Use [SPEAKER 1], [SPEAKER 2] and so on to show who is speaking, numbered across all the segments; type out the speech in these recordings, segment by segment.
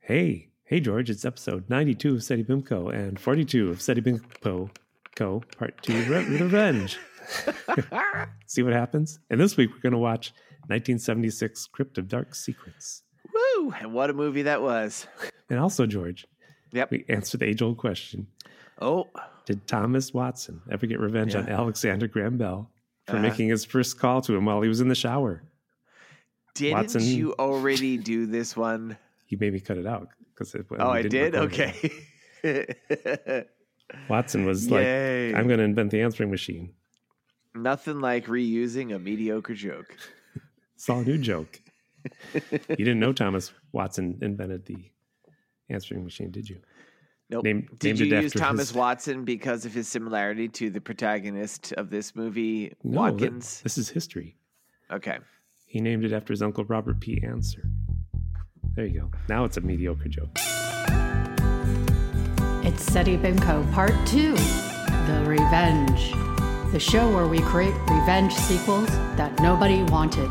[SPEAKER 1] Hey, hey, George, it's episode 92 of SETI Pimco and 42 of SETI Pimco Co. Part 2 Re- Revenge. See what happens? And this week we're going to watch 1976 Crypt of Dark Secrets.
[SPEAKER 2] Woo! And what a movie that was.
[SPEAKER 1] And also, George,
[SPEAKER 2] Yep.
[SPEAKER 1] we answer the age old question
[SPEAKER 2] Oh,
[SPEAKER 1] Did Thomas Watson ever get revenge on Alexander Graham Bell for
[SPEAKER 2] Uh-huh.
[SPEAKER 1] making his first call to him while he was in the shower?
[SPEAKER 2] didn't
[SPEAKER 1] Watson.
[SPEAKER 2] you already do this one?
[SPEAKER 1] He made me cut it out because it
[SPEAKER 2] oh, I
[SPEAKER 1] didn't
[SPEAKER 2] did?
[SPEAKER 1] record it.
[SPEAKER 2] Okay.
[SPEAKER 1] Watson was like,
[SPEAKER 2] Yay.
[SPEAKER 1] I'm going to invent the answering machine.
[SPEAKER 2] Nothing like reusing a mediocre joke.
[SPEAKER 1] It's all a new joke. you didn't know Thomas Watson invented the answering machine, did you?
[SPEAKER 2] Nope.
[SPEAKER 1] Named-
[SPEAKER 2] Oh, did
[SPEAKER 1] named
[SPEAKER 2] you
[SPEAKER 1] it
[SPEAKER 2] use
[SPEAKER 1] after
[SPEAKER 2] Thomas
[SPEAKER 1] his-
[SPEAKER 2] Watson because of his similarity to the protagonist of this movie,
[SPEAKER 1] No, th-
[SPEAKER 2] Watkins?
[SPEAKER 1] this is history.
[SPEAKER 2] Okay.
[SPEAKER 1] He named it after his uncle Robert P. Answer. There you go. Now it's a mediocre joke.
[SPEAKER 3] It's SETI Bimco Part 2 The Revenge. The show where we create revenge sequels that nobody wanted.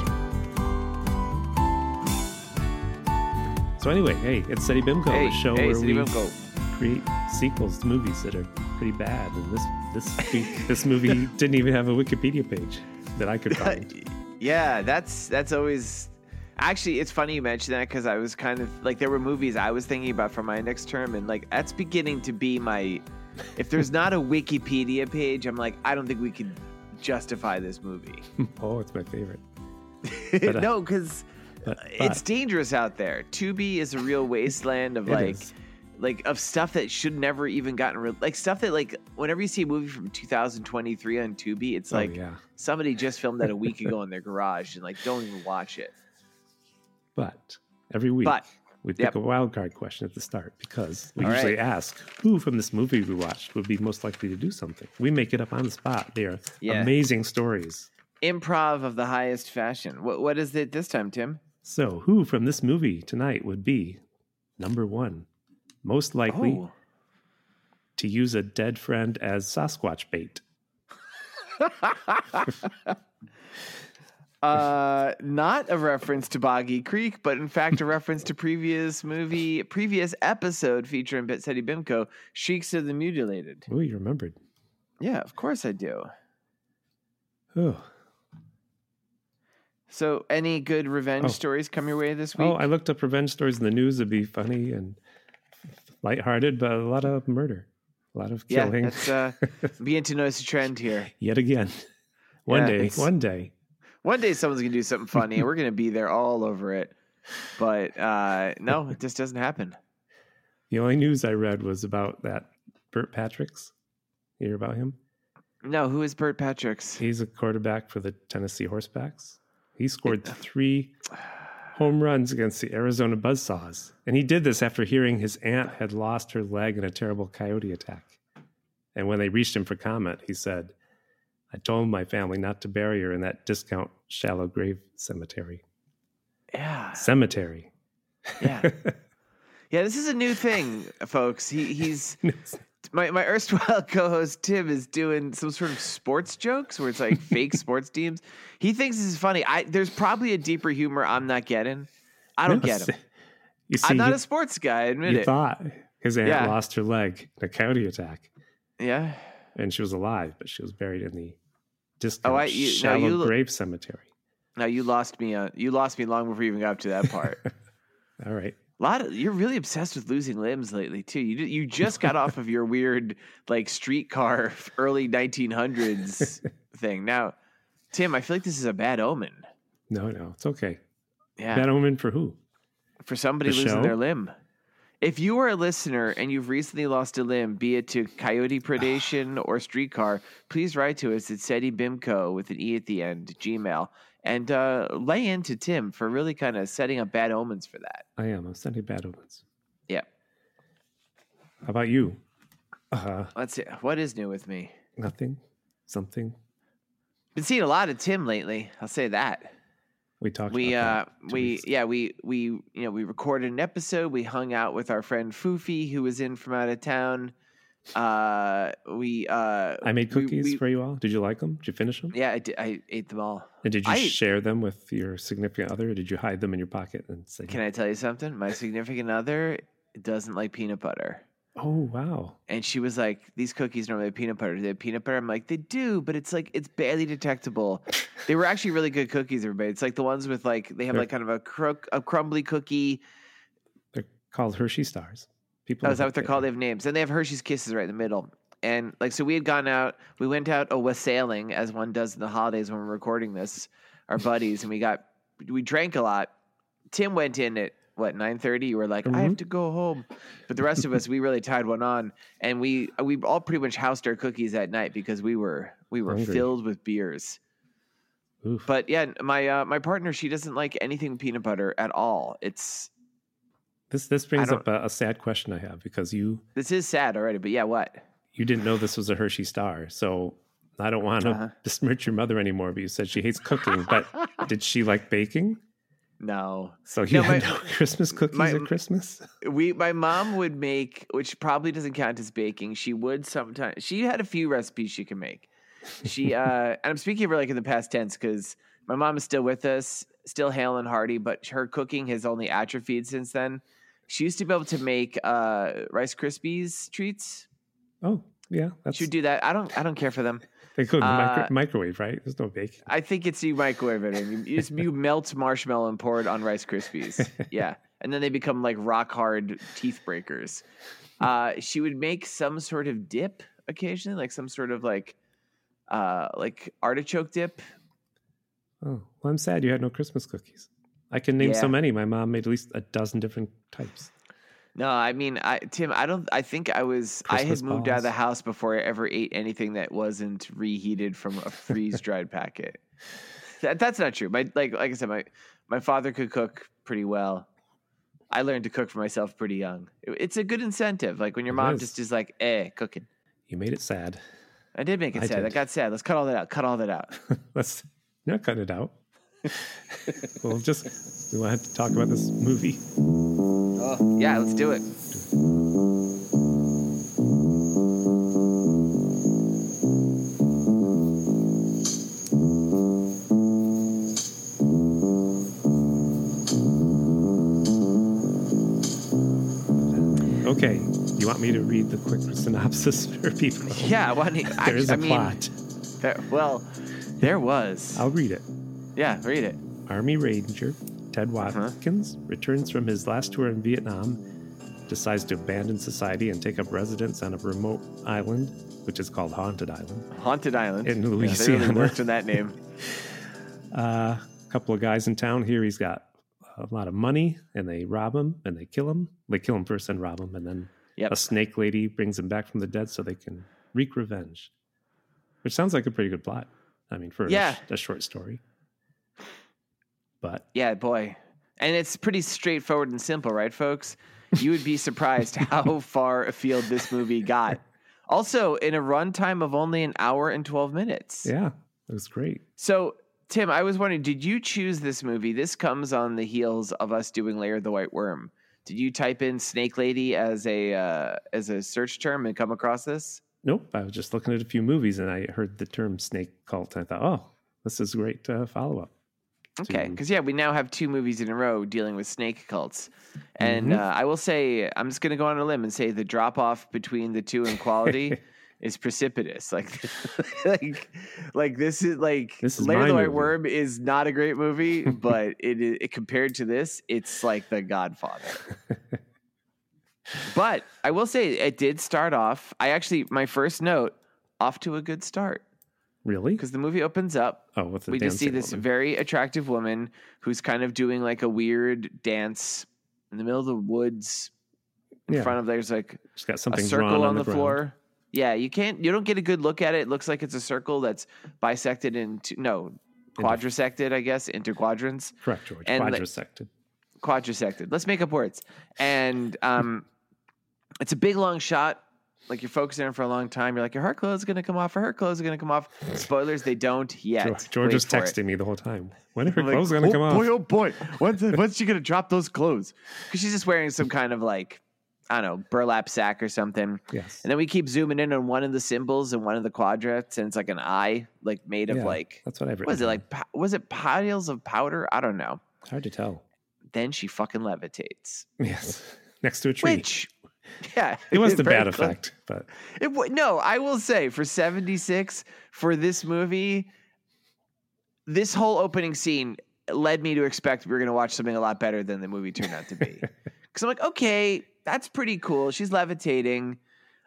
[SPEAKER 1] So anyway, hey, it's SETI Bimco,
[SPEAKER 2] hey,
[SPEAKER 1] a show
[SPEAKER 2] hey,
[SPEAKER 1] where
[SPEAKER 2] City
[SPEAKER 1] we
[SPEAKER 2] Bimco.
[SPEAKER 1] create sequels to movies that are pretty bad. And this this week, this movie didn't even have a Wikipedia page that I could find.
[SPEAKER 2] Yeah, that's that's always actually it's funny you mention that because I was kind of like there were movies I was thinking about for my next term and like that's beginning to be my if there's not a Wikipedia page, I'm like, I don't think we could justify this movie.
[SPEAKER 1] oh, it's my favorite. uh,
[SPEAKER 2] no, because
[SPEAKER 1] But,
[SPEAKER 2] it's dangerous out there. Tubi is a real wasteland of
[SPEAKER 1] It
[SPEAKER 2] like
[SPEAKER 1] is.
[SPEAKER 2] like of stuff that should never even gotten re- like stuff that like whenever you see a movie from 2023 on Tubi, it's
[SPEAKER 1] oh,
[SPEAKER 2] like
[SPEAKER 1] yeah.
[SPEAKER 2] somebody just filmed that a week ago in their garage and like don't even watch it.
[SPEAKER 1] But every week
[SPEAKER 2] But,
[SPEAKER 1] we pick
[SPEAKER 2] yep.
[SPEAKER 1] a wild card question at the start because we
[SPEAKER 2] All
[SPEAKER 1] usually
[SPEAKER 2] right.
[SPEAKER 1] ask who from this movie we watched would be most likely to do something. We make it up on the spot. They are
[SPEAKER 2] Yeah.
[SPEAKER 1] amazing stories.
[SPEAKER 2] improv of the highest fashion. What what is it this time, Tim?
[SPEAKER 1] So, who from this movie tonight would be number one? Most likely
[SPEAKER 2] Oh,
[SPEAKER 1] to use a dead friend as Sasquatch bait.
[SPEAKER 2] uh, not a reference to Boggy Creek, but in fact a reference to previous movie, previous episode featuring Betsetti Bimco, Sheiks of the Mutilated.
[SPEAKER 1] Oh, you remembered.
[SPEAKER 2] Yeah, of course I do.
[SPEAKER 1] Oh,
[SPEAKER 2] So, any good revenge
[SPEAKER 1] Oh.
[SPEAKER 2] stories come your way this week?
[SPEAKER 1] oh I looked up revenge stories in the news. It'd be funny and lighthearted, but a lot of murder, a lot of
[SPEAKER 2] yeah,
[SPEAKER 1] killing.
[SPEAKER 2] that's uh, beginning to notice a trend here.
[SPEAKER 1] Yet again. One
[SPEAKER 2] Yeah,
[SPEAKER 1] day,
[SPEAKER 2] it's-
[SPEAKER 1] one day.
[SPEAKER 2] One day someone's gonna do something funny, and we're gonna be there all over it. But uh, no, it just doesn't happen.
[SPEAKER 1] The only news I read was about that Burt Patrick's. You hear about him?
[SPEAKER 2] No, who is Bert Patrick's?
[SPEAKER 1] He's a quarterback for the Tennessee Horsebacks. He scored three home runs against the Arizona Buzzsaws. And he did this after hearing his aunt had lost her leg in a terrible coyote attack. And when they reached him for comment, he said, I told my family not to bury her in that discount shallow grave cemetery.
[SPEAKER 2] Yeah,
[SPEAKER 1] Cemetery.
[SPEAKER 2] yeah, yeah. This is a new thing, folks. He he's my my erstwhile co-host Tim is doing some sort of sports jokes where it's like fake sports teams. He thinks this is funny. I there's probably a deeper humor I'm not getting. I don't get him.
[SPEAKER 1] You see,
[SPEAKER 2] I'm not
[SPEAKER 1] he-
[SPEAKER 2] a sports guy. I admit
[SPEAKER 1] you
[SPEAKER 2] it.
[SPEAKER 1] thought his aunt
[SPEAKER 2] Yeah.
[SPEAKER 1] lost her leg in a coyote attack,
[SPEAKER 2] yeah.
[SPEAKER 1] and she was alive, but she was buried in the discount
[SPEAKER 2] Oh, I- you- no,
[SPEAKER 1] shallow
[SPEAKER 2] you-
[SPEAKER 1] grave cemetery.
[SPEAKER 2] No, you lost me. Uh, you lost me long before you even got up to that part.
[SPEAKER 1] All right,
[SPEAKER 2] A lot of you're really obsessed with losing limbs lately too. You ju- you just got off of your weird like streetcar early 1900s thing. Now, Tim, I feel like this is a bad omen.
[SPEAKER 1] no, no, it's okay.
[SPEAKER 2] Yeah,
[SPEAKER 1] Bad omen for who?
[SPEAKER 2] for somebody
[SPEAKER 1] the
[SPEAKER 2] losing
[SPEAKER 1] show?
[SPEAKER 2] their limb. If you are a listener and you've recently lost a limb, be it to coyote predation or streetcar, please write to us at SETIBIMCO with an E at the end, Gmail, and uh, lay into Tim for really kind of setting up bad omens for that.
[SPEAKER 1] I am. I'm sending bad omens.
[SPEAKER 2] Yeah.
[SPEAKER 1] How about you? Uh,
[SPEAKER 2] Let's see. What is new with me?
[SPEAKER 1] nothing. Something.
[SPEAKER 2] Been seeing a lot of Tim lately. I'll say that.
[SPEAKER 1] We talked.
[SPEAKER 2] We uh
[SPEAKER 1] about that two
[SPEAKER 2] we
[SPEAKER 1] weeks-
[SPEAKER 2] yeah, we we you know, we recorded an episode. We hung out with our friend Foofy who was in from out of town. Uh, we uh,
[SPEAKER 1] I made
[SPEAKER 2] we-
[SPEAKER 1] cookies
[SPEAKER 2] we-
[SPEAKER 1] for you all. Did you like them? Did you finish them?
[SPEAKER 2] yeah, I, did, I ate them all.
[SPEAKER 1] And did you
[SPEAKER 2] I-
[SPEAKER 1] share them with your significant other? Or did you hide them in your pocket and say,
[SPEAKER 2] Can I tell you something? My significant other doesn't like peanut butter.
[SPEAKER 1] "Oh wow,
[SPEAKER 2] And she was like, "These cookies normally have peanut butter. Do they have peanut butter?" I'm like, "They do, but it's like it's barely detectable." they were actually really good cookies, everybody. It's like the ones with like they have
[SPEAKER 1] They're-
[SPEAKER 2] like kind of a crook, a crumbly cookie.
[SPEAKER 1] they're called Hershey stars." People.
[SPEAKER 2] Oh, is that
[SPEAKER 1] know
[SPEAKER 2] what they're called? They
[SPEAKER 1] are.
[SPEAKER 2] have names, and they have Hershey's Kisses right in the middle. And like, so we had gone out. We went out a wassailing, as one does in the holidays when we're recording this. Our buddies and we got we drank a lot. Tim went in at what nine thirty. You were like,
[SPEAKER 1] Mm-hmm.
[SPEAKER 2] I have to go home, but the rest of us we really tied one on, and we we all pretty much housed our cookies at night because we were we were
[SPEAKER 1] Hungry.
[SPEAKER 2] filled with beers.
[SPEAKER 1] Oof.
[SPEAKER 2] But yeah, my uh, my partner she doesn't like anything with peanut butter at all. It's
[SPEAKER 1] This this brings up
[SPEAKER 2] don't-
[SPEAKER 1] a, a sad question I have because you
[SPEAKER 2] this is sad already, but yeah, what?
[SPEAKER 1] you didn't know this was a Hershey star, so I don't want to
[SPEAKER 2] Uh-huh.
[SPEAKER 1] besmirch your mother anymore. But you said she hates cooking, but did she like baking?
[SPEAKER 2] No,
[SPEAKER 1] So you
[SPEAKER 2] No,
[SPEAKER 1] had
[SPEAKER 2] my-
[SPEAKER 1] no Christmas cookies
[SPEAKER 2] my-
[SPEAKER 1] at Christmas.
[SPEAKER 2] we my mom would make which probably doesn't count as baking she would sometimes she had a few recipes she could make she uh and i'm speaking of her like in the past tense because my mom is still with us still hale and hearty but her cooking has only atrophied since then she used to be able to make uh rice krispies treats
[SPEAKER 1] Oh yeah, that's
[SPEAKER 2] she would do that i don't i don't care for them
[SPEAKER 1] they go in the
[SPEAKER 2] uh,
[SPEAKER 1] micro- microwave, right? There's no baking.
[SPEAKER 2] I think it's you microwave it and you, you, just- you melt marshmallow and pour it on Rice Krispies. Yeah. And then they become like rock hard teeth breakers. Uh, she would make some sort of dip occasionally, like some sort of like uh, like artichoke dip.
[SPEAKER 1] Oh well, I'm sad you had no Christmas cookies. I can name so
[SPEAKER 2] Yeah.
[SPEAKER 1] many. My mom made at least a dozen different types.
[SPEAKER 2] No, I mean, I Tim, I don't. I think I was. I
[SPEAKER 1] Christmas
[SPEAKER 2] had moved out of the
[SPEAKER 1] balls.
[SPEAKER 2] house before I ever ate anything that wasn't reheated from a freeze dried packet. That, that's not true. My like like I said, my my father could cook pretty well. I learned to cook for myself pretty young. It- it's a good incentive. Like when your
[SPEAKER 1] It
[SPEAKER 2] mom
[SPEAKER 1] is.
[SPEAKER 2] just is like, "Eh, cooking."
[SPEAKER 1] You made it sad.
[SPEAKER 2] I did make it
[SPEAKER 1] I
[SPEAKER 2] sad. That
[SPEAKER 1] did.
[SPEAKER 2] got sad. Let's cut all that out. Cut all that out.
[SPEAKER 1] Let's you're not cutting it out. we'll just we want to talk about this movie.
[SPEAKER 2] Yeah, let's do it.
[SPEAKER 1] Okay, you want me to read the quick synopsis for people?
[SPEAKER 2] Yeah, well, I, need- I,
[SPEAKER 1] There's
[SPEAKER 2] I
[SPEAKER 1] a
[SPEAKER 2] mean,
[SPEAKER 1] plot.
[SPEAKER 2] there- well, there was.
[SPEAKER 1] I'll read it.
[SPEAKER 2] Yeah, read it.
[SPEAKER 1] Army Ranger Ted
[SPEAKER 2] Uh-huh.
[SPEAKER 1] Watkins returns from his last tour in Vietnam, decides to abandon society and take up residence on a remote island, which is called Haunted Island.
[SPEAKER 2] Haunted Island
[SPEAKER 1] In
[SPEAKER 2] Yeah, they
[SPEAKER 1] Louisiana.
[SPEAKER 2] really worked on that name.
[SPEAKER 1] Uh, A couple of guys in town here. He's got a lot of money, and they rob him and they kill him. They kill him first and rob him, and then
[SPEAKER 2] Yep.
[SPEAKER 1] a snake lady brings him back from the dead so they can wreak revenge. Which sounds like a pretty good plot. I mean, for a sh-
[SPEAKER 2] Yeah.
[SPEAKER 1] a short story. But
[SPEAKER 2] Yeah, boy. And it's pretty straightforward and simple, right, folks? You would be surprised how far afield this movie got. Also, in a runtime of only an hour and 12 minutes.
[SPEAKER 1] yeah, it was great.
[SPEAKER 2] So, Tim, I was wondering, did you choose this movie? This comes on the heels of us doing Layer of the White Worm. Did you type in Snake Lady as a uh, as a search term and come across this?
[SPEAKER 1] Nope. I was just looking at a few movies and I heard the term snake cult. And I thought, oh, this is a great uh, follow up.
[SPEAKER 2] Okay,
[SPEAKER 1] to-
[SPEAKER 2] because yeah, we now have two movies in a row dealing with snake cults, and
[SPEAKER 1] Mhm.
[SPEAKER 2] uh, I will say I'm just going to go on a limb and say the drop off between the two in quality is precipitous. Like, like, like this is like
[SPEAKER 1] This is
[SPEAKER 2] Lair of the
[SPEAKER 1] my
[SPEAKER 2] White
[SPEAKER 1] movie.
[SPEAKER 2] Worm is not a great movie, but it, i- it compared to this, it's like The Godfather. but I will say it did start off. I actually my first note off to a good start
[SPEAKER 1] Really?
[SPEAKER 2] because the movie opens up
[SPEAKER 1] Oh, with the
[SPEAKER 2] we just see
[SPEAKER 1] dancing
[SPEAKER 2] this
[SPEAKER 1] woman.
[SPEAKER 2] very attractive woman who's kind of doing like a weird dance in the middle of the woods in
[SPEAKER 1] Yeah.
[SPEAKER 2] front of there's like
[SPEAKER 1] She's got something
[SPEAKER 2] a
[SPEAKER 1] drawn
[SPEAKER 2] circle
[SPEAKER 1] on,
[SPEAKER 2] on the,
[SPEAKER 1] ground.
[SPEAKER 2] floor yeah you can't you don't get a good look at it it looks like it's a circle that's bisected into no quadrisected i guess into quadrants
[SPEAKER 1] Correct, George.
[SPEAKER 2] And the-
[SPEAKER 1] Quadrisected.
[SPEAKER 2] quadrisected let's make up words and um it's a big long shot like you're focusing on it for a long time you're like your heart clothes is going to come off or her clothes are going to come off spoilers they don't yet
[SPEAKER 1] George, George
[SPEAKER 2] Wait
[SPEAKER 1] was
[SPEAKER 2] for it.
[SPEAKER 1] texting me the whole time. When are her
[SPEAKER 2] I'm like,
[SPEAKER 1] clothes going to
[SPEAKER 2] "Oh
[SPEAKER 1] come
[SPEAKER 2] boy,
[SPEAKER 1] off?
[SPEAKER 2] Oh boy, when's, when's she gonna drop those clothes? Because she's just wearing some kind of like I don't know, burlap sack or something.
[SPEAKER 1] Yes.
[SPEAKER 2] And then we keep zooming in on one of the symbols and one of the quadrants, and it's like an eye, like made of
[SPEAKER 1] Yeah,
[SPEAKER 2] like,
[SPEAKER 1] That's what I've written.
[SPEAKER 2] what is it like? po- Was it piles of powder? I don't know.
[SPEAKER 1] It's hard to tell.
[SPEAKER 2] Then she fucking levitates,
[SPEAKER 1] Yes. Next to a tree.
[SPEAKER 2] which, yeah,
[SPEAKER 1] it was the
[SPEAKER 2] very
[SPEAKER 1] bad
[SPEAKER 2] close.
[SPEAKER 1] effect, but
[SPEAKER 2] It wa- no, I will say for 76 for this movie, this whole opening scene led me to expect we were going to watch something a lot better than the movie turned out to be. Cuz I'm like, okay, that's pretty cool. She's levitating.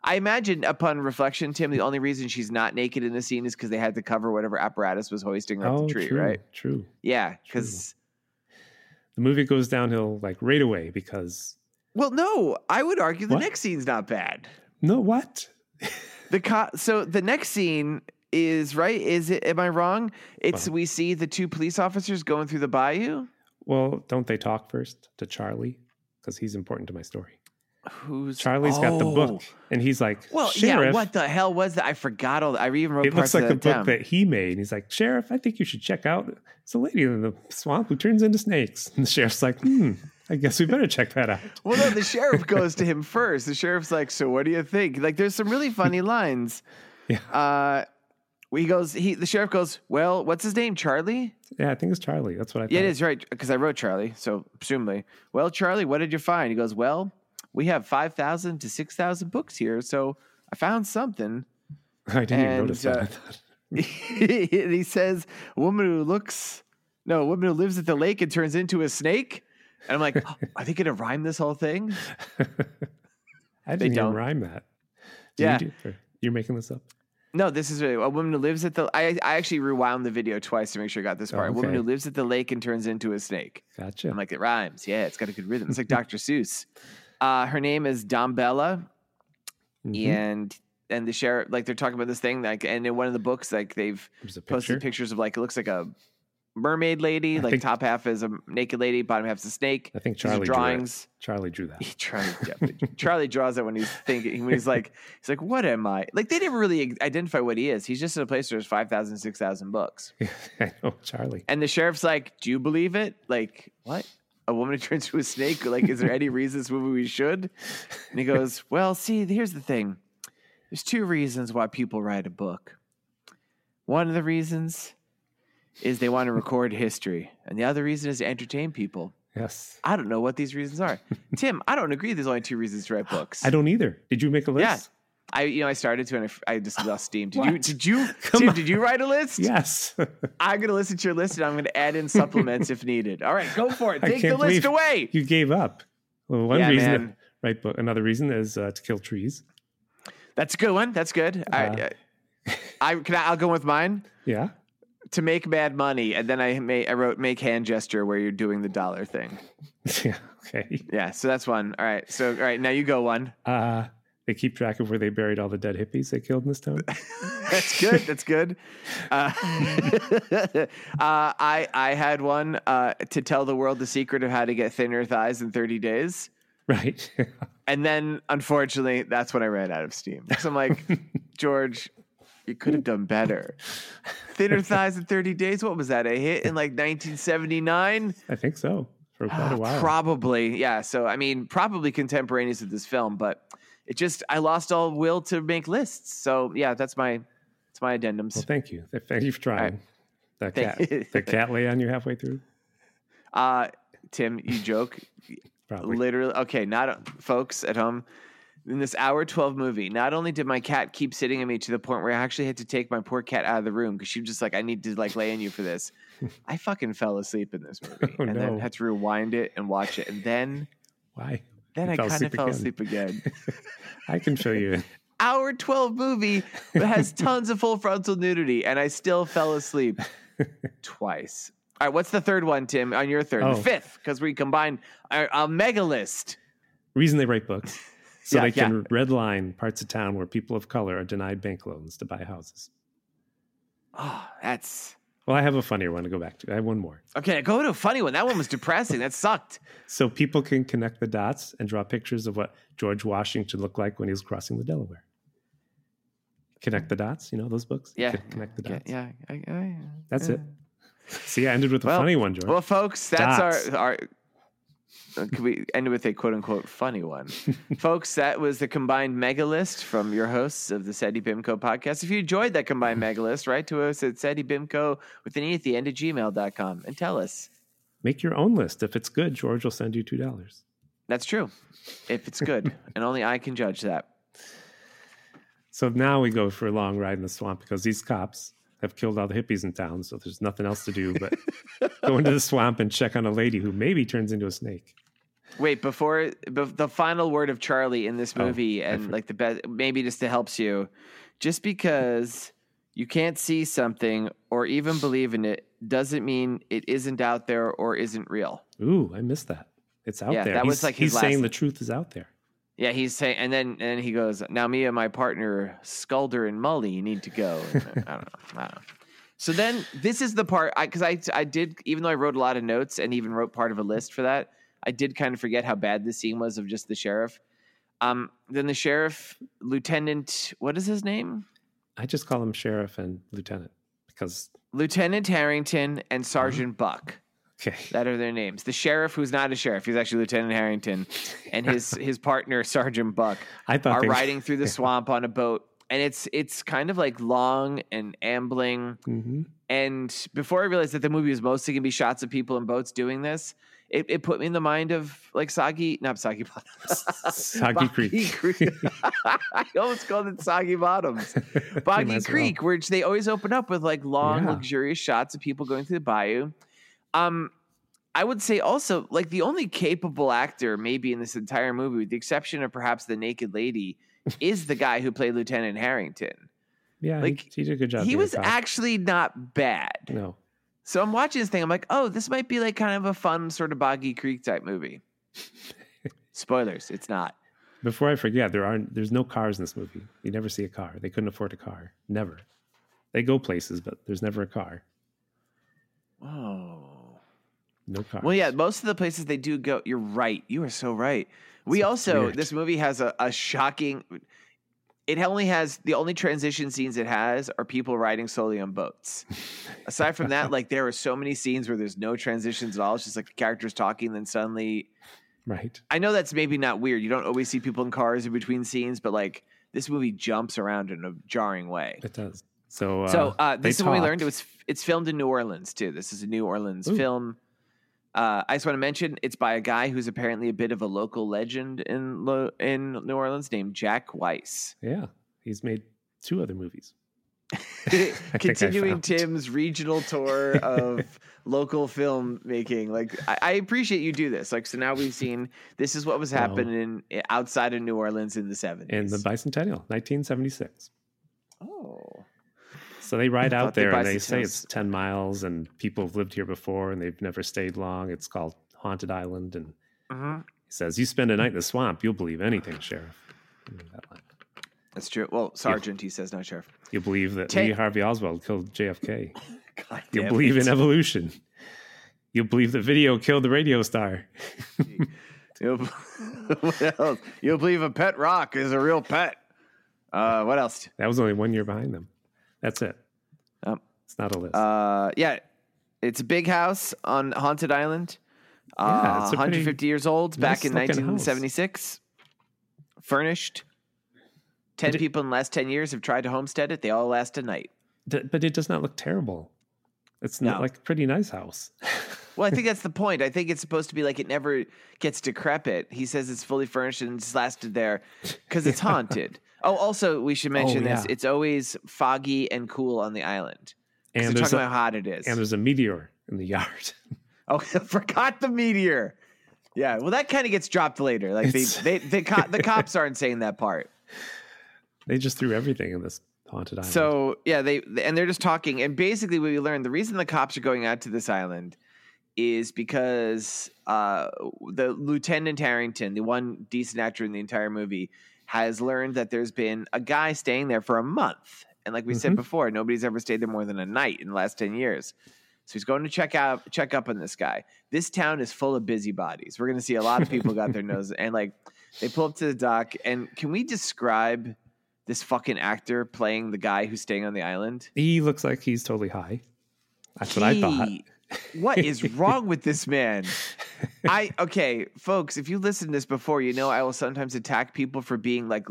[SPEAKER 2] I imagine upon reflection, Tim, the only reason she's not naked in the scene is cuz they had to cover whatever apparatus was hoisting up
[SPEAKER 1] oh,
[SPEAKER 2] the tree,
[SPEAKER 1] true,
[SPEAKER 2] right?
[SPEAKER 1] True.
[SPEAKER 2] Yeah,
[SPEAKER 1] True.
[SPEAKER 2] cuz
[SPEAKER 1] The movie goes downhill like right away because
[SPEAKER 2] well, no, I would argue the
[SPEAKER 1] What?
[SPEAKER 2] next scene's not bad.
[SPEAKER 1] no, what?
[SPEAKER 2] The co- so the next scene is right. Is it? Am I wrong? It's
[SPEAKER 1] Well.
[SPEAKER 2] we see the two police officers going through the bayou.
[SPEAKER 1] Well, don't they talk first to Charlie because he's important to my story.
[SPEAKER 2] Who's
[SPEAKER 1] Charlie's got the book, and he's like,
[SPEAKER 2] Oh. Well,
[SPEAKER 1] Sheriff,
[SPEAKER 2] yeah. What the hell was that? I forgot all. That. I even wrote
[SPEAKER 1] it
[SPEAKER 2] parts
[SPEAKER 1] looks like
[SPEAKER 2] of
[SPEAKER 1] the
[SPEAKER 2] that
[SPEAKER 1] book
[SPEAKER 2] down.
[SPEAKER 1] that he made. And he's like, Sheriff, I think you should check out. It's a lady in the swamp who turns into snakes. And the sheriff's like, Hmm, I guess we better check that out.
[SPEAKER 2] Well, no, the sheriff goes to him first. The sheriff's like, "So what do you think?" Like, there's some really funny lines.
[SPEAKER 1] Yeah.
[SPEAKER 2] Uh, he goes. He the sheriff goes. Well, what's his name? Charlie.
[SPEAKER 1] Yeah, I think it's Charlie. That's what I. Thought.
[SPEAKER 2] Yeah, it is right because I wrote Charlie. So presumably, well, Charlie, what did you find? He goes, well, we have five thousand to six thousand books here, so I found something.
[SPEAKER 1] I didn't even
[SPEAKER 2] And,
[SPEAKER 1] notice
[SPEAKER 2] uh,
[SPEAKER 1] that. I thought.
[SPEAKER 2] and he says, a woman who looks, no, a woman who lives at the lake and turns into a snake. And I'm like, are they going to rhyme this whole thing?
[SPEAKER 1] I didn't even
[SPEAKER 2] don't.
[SPEAKER 1] rhyme that.
[SPEAKER 2] Yeah.
[SPEAKER 1] you do- or you're making this up.
[SPEAKER 2] No, this is really a woman who lives at the. I I actually rewound the video twice to make sure I got this
[SPEAKER 1] Oh,
[SPEAKER 2] part. A woman
[SPEAKER 1] okay.
[SPEAKER 2] who lives at the lake and turns into a snake.
[SPEAKER 1] Gotcha.
[SPEAKER 2] I'm like, it rhymes. Yeah, it's got a good rhythm. It's like Dr. Seuss. Uh, her name is Dombella,
[SPEAKER 1] Mhm.
[SPEAKER 2] and and the sheriff, like they're talking about this thing, like, and in one of the books, like they've
[SPEAKER 1] There's a
[SPEAKER 2] posted
[SPEAKER 1] picture.
[SPEAKER 2] pictures of like it looks like a mermaid lady,
[SPEAKER 1] I
[SPEAKER 2] like
[SPEAKER 1] think-
[SPEAKER 2] top half is a naked lady, bottom half is a snake.
[SPEAKER 1] I think
[SPEAKER 2] These are
[SPEAKER 1] Charlie drawings.
[SPEAKER 2] drawings.
[SPEAKER 1] Charlie drew that.
[SPEAKER 2] Charlie, definitely- Charlie draws it when he's thinking when he's like he's like, what am I? Like they never really identify what he is. He's just in a place where there's 5,000, 6,000 books.
[SPEAKER 1] I know Charlie.
[SPEAKER 2] And the sheriff's like, "Do you believe it? Like what? A woman who turns into a snake? Like, is there any reason this movie we should?" And he goes, "Well, see, here's the thing. There's two reasons why people write a book. One of the reasons is they want to record history, and the other reason is to entertain people.
[SPEAKER 1] Yes.
[SPEAKER 2] I don't know what these reasons are. Tim, I don't agree. There's only two reasons to write books.
[SPEAKER 1] I don't either. Did you make a
[SPEAKER 2] Yeah.
[SPEAKER 1] list?
[SPEAKER 2] I, you know, I started to, and I f- I, just lost steam. Did you?
[SPEAKER 1] What?
[SPEAKER 2] Did you?
[SPEAKER 1] Come
[SPEAKER 2] Tim,
[SPEAKER 1] on.
[SPEAKER 2] did you write a list?
[SPEAKER 1] Yes.
[SPEAKER 2] I'm gonna listen to your list and I'm gonna add in supplements if needed. All right, go for it.
[SPEAKER 1] I
[SPEAKER 2] Take the
[SPEAKER 1] can't
[SPEAKER 2] list
[SPEAKER 1] believe-
[SPEAKER 2] away.
[SPEAKER 1] you gave up. Well, one
[SPEAKER 2] Yeah,
[SPEAKER 1] reason,
[SPEAKER 2] man.
[SPEAKER 1] right? But another reason is uh, to kill trees.
[SPEAKER 2] That's a good one. That's good. I
[SPEAKER 1] Uh,
[SPEAKER 2] I, I can. I, I'll go with mine.
[SPEAKER 1] Yeah.
[SPEAKER 2] To make bad money, and then I ma- I wrote make hand gesture where you're doing the dollar thing.
[SPEAKER 1] yeah. Okay.
[SPEAKER 2] Yeah, so that's one. All right, so all right now you go one.
[SPEAKER 1] Uh, they keep track of where they buried all the dead hippies they killed in this town.
[SPEAKER 2] That's good. That's good. Uh, uh, I I had one uh, to tell the world the secret of how to get thinner thighs in 30 days.
[SPEAKER 1] right.
[SPEAKER 2] And then, unfortunately, that's when I ran out of steam. Because I'm like, George, you could have done better. Thinner thighs in 30 days. What was that? A hit in like 1979?
[SPEAKER 1] I think so. For
[SPEAKER 2] Ah,
[SPEAKER 1] quite a while.
[SPEAKER 2] Probably, yeah. So I mean, probably contemporaneous with this film, but it just I lost all will to make lists. So yeah, that's my that's my
[SPEAKER 1] well,
[SPEAKER 2] addendums.
[SPEAKER 1] thank you. Thank you for trying. That
[SPEAKER 2] Thank you.
[SPEAKER 1] cat. the cat lay on you halfway through.
[SPEAKER 2] Uh, Tim, you joke.
[SPEAKER 1] Probably.
[SPEAKER 2] Literally, okay. Not folks at home. In this hour twelve movie, not only did my cat keep sitting on me to the point where I actually had to take my poor cat out of the room because she was just like, "I need to like lay in you for this." I fucking fell asleep in this movie,
[SPEAKER 1] Oh,
[SPEAKER 2] and then
[SPEAKER 1] no.
[SPEAKER 2] had to rewind it and watch it, and then
[SPEAKER 1] Why?
[SPEAKER 2] then
[SPEAKER 1] You
[SPEAKER 2] I
[SPEAKER 1] fell
[SPEAKER 2] kind of
[SPEAKER 1] asleep
[SPEAKER 2] fell
[SPEAKER 1] again.
[SPEAKER 2] asleep again.
[SPEAKER 1] I can fill you in.
[SPEAKER 2] hour twelve movie that has tons of full frontal nudity, and I still fell asleep twice. All right, what's the third one, Tim? On your third,
[SPEAKER 1] Oh.
[SPEAKER 2] the fifth, because we combined a, a mega list.
[SPEAKER 1] reason they write books so
[SPEAKER 2] Yeah,
[SPEAKER 1] they can redline parts of town where people of color are denied bank loans to buy houses.
[SPEAKER 2] Oh, that's
[SPEAKER 1] Well, I have a funnier one to go back to. I have one more.
[SPEAKER 2] okay. Go to a funny one. That one was depressing. that sucked.
[SPEAKER 1] So people can connect the dots and draw pictures of what George Washington looked like when he was crossing the Delaware. Connect the dots, you know those books?
[SPEAKER 2] Yeah.
[SPEAKER 1] Con- Connect the
[SPEAKER 2] Yeah,
[SPEAKER 1] dots.
[SPEAKER 2] yeah. I- I-
[SPEAKER 1] That's
[SPEAKER 2] yeah.
[SPEAKER 1] it. See, I ended with a
[SPEAKER 2] Well-
[SPEAKER 1] funny one, George.
[SPEAKER 2] Well, folks, that's
[SPEAKER 1] Dots.
[SPEAKER 2] our our Uh, Could we end with a quote unquote funny one? Folks, that was the combined mega list from your hosts of the SETI Bimco podcast. If you enjoyed that combined mega list, write to us at SETI Bimco with an E at the end at gmail.com and tell us.
[SPEAKER 1] Make your own list. If it's good, George will send you two dollars.
[SPEAKER 2] That's true. If it's good, and only I can judge that.
[SPEAKER 1] So now we go for a long ride in the swamp because these cops have killed all the hippies in town. So there's nothing else to do but go into the swamp and check on a lady who maybe turns into a snake.
[SPEAKER 2] Wait, before bef- the final word of Charlie in this
[SPEAKER 1] Oh,
[SPEAKER 2] movie,
[SPEAKER 1] I
[SPEAKER 2] and
[SPEAKER 1] for-
[SPEAKER 2] like the best, maybe just to helps you, just because you can't see something or even believe in it doesn't mean it isn't out there or isn't real.
[SPEAKER 1] Ooh, I missed that. It's out
[SPEAKER 2] Yeah,
[SPEAKER 1] there.
[SPEAKER 2] that was
[SPEAKER 1] He's-
[SPEAKER 2] like his
[SPEAKER 1] he's saying
[SPEAKER 2] last-
[SPEAKER 1] the truth is out there.
[SPEAKER 2] Yeah, he's saying, and then and he goes, "Now me and my partner Skulder and Mully need to go." And then- I don't know. I don't know. So then this is the part because I, I did even though I wrote a lot of notes and even wrote part of a list for that, I did kind of forget how bad the scene was of just the sheriff. Um, then the sheriff, Lieutenant, what is his name?
[SPEAKER 1] I just call him sheriff and lieutenant because
[SPEAKER 2] Lieutenant Harrington and Sergeant Buck.
[SPEAKER 1] okay,
[SPEAKER 2] That are their names. The sheriff, who's not a sheriff, he's actually Lieutenant Harrington, and his his partner Sergeant Buck.
[SPEAKER 1] I thought
[SPEAKER 2] are
[SPEAKER 1] they-
[SPEAKER 2] riding through the swamp on a boat and it's it's kind of like long and ambling
[SPEAKER 1] Mhm.
[SPEAKER 2] and before i realized that the movie was mostly going to be shots of people in boats doing this it, it put me in the mind of like soggy not soggy bottoms
[SPEAKER 1] Soggy Creek.
[SPEAKER 2] i almost called it soggy bottoms
[SPEAKER 1] You might
[SPEAKER 2] boggy
[SPEAKER 1] as well.
[SPEAKER 2] creek which they always open up with like long
[SPEAKER 1] Yeah.
[SPEAKER 2] luxurious shots of people going through the bayou um I would say also, like the only capable actor, maybe in this entire movie, with the exception of perhaps the naked lady, is the guy who played Lieutenant Harrington.
[SPEAKER 1] Yeah,
[SPEAKER 2] Like,
[SPEAKER 1] he, he did a good job.
[SPEAKER 2] he
[SPEAKER 1] being a
[SPEAKER 2] was
[SPEAKER 1] cop.
[SPEAKER 2] actually not bad.
[SPEAKER 1] no.
[SPEAKER 2] So I'm watching this thing. I'm like, oh, this might be like kind of a fun sort of Boggy Creek type movie. Spoilers, it's not.
[SPEAKER 1] Before I forget, there aren't there's no cars in this movie. You never see a car. They couldn't afford a car. Never. They go places, but there's never a car.
[SPEAKER 2] Oh.
[SPEAKER 1] No car.
[SPEAKER 2] Well, yeah, most of the places they do go, you're right. You are so right. We
[SPEAKER 1] So
[SPEAKER 2] also,
[SPEAKER 1] weird.
[SPEAKER 2] this movie has a, a shocking, it only has, the only transition scenes it has are people riding solely on boats. Aside from that, like there are so many scenes where there's no transitions at all. It's just like the characters talking, then suddenly
[SPEAKER 1] Right.
[SPEAKER 2] I know that's maybe not weird. You don't always see people in cars in between scenes, but like this movie jumps around in a jarring way.
[SPEAKER 1] It does. So uh,
[SPEAKER 2] so uh,
[SPEAKER 1] they
[SPEAKER 2] this is what we learned. It
[SPEAKER 1] talk.
[SPEAKER 2] was it's filmed in New Orleans too. This is a New Orleans
[SPEAKER 1] Ooh.
[SPEAKER 2] film. Uh, I just want to mention it's by a guy who's apparently a bit of a local legend in Lo- in New Orleans named Jack Weiss.
[SPEAKER 1] Yeah. He's made two other movies. I
[SPEAKER 2] Continuing
[SPEAKER 1] found it.
[SPEAKER 2] Tim's regional tour of local film making. Like I, I appreciate you do this. Like so now we've seen this is what was
[SPEAKER 1] Well-
[SPEAKER 2] happening outside of New Orleans in the seventies.
[SPEAKER 1] And the bicentennial, 1976.
[SPEAKER 2] Oh.
[SPEAKER 1] So they ride
[SPEAKER 2] I
[SPEAKER 1] out
[SPEAKER 2] thought the
[SPEAKER 1] there and they say
[SPEAKER 2] bicentennials-
[SPEAKER 1] it's 10 miles and people have lived here before and they've never stayed long. It's called Haunted Island. And he
[SPEAKER 2] Mhm.
[SPEAKER 1] says, You spend a night in the swamp, you'll believe anything, Sheriff. I mean, that line.
[SPEAKER 2] That's true. Well, Sergeant, he says, not Sheriff.
[SPEAKER 1] You'll believe that
[SPEAKER 2] Ta-
[SPEAKER 1] Lee Harvey Oswald killed JFK.
[SPEAKER 2] God
[SPEAKER 1] You'll
[SPEAKER 2] damn
[SPEAKER 1] believe
[SPEAKER 2] it.
[SPEAKER 1] in evolution. You'll believe the video killed the radio star.
[SPEAKER 2] You'll, what else? You'll believe a pet rock is a real pet. Uh, what else?
[SPEAKER 1] That was only one year behind them. That's it.
[SPEAKER 2] Um,
[SPEAKER 1] it's not a list.
[SPEAKER 2] Uh, yeah, it's a big house on Haunted Island.
[SPEAKER 1] Yeah,
[SPEAKER 2] Uh,
[SPEAKER 1] it's a pretty
[SPEAKER 2] 150 years old,
[SPEAKER 1] nice
[SPEAKER 2] back in
[SPEAKER 1] looking house.
[SPEAKER 2] 1976. Furnished. 10
[SPEAKER 1] But it-
[SPEAKER 2] people in the last 10 years have tried to homestead it. They all last a night.
[SPEAKER 1] D- but it does not look terrible. It's not
[SPEAKER 2] No.
[SPEAKER 1] like a pretty nice house.
[SPEAKER 2] Well, I think that's the point. I think it's supposed to be like it never gets decrepit. He says it's fully furnished and it's lasted there because it's haunted. Oh, also, we should mention this.
[SPEAKER 1] yeah.
[SPEAKER 2] It's always foggy and cool on the island. 'Cause
[SPEAKER 1] and
[SPEAKER 2] They're
[SPEAKER 1] there's
[SPEAKER 2] talking
[SPEAKER 1] a,
[SPEAKER 2] about how hot it is.
[SPEAKER 1] and there's a meteor in the yard.
[SPEAKER 2] Oh, I forgot the meteor. Yeah, well, that kind of gets dropped later. Like they,
[SPEAKER 1] It's-
[SPEAKER 2] they, they co- the cops aren't saying that part.
[SPEAKER 1] they just threw everything in this haunted island.
[SPEAKER 2] So yeah, they and they're just talking, and basically what we learned the reason the cops are going out to this island is because uh, the Lieutenant Harrington, the one decent actor in the entire movie, has learned that there's been a guy staying there for a month, and like we said before, nobody's ever stayed there more than a night in the last ten years. So he's going to check out check up on this guy. This town is full of busybodies. We're going to see a lot of people got their nose and like they pull up to the dock. And can we describe this fucking actor playing the guy who's staying on the island?
[SPEAKER 1] he looks like he's totally high. That's what I thought.
[SPEAKER 2] Gee, What is wrong with this man? I okay, folks, if you listen to this before, you know I will sometimes attack people for being like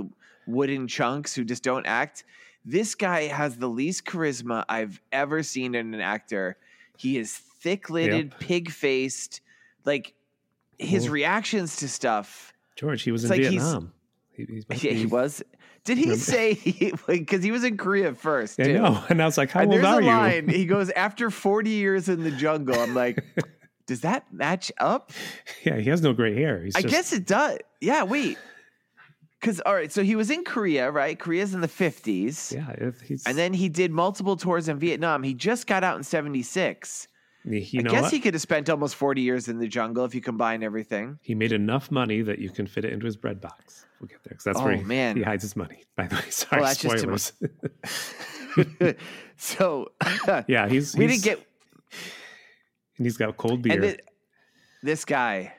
[SPEAKER 2] wooden chunks who just don't act. This guy has the least charisma I've ever seen in an actor. He is thick-lidded, pig-faced, like his
[SPEAKER 1] Well-
[SPEAKER 2] reactions to stuff.
[SPEAKER 1] George, he was
[SPEAKER 2] It's
[SPEAKER 1] in
[SPEAKER 2] like he's-
[SPEAKER 1] Vietnam. He, he's supposed to
[SPEAKER 2] Yeah, he
[SPEAKER 1] be-
[SPEAKER 2] was. Did he
[SPEAKER 1] Remember-
[SPEAKER 2] say he because he was in Korea first?
[SPEAKER 1] I
[SPEAKER 2] too.
[SPEAKER 1] know. And I was like, how
[SPEAKER 2] and
[SPEAKER 1] old
[SPEAKER 2] there's
[SPEAKER 1] are
[SPEAKER 2] a
[SPEAKER 1] you?
[SPEAKER 2] line. He goes after 40 years in the jungle. I'm like, does that match up?
[SPEAKER 1] Yeah, he has no gray hair. He's
[SPEAKER 2] I
[SPEAKER 1] just,
[SPEAKER 2] guess it does. Yeah, wait. Because all right, so he was in Korea, right? Korea's in the 50s,
[SPEAKER 1] Yeah, if he's,
[SPEAKER 2] and then he did multiple tours in Vietnam. He just got out in 76.
[SPEAKER 1] you
[SPEAKER 2] I
[SPEAKER 1] know
[SPEAKER 2] guess
[SPEAKER 1] what?
[SPEAKER 2] he could have spent almost 40 years in the jungle if you combine everything.
[SPEAKER 1] He made enough money that you can fit it into his bread box. We'll get there because that's
[SPEAKER 2] Oh,
[SPEAKER 1] where he,
[SPEAKER 2] man.
[SPEAKER 1] he hides his money. By the way, sorry,
[SPEAKER 2] that's just too much.
[SPEAKER 1] spoilers.
[SPEAKER 2] so
[SPEAKER 1] yeah, he's,
[SPEAKER 2] we
[SPEAKER 1] he's-
[SPEAKER 2] didn't get
[SPEAKER 1] and he's got cold beer.
[SPEAKER 2] and it, this guy,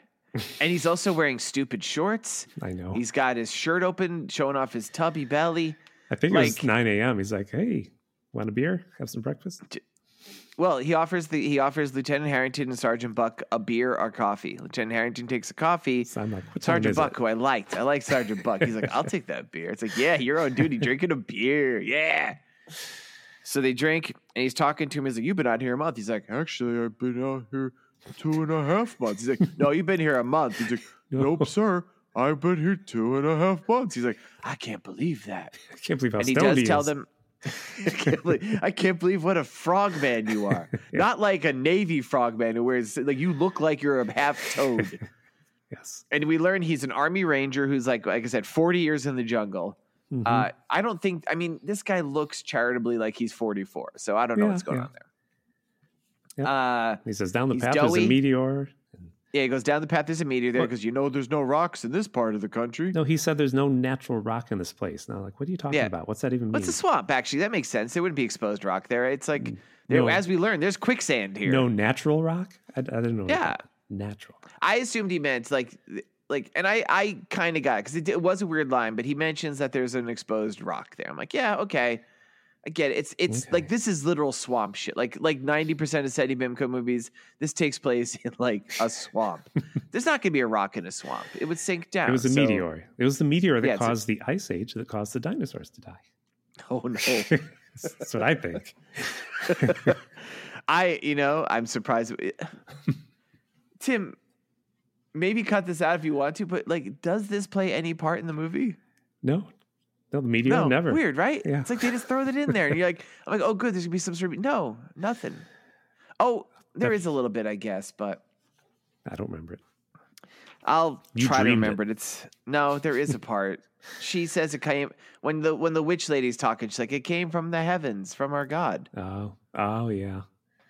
[SPEAKER 2] and he's also wearing stupid shorts.
[SPEAKER 1] I know.
[SPEAKER 2] He's got his shirt open, showing off his tubby belly.
[SPEAKER 1] I think it was
[SPEAKER 2] like-
[SPEAKER 1] nine a.m. He's like, "Hey, want a beer? Have some breakfast?"
[SPEAKER 2] Well, he offers the he offers Lieutenant Harrington and Sergeant Buck a beer or coffee. Lieutenant Harrington takes a coffee.
[SPEAKER 1] So I'm like, "What time
[SPEAKER 2] Sergeant
[SPEAKER 1] is
[SPEAKER 2] Buck,
[SPEAKER 1] it?"
[SPEAKER 2] who I liked, I like Sergeant Buck. He's like, I'll take that beer. It's like, yeah, you're on duty, drinking a beer, yeah. So they drink, and he's talking to him. He's like, "You've been out here a month." He's like, "Actually, I've been out here two and a half months." He's like, "No, you've been here a month." He's like,
[SPEAKER 1] No.
[SPEAKER 2] "Nope, sir, I've been here two and a half months." He's like, "I can't believe that."
[SPEAKER 1] I can't believe how
[SPEAKER 2] and he
[SPEAKER 1] stoned
[SPEAKER 2] does
[SPEAKER 1] he
[SPEAKER 2] tell
[SPEAKER 1] is.
[SPEAKER 2] them I can't, believe, I can't believe what a frogman you are not like a navy frogman who wears like you look like you're a half toad
[SPEAKER 1] Yes,
[SPEAKER 2] and we learn he's an army ranger who's like like i said 40 years in the jungle
[SPEAKER 1] Mhm.
[SPEAKER 2] uh, i don't think i mean this guy looks charitably like he's 44 so i don't know
[SPEAKER 1] Yeah,
[SPEAKER 2] what's going
[SPEAKER 1] yeah.
[SPEAKER 2] on there uh
[SPEAKER 1] he says down the
[SPEAKER 2] he's
[SPEAKER 1] path there's
[SPEAKER 2] doughy.
[SPEAKER 1] a meteor.
[SPEAKER 2] yeah, he goes down the path. There's a meteor there
[SPEAKER 1] What-
[SPEAKER 2] because you know there's no rocks in this part of the country.
[SPEAKER 1] No, he said there's no natural rock in this place. Now, like, what are you talking
[SPEAKER 2] Yeah.
[SPEAKER 1] about? What's that even mean?
[SPEAKER 2] What's a swamp? Actually, that makes sense. There wouldn't be exposed rock there. It's like, there,
[SPEAKER 1] Mm. No.
[SPEAKER 2] as we learned, there's quicksand here.
[SPEAKER 1] No natural rock? I, I didn't know. what
[SPEAKER 2] Yeah.
[SPEAKER 1] that- natural.
[SPEAKER 2] I assumed he meant like th- like and I I kind of got it because it, di- it was a weird line, but he mentions that there's an exposed rock there. I'm like, yeah, okay. I get it. It's it's like
[SPEAKER 1] Okay.
[SPEAKER 2] this is literal swamp shit. Like like 90% of Seti Bimco movies, this takes place in like a swamp. there's not gonna be a rock in a swamp. It would sink down.
[SPEAKER 1] It was a
[SPEAKER 2] so-
[SPEAKER 1] meteor. It was the meteor that
[SPEAKER 2] Yeah, it's a-
[SPEAKER 1] caused the ice age that caused the dinosaurs to die.
[SPEAKER 2] Oh no.
[SPEAKER 1] That's what I think.
[SPEAKER 2] I, you know, I'm surprised. Tim, maybe cut this out if you want to, but like, does this play any part in the movie?
[SPEAKER 1] No, no, the meteor
[SPEAKER 2] no,
[SPEAKER 1] never.
[SPEAKER 2] Weird, right?
[SPEAKER 1] Yeah.
[SPEAKER 2] It's like they just throw that in there, and you're like, I'm like, oh, good. There's gonna be some sort of no, nothing. Oh, there
[SPEAKER 1] That-
[SPEAKER 2] is a little bit, I guess, but
[SPEAKER 1] I don't remember it.
[SPEAKER 2] I'll
[SPEAKER 1] You
[SPEAKER 2] try to
[SPEAKER 1] dreamed
[SPEAKER 2] remember it. It's no, there is a part. she says it came when the when the witch lady's talking. She's like, it came from the heavens, from our God,
[SPEAKER 1] Oh, oh yeah.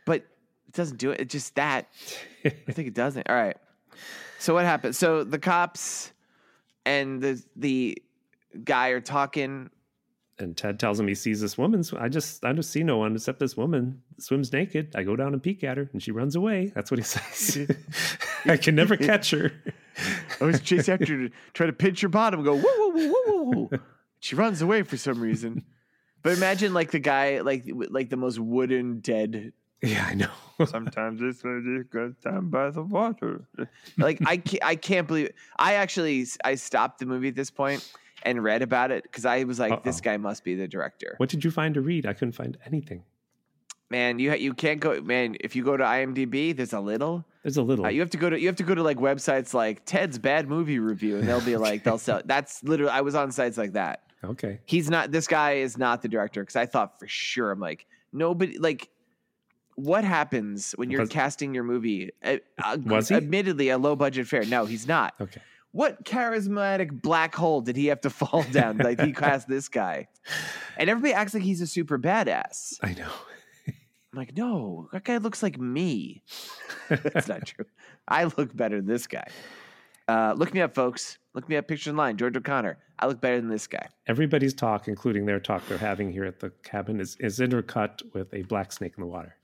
[SPEAKER 2] but it doesn't do it. It's just that. I think it doesn't. All right. So what happened? So the cops and the the guy are talking
[SPEAKER 1] And Ted tells him he sees this woman. So I just, I just see no one except this woman that swims naked. I go down and peek at her, and she runs away. That's what he says. I can never catch her.
[SPEAKER 2] I was chased after her to try to pinch her bottom, go woo woo woo woo woo woo. She runs away for some reason. But imagine like the guy, like like the most wooden dead.
[SPEAKER 1] Yeah, I know.
[SPEAKER 2] Sometimes it's just goes down by the water. Like I can't, I can't believe I actually I stopped the movie at this point and read about it because I was like, this
[SPEAKER 1] Uh-oh.
[SPEAKER 2] guy must be the director.
[SPEAKER 1] what did you find to read? I couldn't find anything.
[SPEAKER 2] Man, you ha- you can't go. Man, if you go to IMDb, there's a little.
[SPEAKER 1] There's a little.
[SPEAKER 2] Uh, you have to go to you have to go to like websites like Ted's bad movie review, and they'll be like they'll sell. That's literally I was on sites like that.
[SPEAKER 1] okay.
[SPEAKER 2] He's not this guy is not the director because I thought for sure I'm like nobody like what happens when you're
[SPEAKER 1] Was-
[SPEAKER 2] casting your movie? Uh, uh,
[SPEAKER 1] Was he?
[SPEAKER 2] admittedly a low budget fair? No, he's not.
[SPEAKER 1] Okay.
[SPEAKER 2] What charismatic black hole did he have to fall down like he cast this guy? And everybody acts like he's a super badass.
[SPEAKER 1] I know.
[SPEAKER 2] I'm like, no, that guy looks like me. That's not true. I look better than this guy. Uh, look me up, folks. Look me up, picture in line, George O'Connor. I look better than this guy.
[SPEAKER 1] Everybody's talk, including their talk they're having here at the cabin, is, is intercut with a black snake in the water.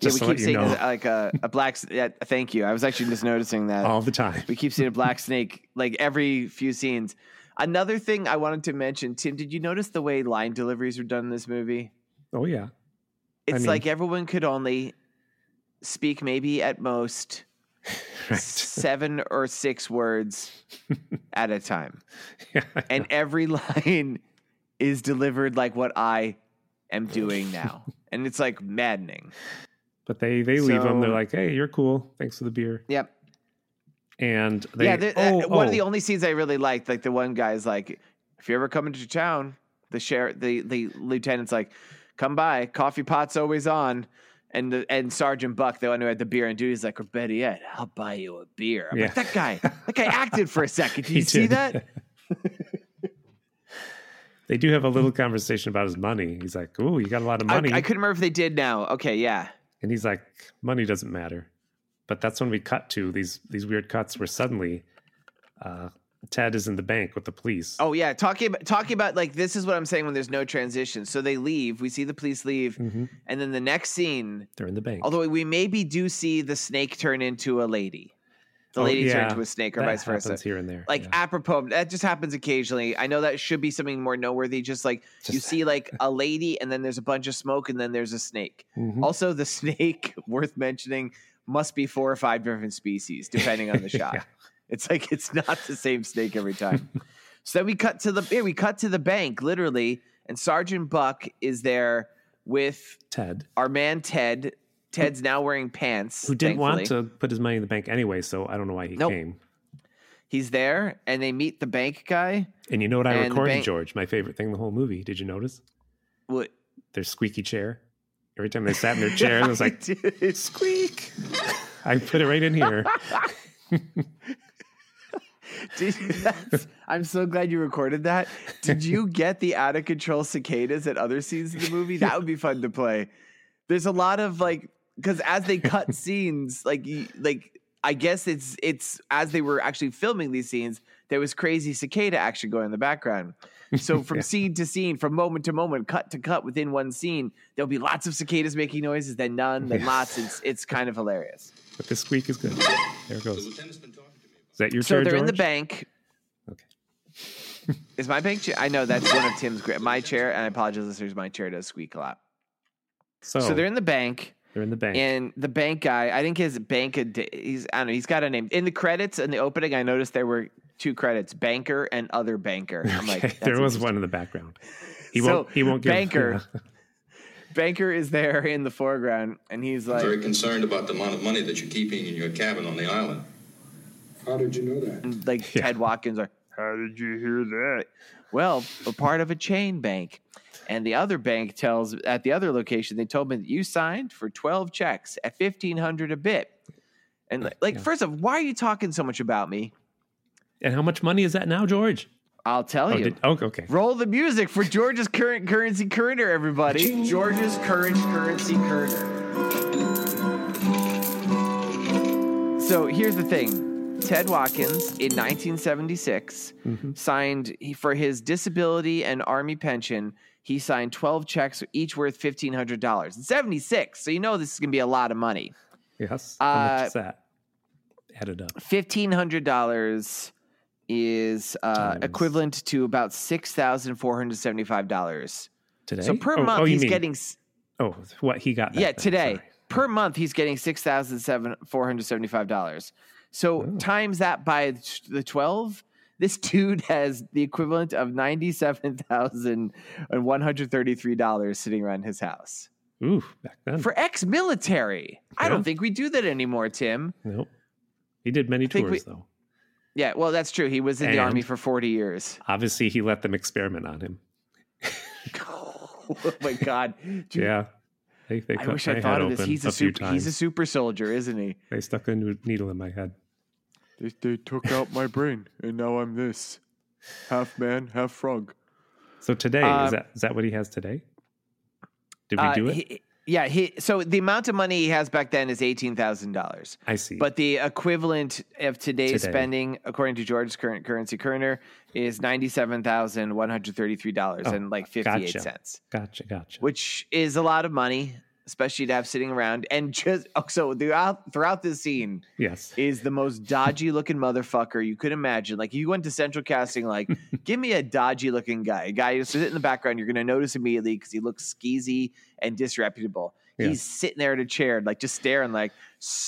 [SPEAKER 1] Just
[SPEAKER 2] yeah,
[SPEAKER 1] to
[SPEAKER 2] we
[SPEAKER 1] let
[SPEAKER 2] keep
[SPEAKER 1] you
[SPEAKER 2] seeing
[SPEAKER 1] know.
[SPEAKER 2] uh, like a, a black. s- Yeah, thank you. I was actually just noticing that.
[SPEAKER 1] all the time.
[SPEAKER 2] uh, We keep seeing a black snake like every few scenes. Another thing I wanted to mention, Tim, did you notice the way line deliveries were done in this movie?
[SPEAKER 1] Oh yeah.
[SPEAKER 2] It's
[SPEAKER 1] mean-
[SPEAKER 2] like everyone could only speak maybe at most seven or six words at a time.
[SPEAKER 1] Yeah, I
[SPEAKER 2] And every line is delivered like what I am doing now. And it's like maddening.
[SPEAKER 1] But they they leave them. They're
[SPEAKER 2] So-
[SPEAKER 1] like, "Hey, you're cool. Thanks for the beer."
[SPEAKER 2] Yep.
[SPEAKER 1] And they,
[SPEAKER 2] yeah, the-
[SPEAKER 1] oh,
[SPEAKER 2] uh, one
[SPEAKER 1] oh,
[SPEAKER 2] of the only scenes I really liked, like the one guy's like, if you're ever coming to town, the sheriff, the the lieutenant's like, come by, coffee pot's always on. And the, and Sergeant Buck, the one who had the beer and duty, is like, or better yet, I'll buy you a beer. I'm like,
[SPEAKER 1] Yeah.
[SPEAKER 2] that guy, that guy acted for a second. Do you
[SPEAKER 1] He
[SPEAKER 2] see
[SPEAKER 1] did.
[SPEAKER 2] that?
[SPEAKER 1] they do have a little conversation about his money. He's like, "Ooh, you got a lot of
[SPEAKER 2] I, I
[SPEAKER 1] money,"
[SPEAKER 2] couldn't remember if they did now. Okay, yeah.
[SPEAKER 1] and he's like, "Money doesn't matter." But that's when we cut to these these weird cuts where suddenly uh, Ted is in the bank with the police.
[SPEAKER 2] Oh yeah, talking about talking about like this is what I'm saying when there's no transition. So they leave. We see the police leave,
[SPEAKER 1] Mhm.
[SPEAKER 2] and then the next scene
[SPEAKER 1] they're in the bank.
[SPEAKER 2] Although we maybe do see the snake turn into a lady, the
[SPEAKER 1] Oh,
[SPEAKER 2] lady turn
[SPEAKER 1] yeah.
[SPEAKER 2] into a snake, or
[SPEAKER 1] that
[SPEAKER 2] vice versa.
[SPEAKER 1] happens here and there.
[SPEAKER 2] Like
[SPEAKER 1] yeah.
[SPEAKER 2] apropos, that just happens occasionally. I know that should be something more noteworthy. Just like you
[SPEAKER 1] Just-
[SPEAKER 2] see, like a lady, and then there's a bunch of smoke, and then there's a snake.
[SPEAKER 1] Mhm.
[SPEAKER 2] Also, the snake worth mentioning must be four or five different species, depending on the shot.
[SPEAKER 1] Yeah.
[SPEAKER 2] It's like it's not the same snake every time. so then we cut to the yeah, we cut to the bank literally, and Sergeant Buck is there with
[SPEAKER 1] Ted,
[SPEAKER 2] our man Ted. Ted's now wearing pants.
[SPEAKER 1] who didn't want
[SPEAKER 2] thankfully.
[SPEAKER 1] to put his money in the bank anyway, so I don't know why he
[SPEAKER 2] Nope.
[SPEAKER 1] came.
[SPEAKER 2] He's there, and they meet the bank guy.
[SPEAKER 1] And you know what I
[SPEAKER 2] And the
[SPEAKER 1] recorded,
[SPEAKER 2] bank-
[SPEAKER 1] George? My favorite thing in the whole movie. Did you notice?
[SPEAKER 2] What?
[SPEAKER 1] their squeaky chair. Every time they sat in their chair, it was like
[SPEAKER 2] Dude.
[SPEAKER 1] squeak. I put it right in here.
[SPEAKER 2] Did- that's- I'm so glad you recorded that. Did you get the out of control cicadas at other scenes of the movie? That would be fun to play. There's a lot of like because as they cut scenes, like you- like I guess it's it's as they were actually filming these scenes, there was crazy cicada action going in the background. So from scene to scene, from moment to moment, cut to cut within one scene, there'll be lots of cicadas making noises, then none, then
[SPEAKER 1] Yeah.
[SPEAKER 2] lots. It's it's kind of hilarious.
[SPEAKER 1] But the squeak is good. There it goes. Is that your
[SPEAKER 2] So
[SPEAKER 1] chair,
[SPEAKER 2] they're in the
[SPEAKER 1] George?
[SPEAKER 2] bank.
[SPEAKER 1] Okay.
[SPEAKER 2] Is my bank chair? I know that's one of Tim's great. My chair, and I apologize, listeners. My chair does squeak a lot.
[SPEAKER 1] So,
[SPEAKER 2] So they're in the bank,
[SPEAKER 1] bank.
[SPEAKER 2] and the bank guy. I think his bank. a d- He's I don't know. He's got a name in the credits in the opening. I noticed there were two credits: banker and other banker. I'm like,
[SPEAKER 1] Okay,
[SPEAKER 2] that's
[SPEAKER 1] there was
[SPEAKER 2] interesting.
[SPEAKER 1] one in the background. He
[SPEAKER 2] So,
[SPEAKER 1] won't. He won't give.
[SPEAKER 2] banker. Banker is there in the foreground, and he's
[SPEAKER 4] very
[SPEAKER 2] like,
[SPEAKER 4] concerned about the amount of money that you're keeping in your cabin on the island.
[SPEAKER 5] How did you know that?
[SPEAKER 2] and like
[SPEAKER 1] Yeah.
[SPEAKER 2] Ted Watkins, like, how did you hear that? Well, we're part of a chain bank. And the other bank tells at the other location, they told me that you signed for 12 checks at 1500 a bit. And like, like,
[SPEAKER 1] Yeah.
[SPEAKER 2] first off, why are you talking so much about me?
[SPEAKER 1] and how much money is that now, George?
[SPEAKER 2] I'll tell
[SPEAKER 1] Oh,
[SPEAKER 2] you.
[SPEAKER 1] did, oh okay.
[SPEAKER 2] Roll the music for George's current currency currenter, everybody. George's current currency currenter. So here's the thing. Ted Watkins in 1976 signed he- for his disability and army pension. He signed 12 checks, each worth $1,500. In 76, so you know this is going to be a lot of money.
[SPEAKER 1] Yes. how
[SPEAKER 2] Uh,
[SPEAKER 1] much is that? Added up.
[SPEAKER 2] $1,500 is uh,
[SPEAKER 1] Times.
[SPEAKER 2] equivalent to about $6,475
[SPEAKER 1] Today.
[SPEAKER 2] so per
[SPEAKER 1] oh,
[SPEAKER 2] month
[SPEAKER 1] oh, you
[SPEAKER 2] he's
[SPEAKER 1] mean-
[SPEAKER 2] getting s-
[SPEAKER 1] Oh, what he got? That
[SPEAKER 2] yeah
[SPEAKER 1] then,
[SPEAKER 2] today
[SPEAKER 1] sorry.
[SPEAKER 2] per month he's getting six thousand seven four hundred seventy five dollars. So
[SPEAKER 1] Oh.
[SPEAKER 2] times that by t- the twelve, this dude has the equivalent of ninety seven thousand and one hundred thirty three dollars sitting around his house
[SPEAKER 1] Ooh, back then.
[SPEAKER 2] for ex military. I
[SPEAKER 1] Yeah.
[SPEAKER 2] don't think we do that anymore, Tim.
[SPEAKER 1] nope. He did many
[SPEAKER 2] think
[SPEAKER 1] tours
[SPEAKER 2] we-
[SPEAKER 1] though.
[SPEAKER 2] Yeah, well that's true. He was in the army
[SPEAKER 1] And-
[SPEAKER 2] for forty years.
[SPEAKER 1] Obviously, he let them experiment on him.
[SPEAKER 2] Oh my god, dude.
[SPEAKER 1] Yeah. They, they
[SPEAKER 2] I
[SPEAKER 1] cut
[SPEAKER 2] wish I
[SPEAKER 1] my
[SPEAKER 2] thought
[SPEAKER 1] head
[SPEAKER 2] of this.
[SPEAKER 1] open
[SPEAKER 2] He's a,
[SPEAKER 1] few
[SPEAKER 2] super. He's a
[SPEAKER 1] times.
[SPEAKER 2] super soldier, isn't he?
[SPEAKER 1] They stuck a new- needle in my head.
[SPEAKER 6] They, they took out my brain, and now I'm this half man, half frog.
[SPEAKER 1] So today
[SPEAKER 2] Uh,
[SPEAKER 1] is that is that what he has today? Did we
[SPEAKER 2] Uh,
[SPEAKER 1] do it?
[SPEAKER 2] he- yeah, he. So the amount of money he has back then is eighteen thousand dollars,
[SPEAKER 1] I see.
[SPEAKER 2] but the equivalent of today's
[SPEAKER 1] Today.
[SPEAKER 2] spending, according to George's current currency currenter, is ninety seven thousand one hundred thirty three dollars
[SPEAKER 1] Oh,
[SPEAKER 2] and like fifty eight
[SPEAKER 1] gotcha.
[SPEAKER 2] cents,
[SPEAKER 1] gotcha, gotcha.
[SPEAKER 2] which is a lot of money, especially to have sitting around. And just oh, so throughout throughout this scene
[SPEAKER 1] yes,
[SPEAKER 2] is the most dodgy looking motherfucker you could imagine. Like you went to central casting, like give me a dodgy looking guy, a guy who's sit in the background. You're gonna notice immediately because he looks skeezy and disreputable.
[SPEAKER 1] Yeah.
[SPEAKER 2] He's sitting there in a chair, like just staring, like,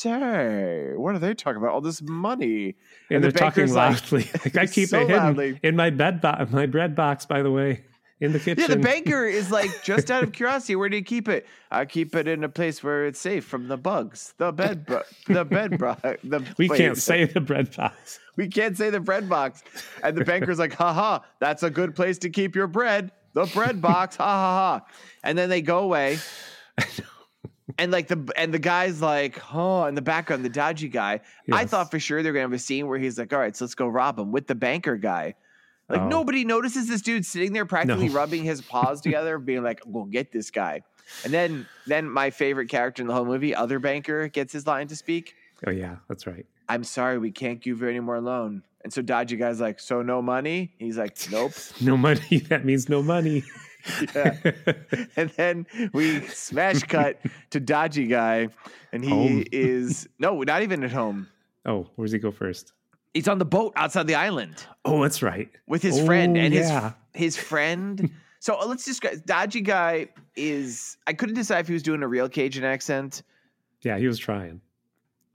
[SPEAKER 2] "Say, what are they talking about? All this money?"
[SPEAKER 1] and,
[SPEAKER 2] the
[SPEAKER 1] they're talking
[SPEAKER 2] banker's like-
[SPEAKER 1] loudly. Like, I keep
[SPEAKER 2] so
[SPEAKER 1] it hidden
[SPEAKER 2] loudly.
[SPEAKER 1] in my bed bo- my bread box, by the way, in the kitchen.
[SPEAKER 2] Yeah, the banker is like, just out of curiosity, where do you keep it? I keep it in a place where it's safe from the bugs, the bed, bro- the bed, bro- the.
[SPEAKER 1] We
[SPEAKER 2] wait,
[SPEAKER 1] can't say the bread box.
[SPEAKER 2] we can't say the bread box, and the banker's like, ha ha, that's a good place to keep your bread, the bread box, ha ha ha, and then they go away, and like the and the guy's like, oh, in the background, the dodgy guy. I
[SPEAKER 1] Yes.
[SPEAKER 2] thought for sure they're gonna have a scene where he's like, all right, so let's go rob him with the banker guy. Like
[SPEAKER 1] Oh.
[SPEAKER 2] nobody notices this dude sitting there practically rubbing his paws together, being like, "We'll get this guy." And then, then my favorite character in the whole movie, other banker, gets his line to speak.
[SPEAKER 1] Oh yeah, that's right.
[SPEAKER 2] I'm sorry, we can't give you any more loan. And so dodgy guy's like, "So no money?" He's like, "Nope."
[SPEAKER 1] No money. That means no money.
[SPEAKER 2] Yeah. and then we smash cut to dodgy guy, and he
[SPEAKER 1] Home.
[SPEAKER 2] is no, not even at home.
[SPEAKER 1] oh, where does he go first?
[SPEAKER 2] He's on the boat outside the island.
[SPEAKER 1] Oh, that's right.
[SPEAKER 2] with his
[SPEAKER 1] Oh,
[SPEAKER 2] friend and
[SPEAKER 1] yeah.
[SPEAKER 2] his his friend. so uh, let's describe dodgy guy is I couldn't decide if he was doing a real Cajun accent,
[SPEAKER 1] Yeah, he was trying.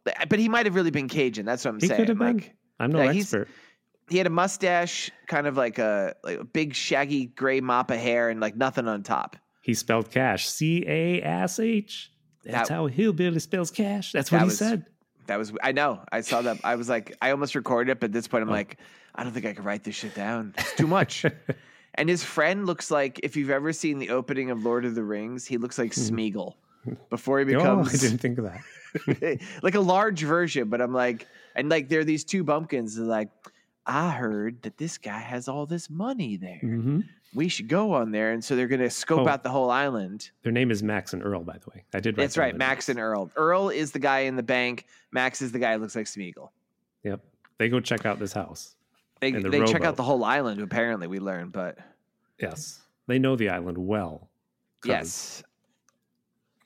[SPEAKER 2] but, uh, but he might have really been Cajun. That's what I'm
[SPEAKER 1] He
[SPEAKER 2] saying.
[SPEAKER 1] could have been.
[SPEAKER 2] Like,
[SPEAKER 1] I'm no
[SPEAKER 2] Yeah, he's-
[SPEAKER 1] expert.
[SPEAKER 2] he had a mustache, kind of like a like a big shaggy gray mop of hair, and like nothing on top.
[SPEAKER 1] He spelled cash. C A S H. That's
[SPEAKER 2] That-
[SPEAKER 1] how hillbilly spells cash. That's what
[SPEAKER 2] That
[SPEAKER 1] he
[SPEAKER 2] was-
[SPEAKER 1] said.
[SPEAKER 2] That was I know I saw that I was like I almost recorded it, but at this
[SPEAKER 1] Oh.
[SPEAKER 2] point I'm like I don't think I could write this shit down. It's too much. and his friend looks like if you've ever seen the opening of Lord of the Rings, he looks like Smeagol before he
[SPEAKER 1] Hmm. Oh, I
[SPEAKER 2] becomes
[SPEAKER 1] didn't think of that.
[SPEAKER 2] like a large version, but I'm like, and like there are these two bumpkins. that are like, I heard that this guy has all this money there.
[SPEAKER 1] hmm
[SPEAKER 2] We should go on there, and so they're going to scope
[SPEAKER 1] Oh.
[SPEAKER 2] out the whole island.
[SPEAKER 1] Their name is Max and Earl, by the way. I did. Write
[SPEAKER 2] That's
[SPEAKER 1] down
[SPEAKER 2] right,
[SPEAKER 1] their
[SPEAKER 2] Max
[SPEAKER 1] names.
[SPEAKER 2] and Earl. Earl is the guy in the bank. Max is the guy who looks like Smeagol.
[SPEAKER 1] Yep. They go check out this house.
[SPEAKER 2] They
[SPEAKER 1] And the
[SPEAKER 2] they check
[SPEAKER 1] rowboat.
[SPEAKER 2] out the whole island. Apparently, we learn, but
[SPEAKER 1] Yes. They know the island well.
[SPEAKER 2] yes,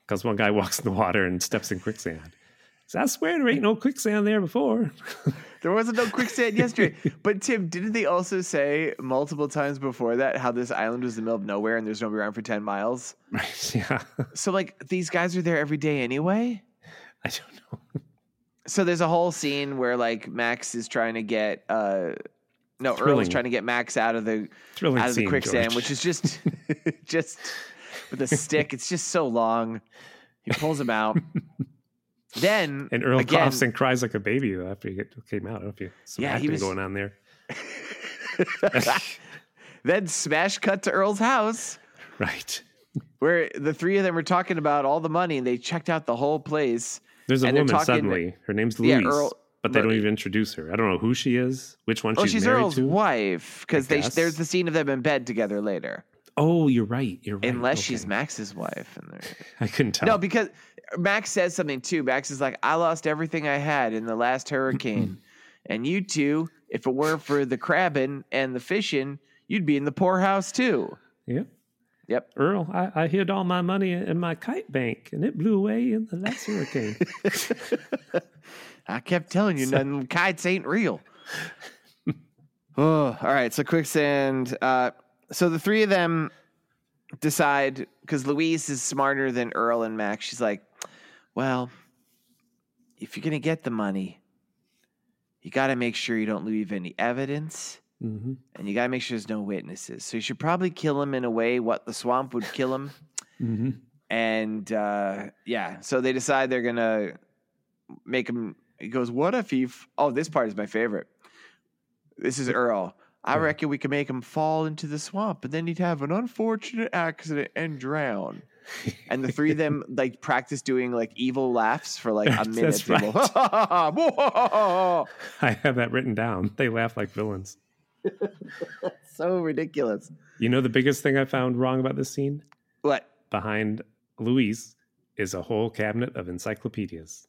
[SPEAKER 1] Because one guy walks in the water and steps in quicksand. So I swear there ain't no quicksand there before.
[SPEAKER 2] there wasn't no quicksand yesterday. But Tim, didn't they also say multiple times before that how this island was in the middle of nowhere and there's nobody around for ten miles?
[SPEAKER 1] right. Yeah.
[SPEAKER 2] So like these guys are there every day anyway.
[SPEAKER 1] I don't know.
[SPEAKER 2] so there's a whole scene where like Max is trying to get uh no Earl is
[SPEAKER 1] Thrilling.
[SPEAKER 2] trying to get Max out of the
[SPEAKER 1] Thrilling
[SPEAKER 2] out of the
[SPEAKER 1] scene,
[SPEAKER 2] quicksand,
[SPEAKER 1] George.
[SPEAKER 2] which is just just with a stick. It's just so long. He pulls him out. then
[SPEAKER 1] And Earl
[SPEAKER 2] again,
[SPEAKER 1] coughs and cries like a baby though, after he get- came out. I don't know if you some
[SPEAKER 2] Yeah, he
[SPEAKER 1] acting
[SPEAKER 2] was-
[SPEAKER 1] going on there.
[SPEAKER 2] then smash cut to Earl's house
[SPEAKER 1] Right.
[SPEAKER 2] where the three of them were talking about all the money and they checked out the whole place.
[SPEAKER 1] There's a
[SPEAKER 2] And they're
[SPEAKER 1] woman
[SPEAKER 2] talking-
[SPEAKER 1] suddenly. Her name's
[SPEAKER 2] Yeah,
[SPEAKER 1] Louise.
[SPEAKER 2] Earl-
[SPEAKER 1] but they
[SPEAKER 2] Lo-
[SPEAKER 1] don't even introduce her. I don't know who she is, which one
[SPEAKER 2] Oh,
[SPEAKER 1] she's,
[SPEAKER 2] she's,
[SPEAKER 1] married
[SPEAKER 2] Earl's
[SPEAKER 1] to.
[SPEAKER 2] wife because
[SPEAKER 1] I
[SPEAKER 2] they
[SPEAKER 1] guess.
[SPEAKER 2] there's the scene of them in bed together later.
[SPEAKER 1] Oh, you're right. You're right.
[SPEAKER 2] Unless
[SPEAKER 1] okay. Oh.
[SPEAKER 2] she's Max's wife, and they're
[SPEAKER 1] I couldn't tell.
[SPEAKER 2] No, because Max says something too. Max is like, I lost everything I had in the last hurricane. and you two, if it weren't for the crabbing and the fishing, you'd be in the poorhouse too.
[SPEAKER 1] Yep.
[SPEAKER 2] Yep.
[SPEAKER 1] Earl, I, I hid all my money in my kite bank and it blew away in the last hurricane.
[SPEAKER 2] I kept telling you, none of them kites ain't real. oh, all right. So quicksand. Uh, so the three of them decide because Louise is smarter than Earl and Max. She's like, "Well, if you're gonna get the money, you got to make sure you don't leave any evidence,
[SPEAKER 1] hmm
[SPEAKER 2] and you got to make sure there's no witnesses. So you should probably kill him in a way what the swamp would kill him." Mm-hmm.
[SPEAKER 1] hmm
[SPEAKER 2] and uh, yeah, so they decide they're gonna make him. He goes, "What if he?" F- oh, this part is my favorite. This is Earl. I reckon we could make him fall into the swamp, and then he'd have an unfortunate accident and drown. And the three of them like practice doing like evil laughs for like a
[SPEAKER 1] That's
[SPEAKER 2] minute. They go,
[SPEAKER 1] I have that written down. They laugh like villains.
[SPEAKER 2] so ridiculous.
[SPEAKER 1] You know the biggest thing I found wrong about this scene?
[SPEAKER 2] What?
[SPEAKER 1] Behind Louise is a whole cabinet of encyclopedias.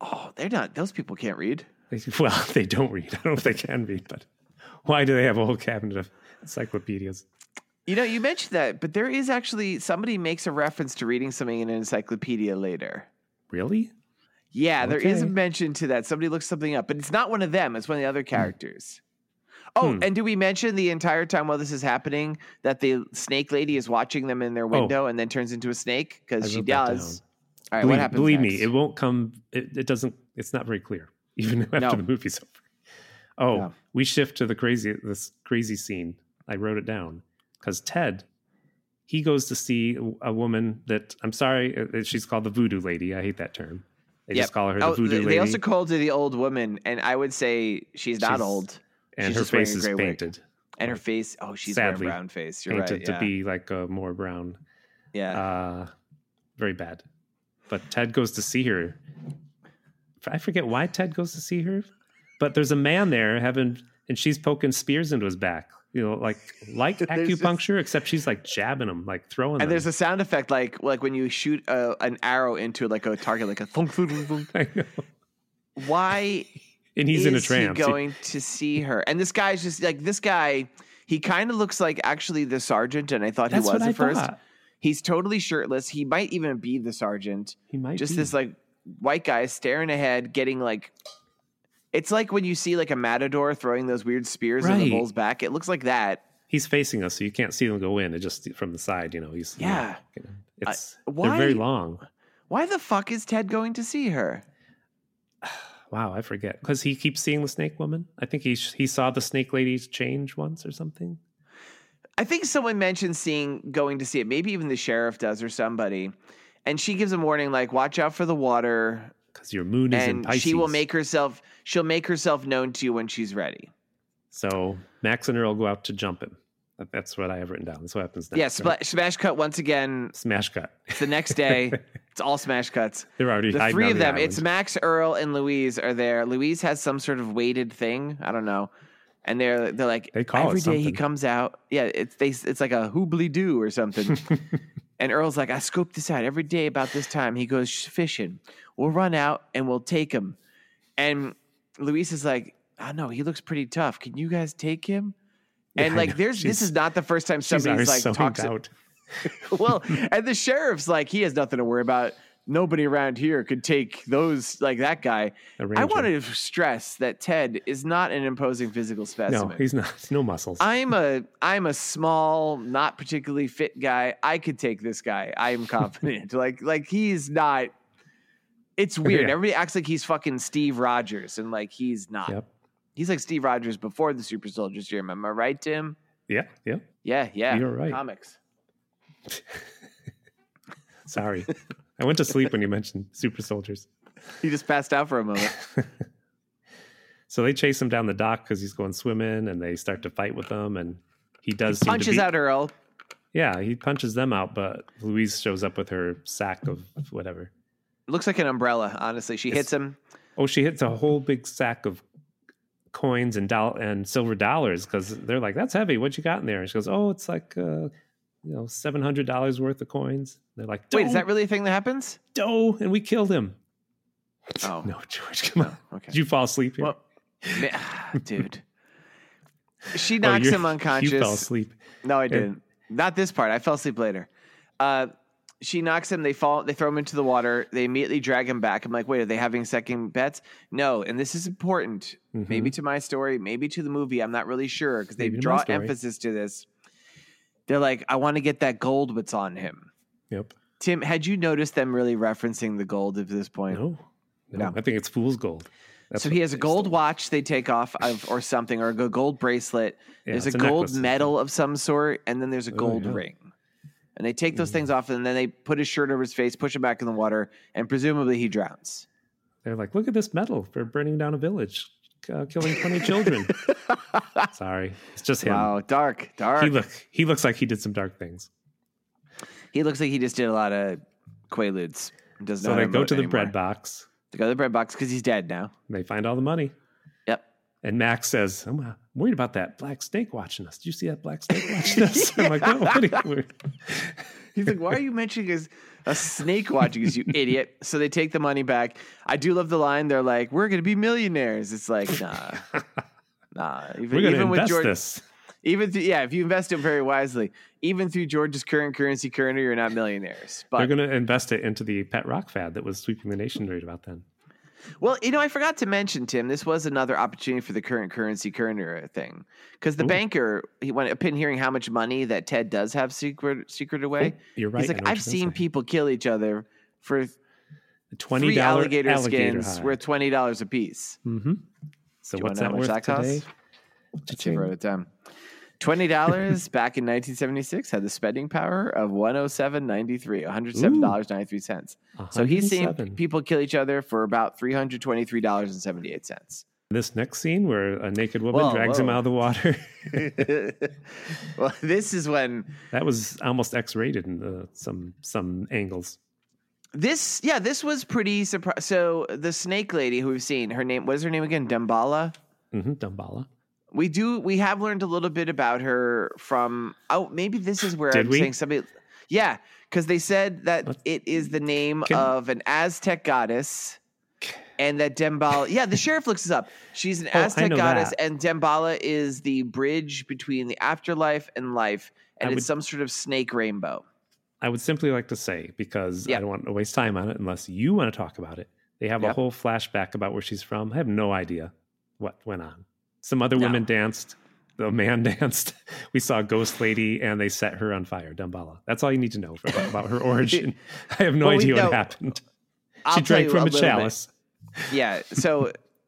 [SPEAKER 2] Oh, they're not. Those people can't read.
[SPEAKER 1] They- Well, they don't read. I don't know if they can read, but why do they have a whole cabinet of encyclopedias?
[SPEAKER 2] You know, you mentioned that, but there is actually somebody makes a reference to reading something in an encyclopedia later.
[SPEAKER 1] Really?
[SPEAKER 2] Yeah, there is a
[SPEAKER 1] Okay. Hmm.
[SPEAKER 2] mention to that. Somebody looks something up, but it's not one of them, it's one of the other characters. Oh, and do we mention the entire time while this is happening that the snake lady is watching them in their window and then turns into a snake
[SPEAKER 1] Oh. I
[SPEAKER 2] because she
[SPEAKER 1] wrote that
[SPEAKER 2] does?
[SPEAKER 1] down.
[SPEAKER 2] All right,
[SPEAKER 1] believe,
[SPEAKER 2] what happens?
[SPEAKER 1] believe
[SPEAKER 2] next?
[SPEAKER 1] me, it won't come. It, it doesn't. It's not very clear, even after
[SPEAKER 2] No.
[SPEAKER 1] the movie's over. Oh,
[SPEAKER 2] No.
[SPEAKER 1] we shift to the crazy this crazy scene. I wrote it down because Ted, he goes to see a woman that I'm sorry, uh, uh, she's called the Voodoo Lady. I hate that term. They just
[SPEAKER 2] Yep.
[SPEAKER 1] call her the
[SPEAKER 2] Oh,
[SPEAKER 1] Voodoo
[SPEAKER 2] they,
[SPEAKER 1] Lady,
[SPEAKER 2] they also called her the old woman, and I would say she's not
[SPEAKER 1] She's-
[SPEAKER 2] old,
[SPEAKER 1] and
[SPEAKER 2] she's
[SPEAKER 1] her
[SPEAKER 2] just wearing
[SPEAKER 1] face
[SPEAKER 2] a
[SPEAKER 1] is
[SPEAKER 2] gray wig.
[SPEAKER 1] painted,
[SPEAKER 2] and her face. Oh, she's
[SPEAKER 1] Sadly,
[SPEAKER 2] wearing a brown face. You're
[SPEAKER 1] painted
[SPEAKER 2] right. Yeah,
[SPEAKER 1] to be like a more brown.
[SPEAKER 2] yeah.
[SPEAKER 1] Uh, very bad. But Ted goes to see her. I forget why Ted goes to see her, but there's a man there having, and she's poking spears into his back. You know, like like
[SPEAKER 2] There's just-
[SPEAKER 1] acupuncture, except she's like jabbing him, like throwing.
[SPEAKER 2] and
[SPEAKER 1] them.
[SPEAKER 2] there's a sound effect like like when you shoot a, an arrow into like a target, like a thunk, thunk, thunk, thunk.
[SPEAKER 1] I know.
[SPEAKER 2] Why
[SPEAKER 1] and he's in a
[SPEAKER 2] is he
[SPEAKER 1] trance. He-
[SPEAKER 2] going to see her, and this guy's just like this guy. He kind of looks like actually the sergeant, and I thought
[SPEAKER 1] That's
[SPEAKER 2] he was
[SPEAKER 1] what
[SPEAKER 2] at
[SPEAKER 1] I
[SPEAKER 2] first.
[SPEAKER 1] thought.
[SPEAKER 2] He's totally shirtless. He might even be the sergeant.
[SPEAKER 1] He might
[SPEAKER 2] just
[SPEAKER 1] be.
[SPEAKER 2] this like white guy staring ahead, getting like it's like when you see like a matador throwing those weird spears in the
[SPEAKER 1] Right.
[SPEAKER 2] bull's back. It looks like that.
[SPEAKER 1] He's facing us, so you can't see them go in. It just from the side, you know. He's
[SPEAKER 2] Yeah.
[SPEAKER 1] you know, it's
[SPEAKER 2] why-
[SPEAKER 1] they're very long.
[SPEAKER 2] Why the fuck is Ted going to see her?
[SPEAKER 1] Wow, I forget because he keeps seeing the snake woman. I think he he saw the snake lady change once or something.
[SPEAKER 2] I think someone mentioned seeing going to see it. Maybe even the sheriff does or somebody. And she gives a warning like, watch out for the water.
[SPEAKER 1] because your moon is in
[SPEAKER 2] And
[SPEAKER 1] Pisces.
[SPEAKER 2] she will make herself she'll make herself known to you when she's ready.
[SPEAKER 1] so Max and Earl go out to jump him. That- That's what I have written down. That's what happens next.
[SPEAKER 2] yeah,
[SPEAKER 1] right?
[SPEAKER 2] spla- smash cut once again.
[SPEAKER 1] smash cut.
[SPEAKER 2] It's the next day. it's all smash cuts.
[SPEAKER 1] They're already
[SPEAKER 2] the
[SPEAKER 1] hiding
[SPEAKER 2] three
[SPEAKER 1] on
[SPEAKER 2] of
[SPEAKER 1] the
[SPEAKER 2] them
[SPEAKER 1] island.
[SPEAKER 2] it's max earl and louise are there louise has some sort of weighted thing i don't know and they're they're like
[SPEAKER 1] They call it
[SPEAKER 2] every day he
[SPEAKER 1] something.
[SPEAKER 2] comes out yeah it's they it's like a hoobly doo or something and earl's like i scoped this out every day about this time he goes fishing we'll run out and we'll take him and louise is like i don't know he looks pretty tough can you guys take him
[SPEAKER 1] Yeah,
[SPEAKER 2] and
[SPEAKER 1] I
[SPEAKER 2] like
[SPEAKER 1] know.
[SPEAKER 2] there's this
[SPEAKER 1] She's-
[SPEAKER 2] is not the first time
[SPEAKER 1] She's already
[SPEAKER 2] somebody's like
[SPEAKER 1] zoned
[SPEAKER 2] talks
[SPEAKER 1] out.
[SPEAKER 2] well, and the sheriff's like, he has nothing to worry about. Nobody around here could take those like that guy.
[SPEAKER 1] A
[SPEAKER 2] I
[SPEAKER 1] ranger.
[SPEAKER 2] want to stress that Ted is not an imposing physical
[SPEAKER 1] No,
[SPEAKER 2] specimen.
[SPEAKER 1] he's not. No muscles.
[SPEAKER 2] I'm a I'm a small, not particularly fit guy. I could take this guy. I am confident. like like he's not. It's weird.
[SPEAKER 1] Yeah.
[SPEAKER 2] Everybody acts like he's fucking Steve Rogers, and like he's not.
[SPEAKER 1] Yep.
[SPEAKER 2] He's like Steve Rogers before the Super Soldier Serum. Am I right, Tim?
[SPEAKER 1] Yeah. Yeah.
[SPEAKER 2] Yeah, yeah.
[SPEAKER 1] You're right.
[SPEAKER 2] Comics.
[SPEAKER 1] Sorry, I went to sleep when you mentioned super soldiers.
[SPEAKER 2] He just passed out for a moment.
[SPEAKER 1] So they chase him down the dock because he's going swimming, and they start to fight with him, and he does seem to
[SPEAKER 2] Punches
[SPEAKER 1] be-
[SPEAKER 2] out Earl.
[SPEAKER 1] Yeah, he punches them out, but Louise shows up with her sack of whatever.
[SPEAKER 2] Looks like an umbrella, honestly. She hits him.
[SPEAKER 1] Oh, she hits a whole big sack of coins and doll- and silver dollars because they're like, "That's heavy. What you got in there?" And she goes, "Oh, it's like uh, you know, seven hundred dollars worth of coins." They're like,
[SPEAKER 2] Wait, is that
[SPEAKER 1] really
[SPEAKER 2] really a thing that happens?
[SPEAKER 1] dough? And we killed him.
[SPEAKER 2] Oh,
[SPEAKER 1] No, George, come on.
[SPEAKER 2] okay.
[SPEAKER 1] Did you fall asleep? Here? Oh,
[SPEAKER 2] Well, Ma- ah, dude. She
[SPEAKER 1] Oh,
[SPEAKER 2] knocks
[SPEAKER 1] you're-
[SPEAKER 2] him unconscious.
[SPEAKER 1] You fell asleep.
[SPEAKER 2] No, I didn't. Not this part. I fell asleep later. Uh, she knocks him. They fall. They throw him into the water. They immediately drag him back. I'm like, wait, are they having second bets? No. And this is important.
[SPEAKER 1] Mm-hmm.
[SPEAKER 2] Maybe to my story. Maybe to the movie. I'm not really sure because they
[SPEAKER 1] Maybe to my
[SPEAKER 2] draw
[SPEAKER 1] story.
[SPEAKER 2] emphasis to this. They're like, I want to get that gold. What's on him?
[SPEAKER 1] Yep.
[SPEAKER 2] Tim, had you noticed them really referencing the gold at this point?
[SPEAKER 1] No, no,
[SPEAKER 2] No.
[SPEAKER 1] I think it's fool's gold. That's
[SPEAKER 2] so
[SPEAKER 1] what
[SPEAKER 2] he has a
[SPEAKER 1] they
[SPEAKER 2] gold
[SPEAKER 1] stole.
[SPEAKER 2] watch they take off of or something, or a gold bracelet.
[SPEAKER 1] Yeah,
[SPEAKER 2] there's a
[SPEAKER 1] it's a
[SPEAKER 2] gold
[SPEAKER 1] necklace. Oh,
[SPEAKER 2] medal of some sort, and then there's a gold
[SPEAKER 1] yeah. Mm-hmm.
[SPEAKER 2] ring. And they take those things off, and then they put his shirt over his face, push him back in the water, and presumably he drowns.
[SPEAKER 1] They're like, "Look at this medal for burning down a village, uh, killing twenty children." Sorry, it's just him.
[SPEAKER 2] Wow, dark, dark.
[SPEAKER 1] He
[SPEAKER 2] He,
[SPEAKER 1] look he looks like he did some dark things.
[SPEAKER 2] looks like he just did a lot of quaaludes. and Doesn't
[SPEAKER 1] So
[SPEAKER 2] know how
[SPEAKER 1] they go
[SPEAKER 2] emote
[SPEAKER 1] to the
[SPEAKER 2] anymore.
[SPEAKER 1] bread box.
[SPEAKER 2] They go to the bread box because he's dead now.
[SPEAKER 1] and They find all the money.
[SPEAKER 2] Yep.
[SPEAKER 1] And Max says, I'm uh, worried about that black snake watching us. Did you see that black snake watching us? I'm like, no, what are you-"
[SPEAKER 2] He's like, why are you mentioning as a snake watching us, you idiot? So they take the money back. I do love the line. They're like, we're going to be millionaires. It's like, nah, nah. Even,
[SPEAKER 1] we're going to
[SPEAKER 2] even
[SPEAKER 1] invest
[SPEAKER 2] George,
[SPEAKER 1] this.
[SPEAKER 2] even through, yeah, if you invest it very wisely, even through George's current currency current, you're not millionaires. But
[SPEAKER 1] They're going to invest it into the pet rock fad that was sweeping the nation right about then.
[SPEAKER 2] Well, you know, I forgot to mention, Tim, this was another opportunity for the current currency current era thing. Because the banker, he went upon hearing how much money that Ted does have secret secret away.
[SPEAKER 1] Oh, You're right.
[SPEAKER 2] He's
[SPEAKER 1] I
[SPEAKER 2] like,
[SPEAKER 1] know what
[SPEAKER 2] I've
[SPEAKER 1] you're
[SPEAKER 2] seen
[SPEAKER 1] gonna say.
[SPEAKER 2] people kill each other for
[SPEAKER 1] The twenty
[SPEAKER 2] three
[SPEAKER 1] dollar
[SPEAKER 2] alligator, skins
[SPEAKER 1] hide.
[SPEAKER 2] worth twenty dollars a piece.
[SPEAKER 1] hmm So
[SPEAKER 2] Do you wanna
[SPEAKER 1] what's
[SPEAKER 2] know
[SPEAKER 1] that
[SPEAKER 2] how
[SPEAKER 1] worth
[SPEAKER 2] much that costs?
[SPEAKER 1] today?
[SPEAKER 2] I should have wrote it down. Twenty dollars back in 1976 had the spending power of 107.93, 107 dollars 93 cents. So he's seeing
[SPEAKER 1] 107.
[SPEAKER 2] people kill each other for about 323 dollars and 78 cents.
[SPEAKER 1] This next scene where a naked woman
[SPEAKER 2] Whoa,
[SPEAKER 1] drags him
[SPEAKER 2] whoa.
[SPEAKER 1] out of the water.
[SPEAKER 2] well, this is when
[SPEAKER 1] that was almost X-rated in uh, some some angles.
[SPEAKER 2] this, yeah, this was pretty surprising. So the snake lady who we've seen, her name, what is her name again? Dembala.
[SPEAKER 1] hmm Dumbala.
[SPEAKER 2] We do. We have learned a little bit about her from. Oh, maybe this is where
[SPEAKER 1] Did
[SPEAKER 2] I'm
[SPEAKER 1] we?
[SPEAKER 2] saying somebody. Yeah, because they said that
[SPEAKER 1] What?
[SPEAKER 2] it is the name
[SPEAKER 1] Can-
[SPEAKER 2] of an Aztec goddess, and that Dembala. Yeah, the sheriff looks this up. She's an
[SPEAKER 1] Oh, I
[SPEAKER 2] Aztec
[SPEAKER 1] know
[SPEAKER 2] goddess,
[SPEAKER 1] that.
[SPEAKER 2] and Dembala is the bridge between the afterlife and life, and
[SPEAKER 1] I
[SPEAKER 2] it's
[SPEAKER 1] would-
[SPEAKER 2] some sort of snake rainbow.
[SPEAKER 1] I would simply like to say because
[SPEAKER 2] Yeah.
[SPEAKER 1] I don't want to waste time on it unless you want to talk about it. They have a
[SPEAKER 2] Yep.
[SPEAKER 1] whole flashback about where she's from. I have no idea what went on. Some other
[SPEAKER 2] No.
[SPEAKER 1] women danced. The man danced. We saw a ghost lady, and they set her on fire. Dumbala. That's all you need to know about- about her origin. I have no
[SPEAKER 2] Well, we
[SPEAKER 1] idea
[SPEAKER 2] know-
[SPEAKER 1] what happened.
[SPEAKER 2] I'll
[SPEAKER 1] she
[SPEAKER 2] tell
[SPEAKER 1] drank
[SPEAKER 2] you
[SPEAKER 1] from a,
[SPEAKER 2] little bit.
[SPEAKER 1] chalice.
[SPEAKER 2] Yeah. So,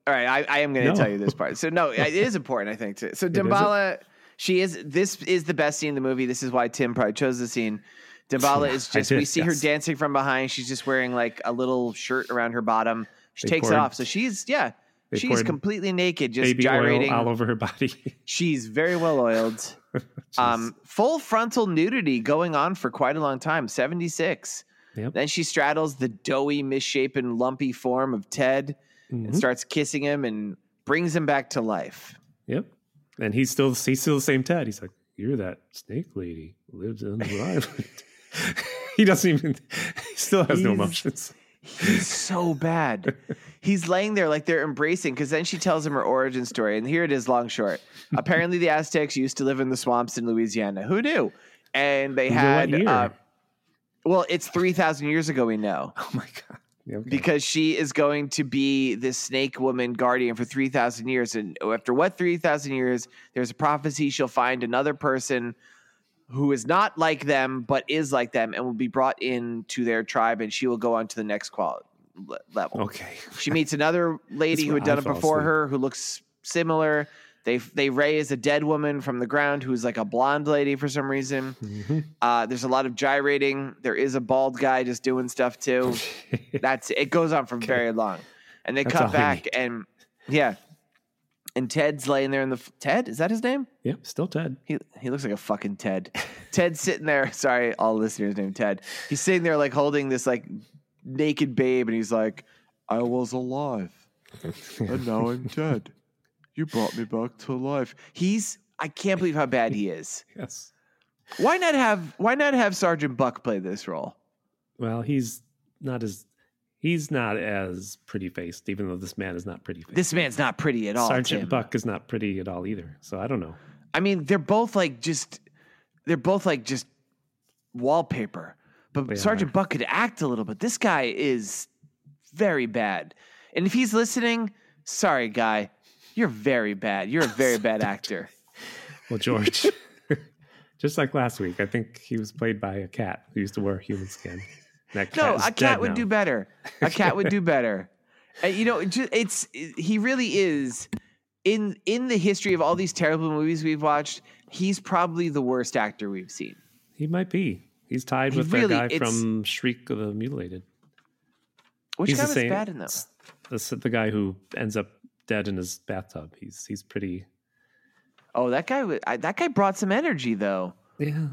[SPEAKER 2] all right, I, I am going to
[SPEAKER 1] No.
[SPEAKER 2] tell you this part. So, no, it is important, I think. To, so,
[SPEAKER 1] is a-
[SPEAKER 2] Dembala, she is. This is the best scene in the movie. This is why Tim probably chose the scene. Dembala is
[SPEAKER 1] I
[SPEAKER 2] just.
[SPEAKER 1] did,
[SPEAKER 2] we see her
[SPEAKER 1] yes.
[SPEAKER 2] dancing from behind. She's just wearing like a little shirt around her bottom. She
[SPEAKER 1] They
[SPEAKER 2] takes it
[SPEAKER 1] poured-
[SPEAKER 2] off. So she's yeah.
[SPEAKER 1] they
[SPEAKER 2] She's
[SPEAKER 1] poured
[SPEAKER 2] completely naked, just
[SPEAKER 1] Baby
[SPEAKER 2] gyrating.
[SPEAKER 1] oil all over her body.
[SPEAKER 2] She's very well oiled. um, full frontal nudity going on for quite a long time. Seventy six.
[SPEAKER 1] Yep.
[SPEAKER 2] Then she straddles the doughy, misshapen, lumpy form of Ted and
[SPEAKER 1] Mhm.
[SPEAKER 2] starts kissing him and brings him back to life.
[SPEAKER 1] Yep. And he's still he's still the same Ted. He's like, You're that snake lady who lives on the island. he doesn't even he still has no
[SPEAKER 2] He's-
[SPEAKER 1] emotions.
[SPEAKER 2] He's so bad. He's laying there like they're embracing because then she tells him her origin story. And here it is, long short. Apparently, the Aztecs used to live in the swamps in Louisiana. Who knew? And they
[SPEAKER 1] Who knew what
[SPEAKER 2] had,
[SPEAKER 1] year?
[SPEAKER 2] uh, well, it's 3,000 years ago, we know,
[SPEAKER 1] Oh my god. Yeah, okay.
[SPEAKER 2] because she is going to be this snake woman guardian for 3,000 years. And after what 3,000 years, there's a prophecy she'll find another person who is not like them, but is like them and will be brought into their tribe. And she will go on to the next qual- le- level.
[SPEAKER 1] Okay.
[SPEAKER 2] She meets another lady
[SPEAKER 1] That's
[SPEAKER 2] who
[SPEAKER 1] where
[SPEAKER 2] had done
[SPEAKER 1] I
[SPEAKER 2] it
[SPEAKER 1] fall
[SPEAKER 2] before
[SPEAKER 1] asleep.
[SPEAKER 2] her, who looks similar. They they raise a dead woman from the ground who's like a blonde lady for some reason.
[SPEAKER 1] Mm-hmm.
[SPEAKER 2] Uh, there's a lot of gyrating. There is a bald guy just doing stuff too. That's it goes on for very long, and they
[SPEAKER 1] That's all
[SPEAKER 2] cut
[SPEAKER 1] I
[SPEAKER 2] back
[SPEAKER 1] need.
[SPEAKER 2] and yeah, and Ted's laying there in the f- Ted is that his name?
[SPEAKER 1] Yep, still Ted.
[SPEAKER 2] He he looks like a fucking Ted. Ted's sitting there. Sorry, all listeners named Ted. He's sitting there like holding this like naked babe, and he's like,
[SPEAKER 6] I was alive. and now I'm dead. You brought me back to life.
[SPEAKER 2] he's I can't believe how bad he is.
[SPEAKER 1] Yes.
[SPEAKER 2] Why not have why not have Sergeant Buck play this role?
[SPEAKER 1] Well, he's not as he's not as pretty faced, even though this man is not pretty faced.
[SPEAKER 2] This man's not pretty at all.
[SPEAKER 1] Sergeant
[SPEAKER 2] Tim.
[SPEAKER 1] Buck is not pretty at all either. So I don't know.
[SPEAKER 2] I mean, they're both like just they're both like just wallpaper. But
[SPEAKER 1] They
[SPEAKER 2] Sergeant Buck could act a little bit. This guy is very bad. And if he's listening, sorry guy, you're very bad. You're a very bad actor.
[SPEAKER 1] Well, George, just like last week, I think he was played by a cat who used to wear human skin. That cat
[SPEAKER 2] No,
[SPEAKER 1] is
[SPEAKER 2] a
[SPEAKER 1] dead
[SPEAKER 2] cat would
[SPEAKER 1] now.
[SPEAKER 2] do better. A cat would do better. Uh, you know, it ju- it's he really is in in the history of all these terrible movies we've watched. He's probably the worst actor we've seen.
[SPEAKER 1] He might be. He's tied
[SPEAKER 2] He
[SPEAKER 1] with
[SPEAKER 2] really-
[SPEAKER 1] that guy
[SPEAKER 2] it's-
[SPEAKER 1] from Shriek of the Mutilated.
[SPEAKER 2] Which
[SPEAKER 1] he's
[SPEAKER 2] guy
[SPEAKER 1] the
[SPEAKER 2] was
[SPEAKER 1] same-
[SPEAKER 2] bad in them?
[SPEAKER 1] s- This the guy who ends up dead in his bathtub. He's he's pretty.
[SPEAKER 2] Oh, that guy. wa- I, that guy brought some energy though.
[SPEAKER 1] Yeah,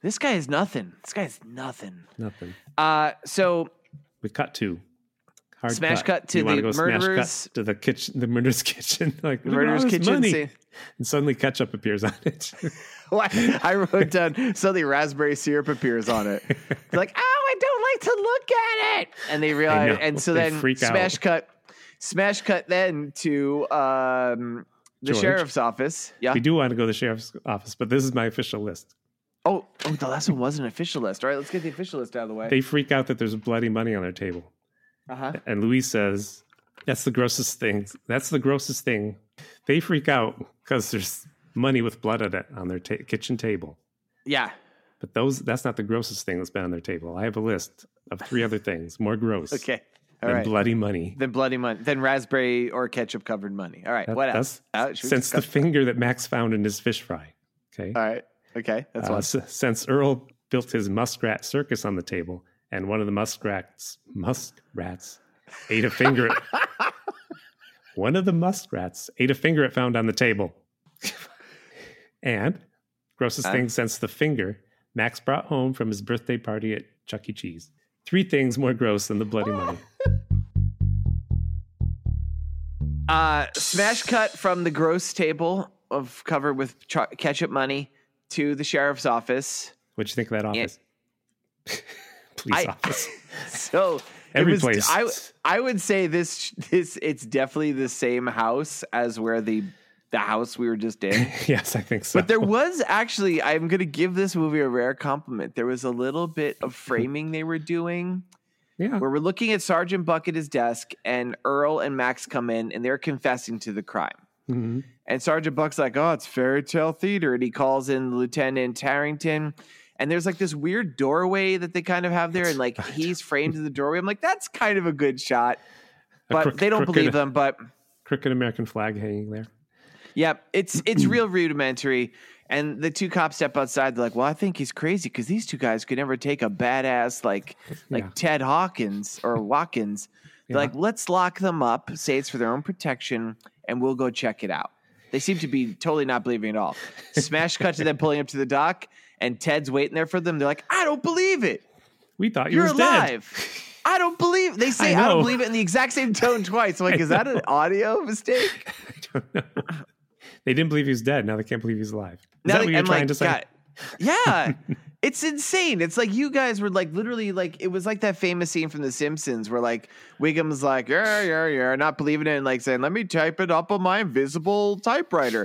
[SPEAKER 2] This guy is nothing. This guy's nothing.
[SPEAKER 1] nothing.
[SPEAKER 2] Uh, so
[SPEAKER 1] We cut to hard
[SPEAKER 2] Smash cut to
[SPEAKER 1] You wanna
[SPEAKER 2] the
[SPEAKER 1] go smash cut
[SPEAKER 2] murderers-
[SPEAKER 1] to the kitchen, the murder's kitchen. like look at
[SPEAKER 2] the
[SPEAKER 1] all
[SPEAKER 2] murderer's
[SPEAKER 1] this
[SPEAKER 2] kitchen.
[SPEAKER 1] money.
[SPEAKER 2] scene-
[SPEAKER 1] and suddenly ketchup appears on it.
[SPEAKER 2] Why- I wrote down suddenly raspberry syrup appears on it. It's like, oh, I don't like to look at it. And they realize,
[SPEAKER 1] know.
[SPEAKER 2] and so
[SPEAKER 1] They
[SPEAKER 2] then
[SPEAKER 1] freak out.
[SPEAKER 2] smash cut, smash cut then to um, the
[SPEAKER 1] George.
[SPEAKER 2] sheriff's office. Yeah.
[SPEAKER 1] we do want to go to the sheriff's office, but this is my official list.
[SPEAKER 2] Oh, oh, the last one was an official list. All right, let's get the official list out of the way.
[SPEAKER 1] They freak out that there's bloody money on their table.
[SPEAKER 2] Uh huh.
[SPEAKER 1] And Luis says, That's the grossest thing. That's the grossest thing. They freak out because there's money with blood on it on their ta- kitchen table.
[SPEAKER 2] Yeah.
[SPEAKER 1] But those that's not the grossest thing that's been on their table. I have a list of three other things more gross
[SPEAKER 2] Okay. All
[SPEAKER 1] than
[SPEAKER 2] right.
[SPEAKER 1] bloody money.
[SPEAKER 2] Then bloody money. Then raspberry or ketchup covered money. All right.
[SPEAKER 1] That-
[SPEAKER 2] what
[SPEAKER 1] that's
[SPEAKER 2] else? Uh, should we
[SPEAKER 1] since the
[SPEAKER 2] discuss-
[SPEAKER 1] finger that Max found in his fish fry. Okay.
[SPEAKER 2] All right. Okay. That's
[SPEAKER 1] Uh,
[SPEAKER 2] one.
[SPEAKER 1] s- since Earl built his muskrat circus on the table, and one of the muskrats muskrats ate a finger. one of the muskrats ate a finger it found on the table. and grossest
[SPEAKER 2] Huh?
[SPEAKER 1] thing since the finger Max brought home from his birthday party at Chuck E. Cheese. Three things more gross than the bloody money.
[SPEAKER 2] Uh, smash cut from the gross table of covered with cho- ketchup money to the sheriff's office.
[SPEAKER 1] What'd you think of that
[SPEAKER 2] Yeah.
[SPEAKER 1] office? Police
[SPEAKER 2] I-
[SPEAKER 1] office.
[SPEAKER 2] So it
[SPEAKER 1] Every
[SPEAKER 2] was-
[SPEAKER 1] place.
[SPEAKER 2] I I would say this this it's definitely the same house as where the the house we were just in.
[SPEAKER 1] yes, I think so.
[SPEAKER 2] But there was actually I'm going to give this movie a rare compliment. There was a little bit of framing they were doing
[SPEAKER 1] yeah.
[SPEAKER 2] where we're looking at Sergeant Buck at his desk and Earl and Max come in and they're confessing to the crime.
[SPEAKER 1] Mhm.
[SPEAKER 2] And Sergeant Buck's like, oh, it's fairy tale theater. And he calls in Lieutenant Tarrington. And there's like this weird doorway that they kind of have there. And like he's framed in the doorway. I'm like, that's kind of a good shot.
[SPEAKER 1] A
[SPEAKER 2] But
[SPEAKER 1] crook-
[SPEAKER 2] they don't
[SPEAKER 1] crooked-
[SPEAKER 2] believe uh, them. But
[SPEAKER 1] Crooked American flag hanging there.
[SPEAKER 2] yep, it's it's real rudimentary. And the two cops step outside. They're like, well, I think he's crazy because these two guys could never take a badass like like
[SPEAKER 1] Yeah.
[SPEAKER 2] Ted Hawkins or Watkins. They're
[SPEAKER 1] Yeah.
[SPEAKER 2] like, let's lock them up, say it's for their own protection, and we'll go check it out. They seem to be totally not believing at all. Smash cut to them pulling up to the dock, and Ted's waiting there for them. They're like, I don't believe it.
[SPEAKER 1] We thought you
[SPEAKER 2] You're
[SPEAKER 1] were dead.
[SPEAKER 2] alive. I don't believe. They say
[SPEAKER 1] I
[SPEAKER 2] I, don't
[SPEAKER 1] know.
[SPEAKER 2] believe it in the exact same tone twice. I'm like,
[SPEAKER 1] I
[SPEAKER 2] is that an audio mistake?
[SPEAKER 1] They didn't believe he was dead. Now they can't believe he's alive. Is that
[SPEAKER 2] they-
[SPEAKER 1] what you're
[SPEAKER 2] I'm
[SPEAKER 1] trying
[SPEAKER 2] like,
[SPEAKER 1] to say?
[SPEAKER 2] God- yeah. It's insane. It's like you guys were like literally like it was like that famous scene from The Simpsons where like Wiggum's like yeah yeah yeah not believing it and like saying let me type it up on my invisible typewriter.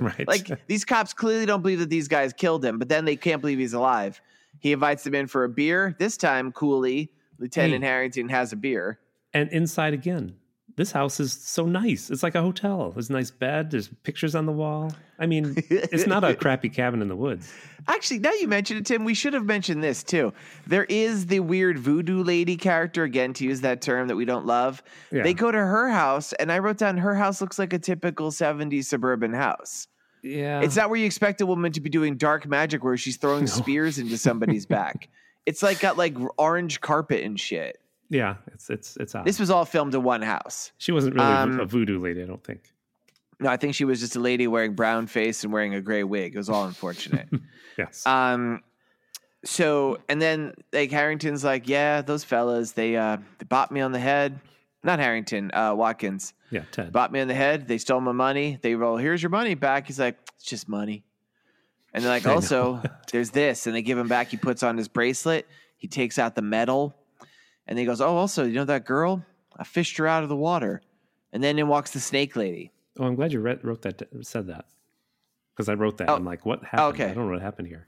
[SPEAKER 1] Right.
[SPEAKER 2] Like these cops clearly don't believe that these guys killed him, but then they can't believe he's alive. He invites them in for a beer. This time, coolly, Lieutenant
[SPEAKER 1] Hmm.
[SPEAKER 2] Harrington has a beer.
[SPEAKER 1] And inside again. This house is so nice. It's like a hotel. There's a nice bed. There's pictures on the wall. I mean, it's not a crappy cabin in the woods.
[SPEAKER 2] Actually, now you mention it, Tim, we should have mentioned this too. There is the weird voodoo lady character, again, to use that term that we don't love.
[SPEAKER 1] Yeah.
[SPEAKER 2] They go to her house, and I wrote down her house looks like a typical 70s suburban house.
[SPEAKER 1] Yeah.
[SPEAKER 2] It's not where you expect a woman to be doing dark magic where she's throwing spears into somebody's back. It's like got like orange carpet and shit.
[SPEAKER 1] yeah. It's it's it's odd.
[SPEAKER 2] This was all filmed in one house.
[SPEAKER 1] she wasn't really a vo-
[SPEAKER 2] um,
[SPEAKER 1] a voodoo lady, I don't think.
[SPEAKER 2] No, I think she was just a lady wearing brown face and wearing a gray wig. It was all unfortunate.
[SPEAKER 1] Yes.
[SPEAKER 2] Um, so and then like Harrington's like, yeah, those fellas, they uh, they bought me on the head. Not Harrington, uh, Watkins
[SPEAKER 1] yeah, Ted.
[SPEAKER 2] bought me on the head. They stole my money. They roll, here's your money back. He's like, it's just money. And they're like,
[SPEAKER 1] I know.
[SPEAKER 2] also, there's this, and they give him back. He puts on his bracelet. He takes out the medal, and he goes, oh, also, you know that girl? I fished her out of the water, and then in walks the snake lady.
[SPEAKER 1] oh, I'm glad you read, wrote that said that. Because I wrote that.
[SPEAKER 2] Oh.
[SPEAKER 1] I'm like, what happened?
[SPEAKER 2] okay.
[SPEAKER 1] I don't know what happened here.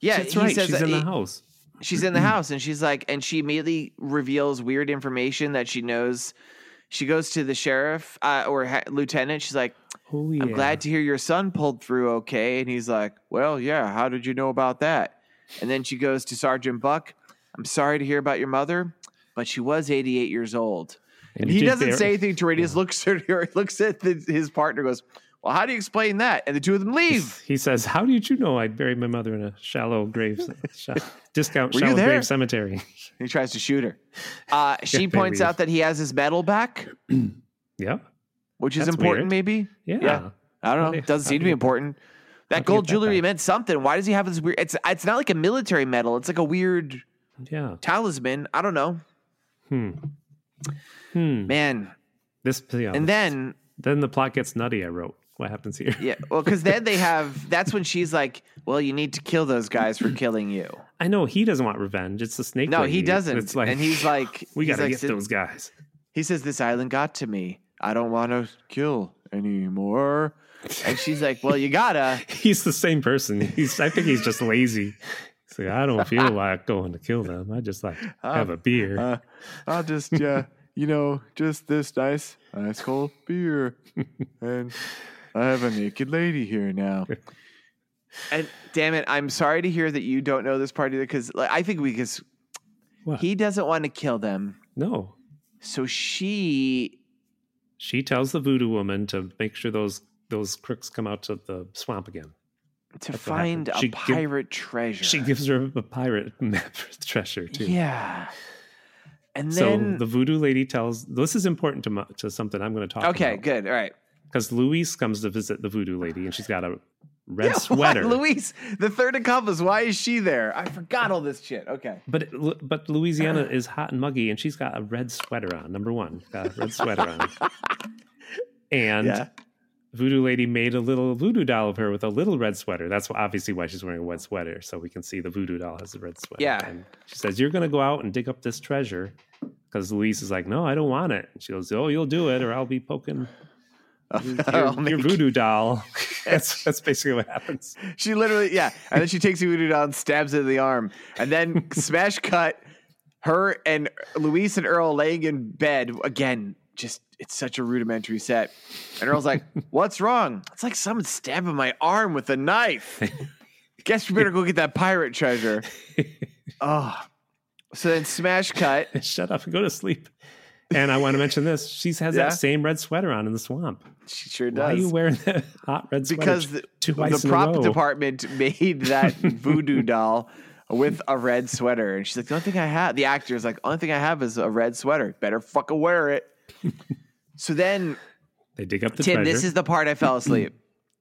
[SPEAKER 2] Yeah,
[SPEAKER 1] That's
[SPEAKER 2] he
[SPEAKER 1] right.
[SPEAKER 2] says
[SPEAKER 1] She's
[SPEAKER 2] that
[SPEAKER 1] in the
[SPEAKER 2] he-
[SPEAKER 1] house.
[SPEAKER 2] she's in the house and she's like and she immediately reveals weird information that she knows she goes to the sheriff uh, or ha- lieutenant she's like
[SPEAKER 1] Oh yeah.
[SPEAKER 2] i'm glad to hear your son pulled through okay and he's like well yeah how did you know about that and then she goes to sergeant buck i'm sorry to hear about your mother but she was 88 years old and
[SPEAKER 1] you
[SPEAKER 2] he
[SPEAKER 1] did
[SPEAKER 2] doesn't
[SPEAKER 1] bear-
[SPEAKER 2] say anything to her he just looks at her looks at the, his partner and goes well how do you explain that and the two of them leave
[SPEAKER 1] He says, "How did you know I buried my mother in a shallow grave, shallow, discount
[SPEAKER 2] Were you
[SPEAKER 1] shallow
[SPEAKER 2] there?
[SPEAKER 1] grave cemetery?"
[SPEAKER 2] and he tries to shoot her uh, she
[SPEAKER 1] they
[SPEAKER 2] points
[SPEAKER 1] leave.
[SPEAKER 2] out that he has his medal back
[SPEAKER 1] yeah,
[SPEAKER 2] which is
[SPEAKER 1] That's
[SPEAKER 2] important,
[SPEAKER 1] weird.
[SPEAKER 2] maybe.
[SPEAKER 1] yeah,
[SPEAKER 2] Yeah. I
[SPEAKER 1] How
[SPEAKER 2] don't know.
[SPEAKER 1] do
[SPEAKER 2] It
[SPEAKER 1] you-
[SPEAKER 2] doesn't
[SPEAKER 1] how do
[SPEAKER 2] seem to be
[SPEAKER 1] you-
[SPEAKER 2] important. That
[SPEAKER 1] do you get
[SPEAKER 2] gold
[SPEAKER 1] that
[SPEAKER 2] jewelry
[SPEAKER 1] back?
[SPEAKER 2] meant something. Why does he have this weird? It's it's not like a military medal. It's like a weird
[SPEAKER 1] yeah.
[SPEAKER 2] talisman. I don't know,
[SPEAKER 1] Hmm. Hmm.
[SPEAKER 2] man.
[SPEAKER 1] This yeah,
[SPEAKER 2] And then
[SPEAKER 1] then the plot gets nutty. I wrote, "What happens here?"
[SPEAKER 2] yeah, well, because then they have. That's when she's like, "Well, you need to kill those guys for killing you."
[SPEAKER 1] I know he doesn't want revenge. It's the snake.
[SPEAKER 2] No,
[SPEAKER 1] lady.
[SPEAKER 2] he doesn't.
[SPEAKER 1] It's like,
[SPEAKER 2] and he's like,
[SPEAKER 1] "We
[SPEAKER 2] he's
[SPEAKER 1] gotta
[SPEAKER 2] like,
[SPEAKER 1] get
[SPEAKER 2] "Sid-
[SPEAKER 1] those guys."
[SPEAKER 2] He says, "This island got to me. I don't want to."
[SPEAKER 6] Kill anymore.
[SPEAKER 2] And she's like, "Well, you gotta."
[SPEAKER 1] He's the same person. He's. I think he's just lazy. He's like, I don't feel like going to kill them. I just like have a beer.
[SPEAKER 6] Uh, I'll just yeah you know, just this nice ice cold beer. and I have a naked lady here now.
[SPEAKER 2] And damn it, I'm sorry to hear that you don't know this part either, because like, I think we because
[SPEAKER 1] What?
[SPEAKER 2] he doesn't want to kill them,
[SPEAKER 1] no.
[SPEAKER 2] so she
[SPEAKER 1] She tells the voodoo woman to make sure those those crooks come out to the swamp again. That's
[SPEAKER 2] to
[SPEAKER 1] what
[SPEAKER 2] find
[SPEAKER 1] happened.
[SPEAKER 2] a
[SPEAKER 1] She give-
[SPEAKER 2] pirate treasure.
[SPEAKER 1] She gives her a pirate map for the treasure too.
[SPEAKER 2] yeah, and
[SPEAKER 1] So
[SPEAKER 2] then
[SPEAKER 1] the voodoo lady tells this is important to my, to something I'm going to talk about.
[SPEAKER 2] okay, good, all right.
[SPEAKER 1] Because Luis comes to visit the voodoo lady and she's got a red
[SPEAKER 2] Yeah, why-
[SPEAKER 1] sweater.
[SPEAKER 2] Luis, the third accomplice. Why is she there? I forgot all this shit. Okay.
[SPEAKER 1] But it- but Louisiana is hot and muggy, and she's got a red sweater on. Number one, got a red sweater on. And
[SPEAKER 2] Yeah.
[SPEAKER 1] Voodoo Lady made a little voodoo doll of her with a little red sweater. That's why- obviously why she's wearing a red sweater, so we can see the voodoo doll has a red sweater.
[SPEAKER 2] Yeah.
[SPEAKER 1] And she says, "You're going to go out and dig up this treasure," because Luis is like, "No, I don't want it." And she goes, "Oh, you'll do it, or I'll be poking your,
[SPEAKER 2] I'll make
[SPEAKER 1] your voodoo doll." that's that's basically what happens.
[SPEAKER 2] She literally, yeah. And then she takes Voodoo down, stabs it in the arm, and then smash cut her and Luis and Earl laying in bed again. Just it's such a rudimentary set. And Earl's like, "What's wrong?" It's like someone's stabbing my arm with a knife. Guess we better go get that pirate treasure. Oh, so then smash cut.
[SPEAKER 1] Shut up and go to sleep. And I want to mention this. She has
[SPEAKER 2] Yeah?
[SPEAKER 1] that same red sweater on in the swamp.
[SPEAKER 2] She sure does.
[SPEAKER 1] Why are you wearing that hot red sweater?
[SPEAKER 2] because the,
[SPEAKER 1] twice
[SPEAKER 2] the
[SPEAKER 1] in a
[SPEAKER 2] prop
[SPEAKER 1] row?
[SPEAKER 2] department made that voodoo doll with a red sweater, and she's like, "The only thing I have." The actor is like, "Only thing I have is a red sweater. Better fucking wear it." so then,
[SPEAKER 1] they dig up the
[SPEAKER 2] Tim,
[SPEAKER 1] treasure.
[SPEAKER 2] this is the part I fell asleep.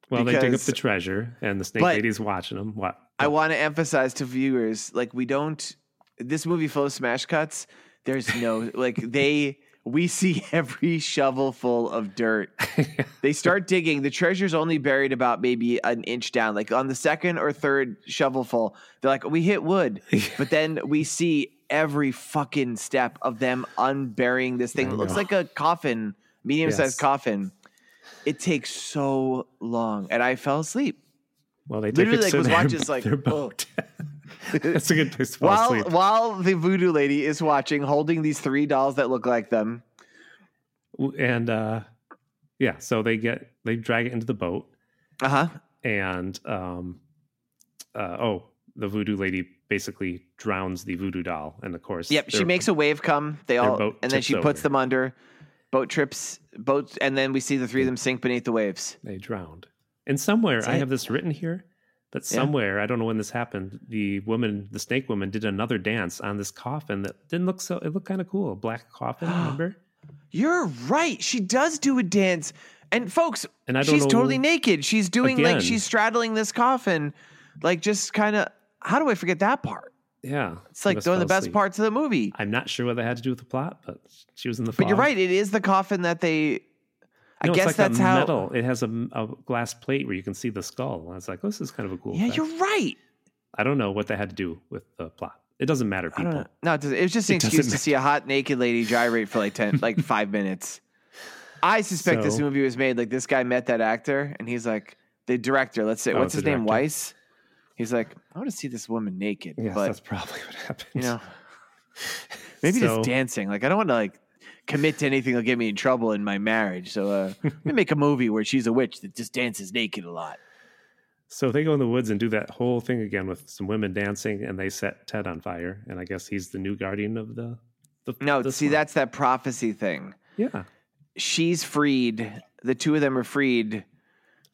[SPEAKER 1] well, they dig up
[SPEAKER 2] because-
[SPEAKER 1] the treasure, and the snake
[SPEAKER 2] But-
[SPEAKER 1] lady's watching them. What?
[SPEAKER 2] I want to emphasize to viewers, like, we don't. This movie full of smash cuts. There's no like they. We see every shovel full of dirt. They start digging. The treasure's only buried about maybe an inch down. Like on the second or third shovelful, they're like, we hit wood. But then we see every fucking step of them unburying this thing.
[SPEAKER 1] I
[SPEAKER 2] It looks
[SPEAKER 1] know.
[SPEAKER 2] like a coffin, medium
[SPEAKER 1] Yes.
[SPEAKER 2] sized coffin. It takes so long. And I fell asleep.
[SPEAKER 1] Well, they
[SPEAKER 2] Literally,
[SPEAKER 1] take
[SPEAKER 2] like,
[SPEAKER 1] it to
[SPEAKER 2] was
[SPEAKER 1] their,
[SPEAKER 2] watching, it's like,
[SPEAKER 1] their
[SPEAKER 2] whoa.
[SPEAKER 1] boat. That's a good place to fall
[SPEAKER 2] While
[SPEAKER 1] asleep.
[SPEAKER 2] while the voodoo lady is watching, holding these three dolls that look like them.
[SPEAKER 1] And uh, yeah, so they get they drag it into the boat,
[SPEAKER 2] Uh-huh.
[SPEAKER 1] and um, uh, oh, the voodoo lady basically drowns the voodoo doll, and of course,
[SPEAKER 2] Yep, she
[SPEAKER 1] they're-
[SPEAKER 2] makes a wave come. They all
[SPEAKER 1] boat
[SPEAKER 2] and then
[SPEAKER 1] tips
[SPEAKER 2] she puts
[SPEAKER 1] over.
[SPEAKER 2] them under. Boat trips, boats, and then we see the three of them sink beneath the waves.
[SPEAKER 1] they drowned. And somewhere
[SPEAKER 2] That's
[SPEAKER 1] I
[SPEAKER 2] it.
[SPEAKER 1] have this written here, but
[SPEAKER 2] Yeah.
[SPEAKER 1] somewhere I don't know when this happened. The woman, the snake woman, did another dance on this coffin that didn't look so. It looked kind of cool, black coffin. remember?
[SPEAKER 2] You're right. She does do a dance. And folks,
[SPEAKER 1] And I don't
[SPEAKER 2] she's
[SPEAKER 1] know-
[SPEAKER 2] totally naked. She's doing
[SPEAKER 1] Again.
[SPEAKER 2] like she's straddling this coffin, like just kind of. How do I forget that part?
[SPEAKER 1] Yeah,
[SPEAKER 2] It's like
[SPEAKER 1] must
[SPEAKER 2] one of the
[SPEAKER 1] fell
[SPEAKER 2] best
[SPEAKER 1] asleep.
[SPEAKER 2] parts of the movie.
[SPEAKER 1] I'm not sure what that had to do with the plot, but she was in the.
[SPEAKER 2] But you're
[SPEAKER 1] fog.
[SPEAKER 2] right. It is the coffin that they. I
[SPEAKER 1] No, it's
[SPEAKER 2] guess
[SPEAKER 1] like
[SPEAKER 2] that's
[SPEAKER 1] a
[SPEAKER 2] how.
[SPEAKER 1] metal. It has a, a glass plate where you can see the skull. And it's like, oh, this is kind of a cool.
[SPEAKER 2] Yeah,
[SPEAKER 1] effect.
[SPEAKER 2] you're right.
[SPEAKER 1] I don't know what that had to do with the plot. It doesn't matter,
[SPEAKER 2] I don't
[SPEAKER 1] people.
[SPEAKER 2] know. No, it, doesn't- it was just an
[SPEAKER 1] It doesn't
[SPEAKER 2] excuse to
[SPEAKER 1] matter.
[SPEAKER 2] see a hot naked lady gyrate for like ten, like five minutes. I suspect this
[SPEAKER 1] So-
[SPEAKER 2] movie was made like this guy met that actor and he's like the director. Let's say
[SPEAKER 1] Oh,
[SPEAKER 2] what's
[SPEAKER 1] it's
[SPEAKER 2] his
[SPEAKER 1] the
[SPEAKER 2] name,
[SPEAKER 1] director.
[SPEAKER 2] Weiss. He's like, I want to see this woman naked,
[SPEAKER 1] Yes,
[SPEAKER 2] but
[SPEAKER 1] that's probably what happened.
[SPEAKER 2] you know, maybe
[SPEAKER 1] So-
[SPEAKER 2] just dancing. Like I don't want to like commit to anything that'll get me in trouble in my marriage. So uh, let me make a movie where she's a witch that just dances naked a lot.
[SPEAKER 1] So they go in the woods and do that whole thing again with some women dancing, and they set Ted on fire. And I guess he's the new guardian of the. the
[SPEAKER 2] No,
[SPEAKER 1] the
[SPEAKER 2] see,
[SPEAKER 1] swamp.
[SPEAKER 2] that's that prophecy thing.
[SPEAKER 1] yeah.
[SPEAKER 2] she's freed. The two of them are freed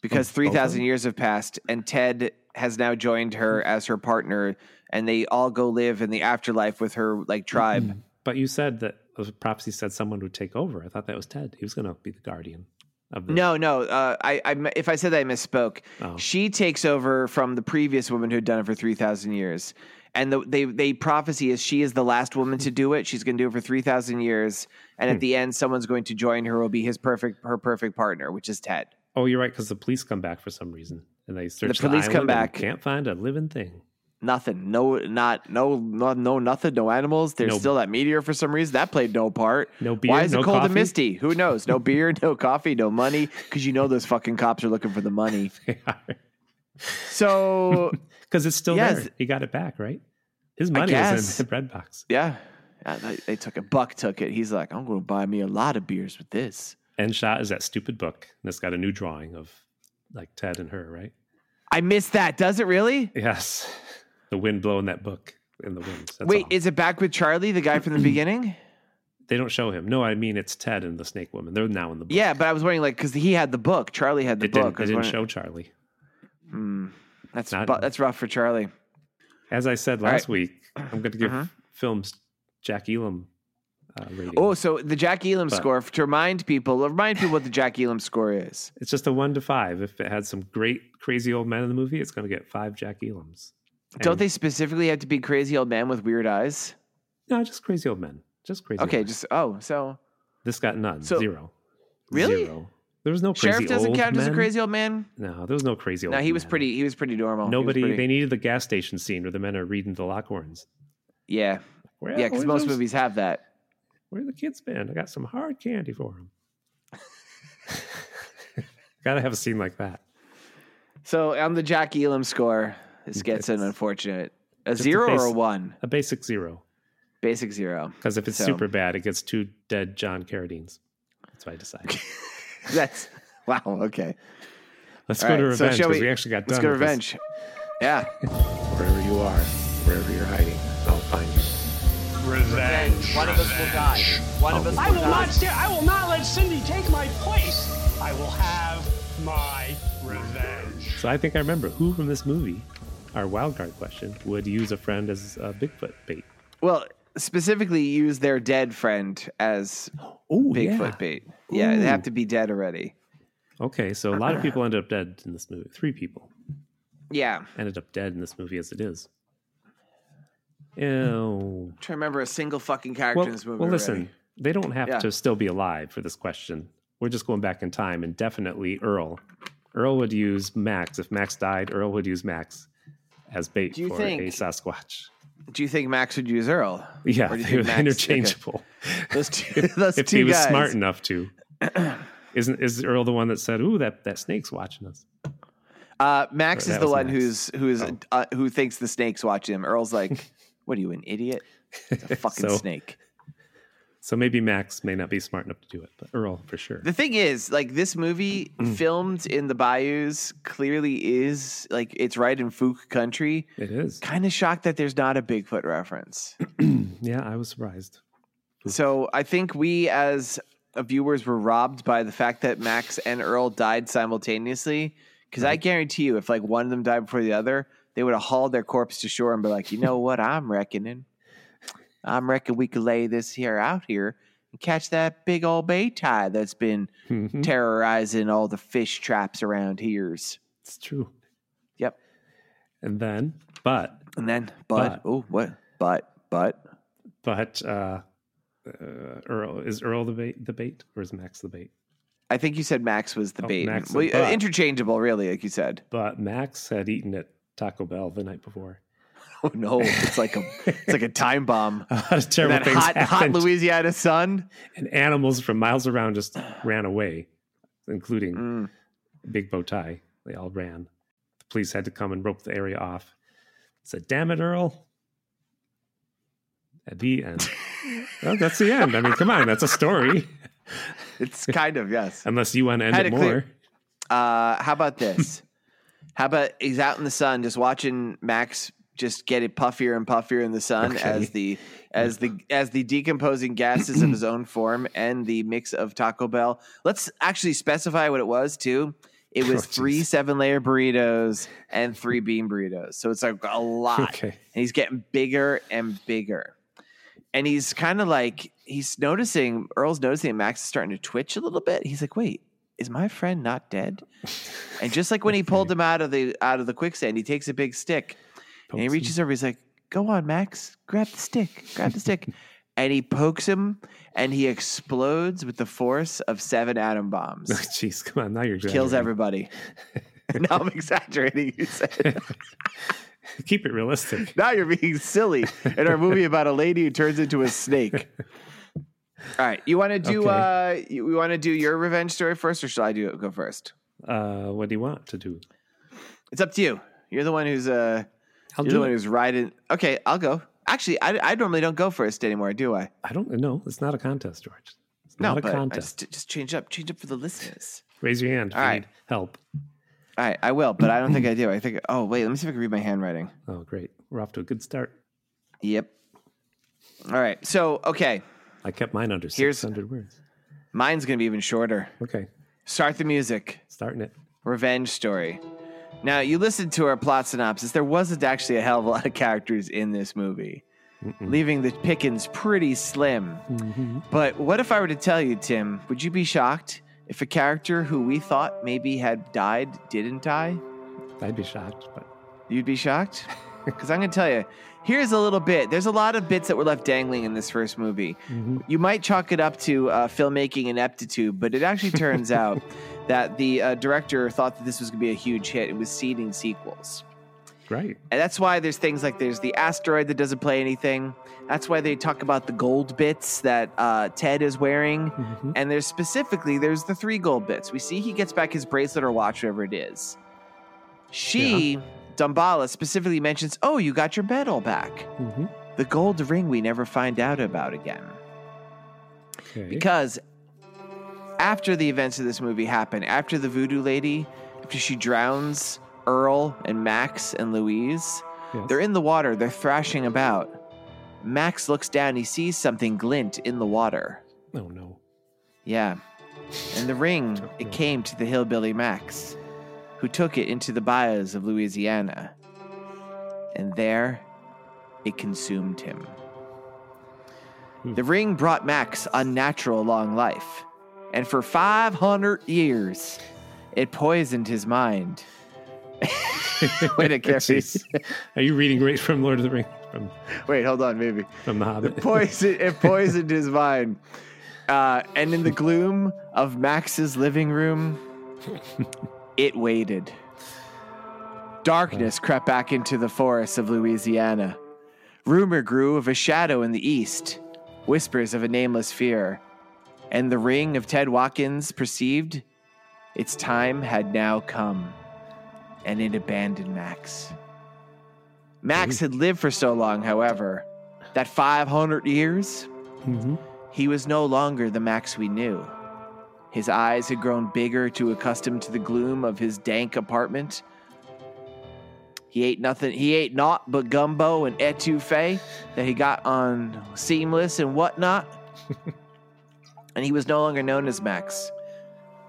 [SPEAKER 2] because
[SPEAKER 1] Of Oh, both of
[SPEAKER 2] 3,000
[SPEAKER 1] them? Hmm.
[SPEAKER 2] years have passed, and Ted has now joined her as her partner, and they all go live in the afterlife with her like tribe.
[SPEAKER 1] But you said that the prophecy said someone would take over. I thought that was Ted. He was going to be the guardian of the.
[SPEAKER 2] No, no. Uh, I, I, mi- if I said that, I misspoke.
[SPEAKER 1] Oh.
[SPEAKER 2] She takes over from the previous woman who'd done it for three thousand years, and the they they prophecy is she is the last woman to do it. She's going to do it for three thousand years, and
[SPEAKER 1] Hmm.
[SPEAKER 2] at the end, someone's going to join her. who Will be his perfect her perfect partner, which is Ted.
[SPEAKER 1] Oh, you're right, because the police come back for some reason, and they search
[SPEAKER 2] police come
[SPEAKER 1] island and
[SPEAKER 2] back.
[SPEAKER 1] Can't find a living thing.
[SPEAKER 2] nothing. No, not no, no, no, nothing. No animals. There's
[SPEAKER 1] No-
[SPEAKER 2] still that meteor for some reason. That played no part.
[SPEAKER 1] No beer,
[SPEAKER 2] Why is
[SPEAKER 1] no
[SPEAKER 2] it cold
[SPEAKER 1] coffee?
[SPEAKER 2] and misty? Who knows? No beer, no coffee, no money. Because you know those fucking cops are looking for the money. So
[SPEAKER 1] Because it's still
[SPEAKER 2] Yes.
[SPEAKER 1] there. He got it back, right? His
[SPEAKER 2] I
[SPEAKER 1] money was
[SPEAKER 2] guess.
[SPEAKER 1] in the bread box.
[SPEAKER 2] yeah, Uh, they, they took it. Buck took it. He's like, I'm going to buy me a lot of beers with this.
[SPEAKER 1] End shot is that stupid book that's got a new drawing of like Ted and her, right?
[SPEAKER 2] I missed that. Does it really?
[SPEAKER 1] Yes. The wind blowing that book in the wind. That's
[SPEAKER 2] Wait,
[SPEAKER 1] all.
[SPEAKER 2] is it back with Charlie, the guy from the beginning?
[SPEAKER 1] they don't show him. No, I mean it's Ted and the Snake Woman. They're now in the book.
[SPEAKER 2] Yeah, but I was wondering, like, because he had the book. Charlie had the
[SPEAKER 1] it
[SPEAKER 2] book.
[SPEAKER 1] didn't,
[SPEAKER 2] I
[SPEAKER 1] it
[SPEAKER 2] was
[SPEAKER 1] didn't
[SPEAKER 2] wondering-
[SPEAKER 1] show Charlie.
[SPEAKER 2] Hmm. that's
[SPEAKER 1] Not-
[SPEAKER 2] bu- that's rough for Charlie.
[SPEAKER 1] As I said
[SPEAKER 2] All right.
[SPEAKER 1] last week, I'm going to give
[SPEAKER 2] Mhm.
[SPEAKER 1] films Jack Elam uh, rating.
[SPEAKER 2] Oh, so the Jack Elam
[SPEAKER 1] But-
[SPEAKER 2] score to remind people, remind people what the Jack Elam score is.
[SPEAKER 1] It's just a one to five. If it had some great crazy old men in the movie, it's going to get five Jack Elams.
[SPEAKER 2] Don't
[SPEAKER 1] And-
[SPEAKER 2] they specifically have to be crazy old man with weird eyes?
[SPEAKER 1] No, just crazy old men. Just crazy. old
[SPEAKER 2] Okay,
[SPEAKER 1] men.
[SPEAKER 2] just oh, so
[SPEAKER 1] this got none.
[SPEAKER 2] So-
[SPEAKER 1] Zero.
[SPEAKER 2] Really?
[SPEAKER 1] Zero. There was no crazy
[SPEAKER 2] sheriff doesn't
[SPEAKER 1] old
[SPEAKER 2] count as a
[SPEAKER 1] men.
[SPEAKER 2] crazy old man.
[SPEAKER 1] No, there was no crazy old.
[SPEAKER 2] No, he was
[SPEAKER 1] men.
[SPEAKER 2] pretty. He was pretty normal. Oh, He was
[SPEAKER 1] Nobody.
[SPEAKER 2] pretty-
[SPEAKER 1] They needed the gas station scene where the men are reading the Lockhorns.
[SPEAKER 2] yeah,
[SPEAKER 1] Where,
[SPEAKER 2] yeah, because
[SPEAKER 1] where's
[SPEAKER 2] most
[SPEAKER 1] those-
[SPEAKER 2] movies have that.
[SPEAKER 1] Where the kids been? I got some hard candy for them. got to have a scene like that.
[SPEAKER 2] So on the Jack Elam score, this gets an
[SPEAKER 1] It's-
[SPEAKER 2] unfortunate a
[SPEAKER 1] a
[SPEAKER 2] zero or a
[SPEAKER 1] base-
[SPEAKER 2] one,
[SPEAKER 1] A basic zero.
[SPEAKER 2] basic zero.
[SPEAKER 1] Because if it's
[SPEAKER 2] So-
[SPEAKER 1] super bad, it gets two dead John Carradines. That's what I decided.
[SPEAKER 2] That's wow. Okay,
[SPEAKER 1] Let's
[SPEAKER 2] All
[SPEAKER 1] go to
[SPEAKER 2] right, so
[SPEAKER 1] revenge
[SPEAKER 2] shall
[SPEAKER 1] because
[SPEAKER 2] we-
[SPEAKER 1] we, actually got
[SPEAKER 2] let's
[SPEAKER 1] done.
[SPEAKER 2] go
[SPEAKER 1] with this.
[SPEAKER 2] revenge. Yeah.
[SPEAKER 1] Wherever you are, wherever you're hiding, I'll find you.
[SPEAKER 7] One of us will die. One of us
[SPEAKER 8] I will not sta- I will not let Cindy take my place. I will have my revenge.
[SPEAKER 1] So I think I remember who from this movie, our wildcard question, would use a friend as a Bigfoot bait.
[SPEAKER 2] Well, specifically use their dead friend as
[SPEAKER 1] Oh,
[SPEAKER 2] Bigfoot bait. Yeah, they have
[SPEAKER 1] Ooh.
[SPEAKER 2] to be dead already.
[SPEAKER 1] Okay, so a lot of people ended up dead in this movie. Three people
[SPEAKER 2] Yeah. I'm
[SPEAKER 1] ended up dead in this movie as it is.
[SPEAKER 2] Hmm.
[SPEAKER 1] Oh.
[SPEAKER 2] trying to remember a single fucking character
[SPEAKER 1] Well,
[SPEAKER 2] in this movie.
[SPEAKER 1] well, listen,
[SPEAKER 2] already.
[SPEAKER 1] they don't have
[SPEAKER 2] Yeah.
[SPEAKER 1] to still be alive for this question. We're just going back in time, and definitely Earl. Earl would use Max. If Max died, Earl would use Max as bait
[SPEAKER 2] Do you
[SPEAKER 1] for
[SPEAKER 2] think-
[SPEAKER 1] a Sasquatch.
[SPEAKER 2] Do you think Max would use Earl?
[SPEAKER 1] Yeah,
[SPEAKER 2] Or do you
[SPEAKER 1] they were
[SPEAKER 2] think Max-
[SPEAKER 1] interchangeable.
[SPEAKER 2] okay. Those two, those
[SPEAKER 1] if
[SPEAKER 2] two
[SPEAKER 1] he was
[SPEAKER 2] guys.
[SPEAKER 1] smart enough to. Isn't is Earl the one that said, "Ooh, that that snake's watching us"?
[SPEAKER 2] Uh, Max
[SPEAKER 1] Or
[SPEAKER 2] is
[SPEAKER 1] that
[SPEAKER 2] the
[SPEAKER 1] was
[SPEAKER 2] one
[SPEAKER 1] Max.
[SPEAKER 2] who's who's
[SPEAKER 1] Oh.
[SPEAKER 2] uh, who thinks the snake's watching him. Earl's like, "What are you, an idiot? It's a fucking
[SPEAKER 1] So-
[SPEAKER 2] snake."
[SPEAKER 1] So maybe Max may not be smart enough to do it, but Earl for sure.
[SPEAKER 2] The thing is, like this movie
[SPEAKER 1] Mm.
[SPEAKER 2] filmed in the bayous clearly is like it's right in Fook country.
[SPEAKER 1] It is.
[SPEAKER 2] Kind of shocked that there's not a Bigfoot reference.
[SPEAKER 1] Yeah, I was surprised.
[SPEAKER 2] So I think we as uh, viewers were robbed by the fact that Max and Earl died simultaneously. Because I guarantee you, if like one of them died before the other, they would have hauled their corpse to shore and be like, you know what? I'm reckoning. I'm reckon we could lay this here out here and catch that big old bay tie that's been
[SPEAKER 1] Mhm.
[SPEAKER 2] terrorizing all the fish traps around here's.
[SPEAKER 1] It's true.
[SPEAKER 2] Yep.
[SPEAKER 1] And then, but
[SPEAKER 2] And then, but, oh, what? But, but.
[SPEAKER 1] but uh, uh Earl is Earl the bait the bait or is Max the bait?
[SPEAKER 2] I think you said Max was the
[SPEAKER 1] Oh,
[SPEAKER 2] bait.
[SPEAKER 1] Max
[SPEAKER 2] well, uh,
[SPEAKER 1] and Bud.
[SPEAKER 2] interchangeable, really, like you said.
[SPEAKER 1] But Max had eaten at Taco Bell the night before.
[SPEAKER 2] Oh no, it's like a it's like a time bomb.
[SPEAKER 1] A lot of
[SPEAKER 2] And
[SPEAKER 1] terrible
[SPEAKER 2] that
[SPEAKER 1] things
[SPEAKER 2] hot, hot
[SPEAKER 1] happened,
[SPEAKER 2] Louisiana sun.
[SPEAKER 1] and animals from miles around just ran away, including
[SPEAKER 2] Mm.
[SPEAKER 1] Big Bow Tie. They all ran. The police had to come and rope the area off. Said, "Damn it, Earl!" At the end. well, that's the end. I mean, come on, that's a story.
[SPEAKER 2] It's kind of yes.
[SPEAKER 1] Unless you want to end
[SPEAKER 2] Had
[SPEAKER 1] it
[SPEAKER 2] to
[SPEAKER 1] more.
[SPEAKER 2] clear- Uh, how about this? how about he's out in the sun, just watching Max just get it puffier and puffier in the sun
[SPEAKER 1] Okay.
[SPEAKER 2] as the as the as the decomposing gases of his own form and the mix of Taco Bell. Let's actually specify what it was too. It was
[SPEAKER 1] Oh, geez.
[SPEAKER 2] three seven layer burritos and three bean burritos. So it's like a lot.
[SPEAKER 1] Okay.
[SPEAKER 2] and he's getting bigger and bigger. And he's kind of like he's noticing Earl's noticing that Max is starting to twitch a little bit. He's like, "Wait, is my friend not dead?" And just like when he pulled him out of the out of the quicksand, he takes a big stick and he
[SPEAKER 1] Pokes
[SPEAKER 2] reaches
[SPEAKER 1] him.
[SPEAKER 2] over. He's like, "Go on, Max, grab the stick, grab the stick," and he pokes him, and he explodes with the force of seven atom bombs,
[SPEAKER 1] Jeez, come on! Now you're
[SPEAKER 2] kills
[SPEAKER 1] exaggerating.
[SPEAKER 2] everybody. now I'm exaggerating. You said.
[SPEAKER 1] Keep it realistic.
[SPEAKER 2] Now you're being silly in our movie about a lady who turns into a snake. All right, you want to do uh, you, we want to do your revenge story first, or shall I do it? Go first.
[SPEAKER 1] Uh, what do you want to do?
[SPEAKER 2] It's up to you. You're the one who's uh,
[SPEAKER 1] I'll
[SPEAKER 2] you're the
[SPEAKER 1] do
[SPEAKER 2] one
[SPEAKER 1] it.
[SPEAKER 2] who's riding. Okay, I'll go. Actually, I, I normally don't go first anymore, do I?
[SPEAKER 1] I don't know. It's not a contest, George. It's
[SPEAKER 2] No,
[SPEAKER 1] not a
[SPEAKER 2] but I
[SPEAKER 1] contest.
[SPEAKER 2] just, just change up, change up for the listeners.
[SPEAKER 1] Raise your hand. if
[SPEAKER 2] All
[SPEAKER 1] you
[SPEAKER 2] right.
[SPEAKER 1] need Help.
[SPEAKER 2] All right, I will, but I don't think I do. I think. Oh wait, let me see if I can read my handwriting.
[SPEAKER 1] Oh, great. We're off to a good start.
[SPEAKER 2] Yep. All right. So okay,
[SPEAKER 1] I kept mine under
[SPEAKER 2] Here's-
[SPEAKER 1] 600 words.
[SPEAKER 2] mine's gonna be even shorter.
[SPEAKER 1] Okay.
[SPEAKER 2] Start the music.
[SPEAKER 1] Starting it.
[SPEAKER 2] Revenge story. Now you listened to our plot synopsis. There wasn't actually a hell of a lot of characters in this movie, leaving the pickings pretty slim. But what if I were to tell you, Tim? Would you be shocked if a character who we thought maybe had died didn't die?
[SPEAKER 1] I'd be shocked, but
[SPEAKER 2] You'd be shocked? Because I'm going to tell you, here's a little bit. There's a lot of bits that were left dangling in this first movie. You might chalk it up to uh, filmmaking ineptitude, but it actually turns out that the uh, director thought that this was going to be a huge hit and was seeding sequels.
[SPEAKER 1] great.
[SPEAKER 2] And that's why there's things like there's the asteroid that doesn't play anything. That's why they talk about the gold bits that uh, Ted is wearing.
[SPEAKER 1] Mhm.
[SPEAKER 2] And there's specifically there's the three gold bits. We see he gets back his bracelet or watch, whatever it is. She, Dumbala, specifically mentions, "Oh, you got your medal back,
[SPEAKER 1] Mhm.
[SPEAKER 2] the gold ring we never find out about again."
[SPEAKER 1] Okay.
[SPEAKER 2] Because after the events of this movie happen, after the voodoo lady, after she drowns Earl and Max and Louise,
[SPEAKER 1] Yes.
[SPEAKER 2] they're in the water, they're thrashing about. Max looks down, he sees something glint in the water.
[SPEAKER 1] oh, no.
[SPEAKER 2] Yeah. And the ring, it came to the hillbilly Max, who took it into the bayous of Louisiana. And there, it consumed him. The ring brought Max unnatural long life. And for 500 years, it poisoned his mind. Wait a carry.
[SPEAKER 1] Jeez. Are you reading right from Lord of the Rings? From,
[SPEAKER 2] Wait, hold on, maybe.
[SPEAKER 1] from The Hobbit?
[SPEAKER 2] poison it poisoned his mind. Uh, and in the gloom of Max's living room, it waited. Darkness crept back into the forests of Louisiana. Rumor grew of a shadow in the east, whispers of a nameless fear. And the ring of Ted Watkins perceived its time had now come, and it abandoned Max. Max had lived for so long, however, that 500 years,
[SPEAKER 1] Mhm.
[SPEAKER 2] he was no longer the Max we knew. His eyes had grown bigger to accustom to the gloom of his dank apartment. He ate nothing. He ate naught but gumbo and etouffee that he got on Seamless and whatnot. and he was no longer known as Max.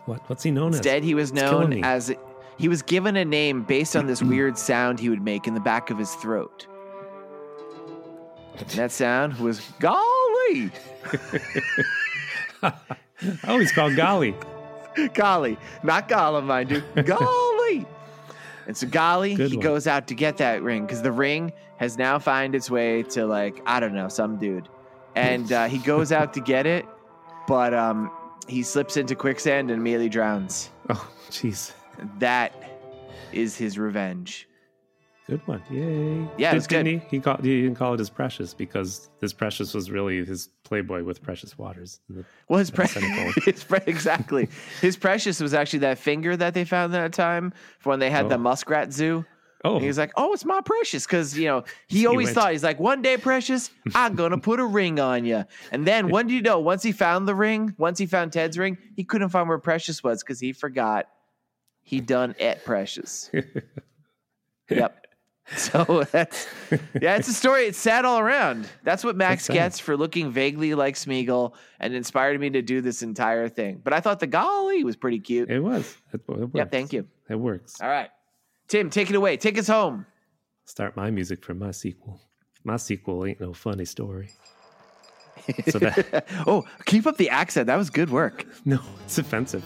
[SPEAKER 1] What, what's he known as?
[SPEAKER 2] Instead, he was
[SPEAKER 1] It's killing me.
[SPEAKER 2] known as he was given a name based on this weird sound he would make in the back of his throat. And that sound was golly,
[SPEAKER 1] Oh, he's called Golly.
[SPEAKER 2] golly, not golly, mind you, golly. And so golly,
[SPEAKER 1] Good
[SPEAKER 2] he
[SPEAKER 1] one.
[SPEAKER 2] goes out to get that ring because the ring has now found its way to like I don't know some dude, and uh, he goes out to get it, but um, he slips into quicksand and immediately drowns.
[SPEAKER 1] Oh, jeez.
[SPEAKER 2] That is his revenge.
[SPEAKER 1] Good one. Yay.
[SPEAKER 2] Yeah, it
[SPEAKER 1] Did-
[SPEAKER 2] was good.
[SPEAKER 1] Didn't he, he, called, he didn't call it his Precious because his Precious was really his Playboy with Precious Waters.
[SPEAKER 2] Well, his, pre-
[SPEAKER 1] cynical.
[SPEAKER 2] his pre- exactly. His precious was actually that finger that they found that time for when they had
[SPEAKER 1] Oh.
[SPEAKER 2] the muskrat zoo.
[SPEAKER 1] Oh,
[SPEAKER 2] And he was like, "Oh, it's my precious," because you know he always
[SPEAKER 1] went-
[SPEAKER 2] thought he's like, "One day, precious, I'm gonna put a ring on you." And then, when do you know? Once he found the ring, once he found Ted's ring, he couldn't find where precious was because he forgot he done at precious. yep. So that's yeah, it's a story. It's sad all around. That's what Max
[SPEAKER 1] That's sad.
[SPEAKER 2] gets for looking vaguely like Smeagol and inspired me to do this entire thing. But I thought the golly was pretty cute.
[SPEAKER 1] it was. It, it works.
[SPEAKER 2] Yeah, thank you.
[SPEAKER 1] It works.
[SPEAKER 2] All right. Tim, take it away. Take us home.
[SPEAKER 1] Start my music for my sequel. My sequel ain't no funny story. So that
[SPEAKER 2] oh, keep up the accent. That was good work.
[SPEAKER 1] no, it's offensive.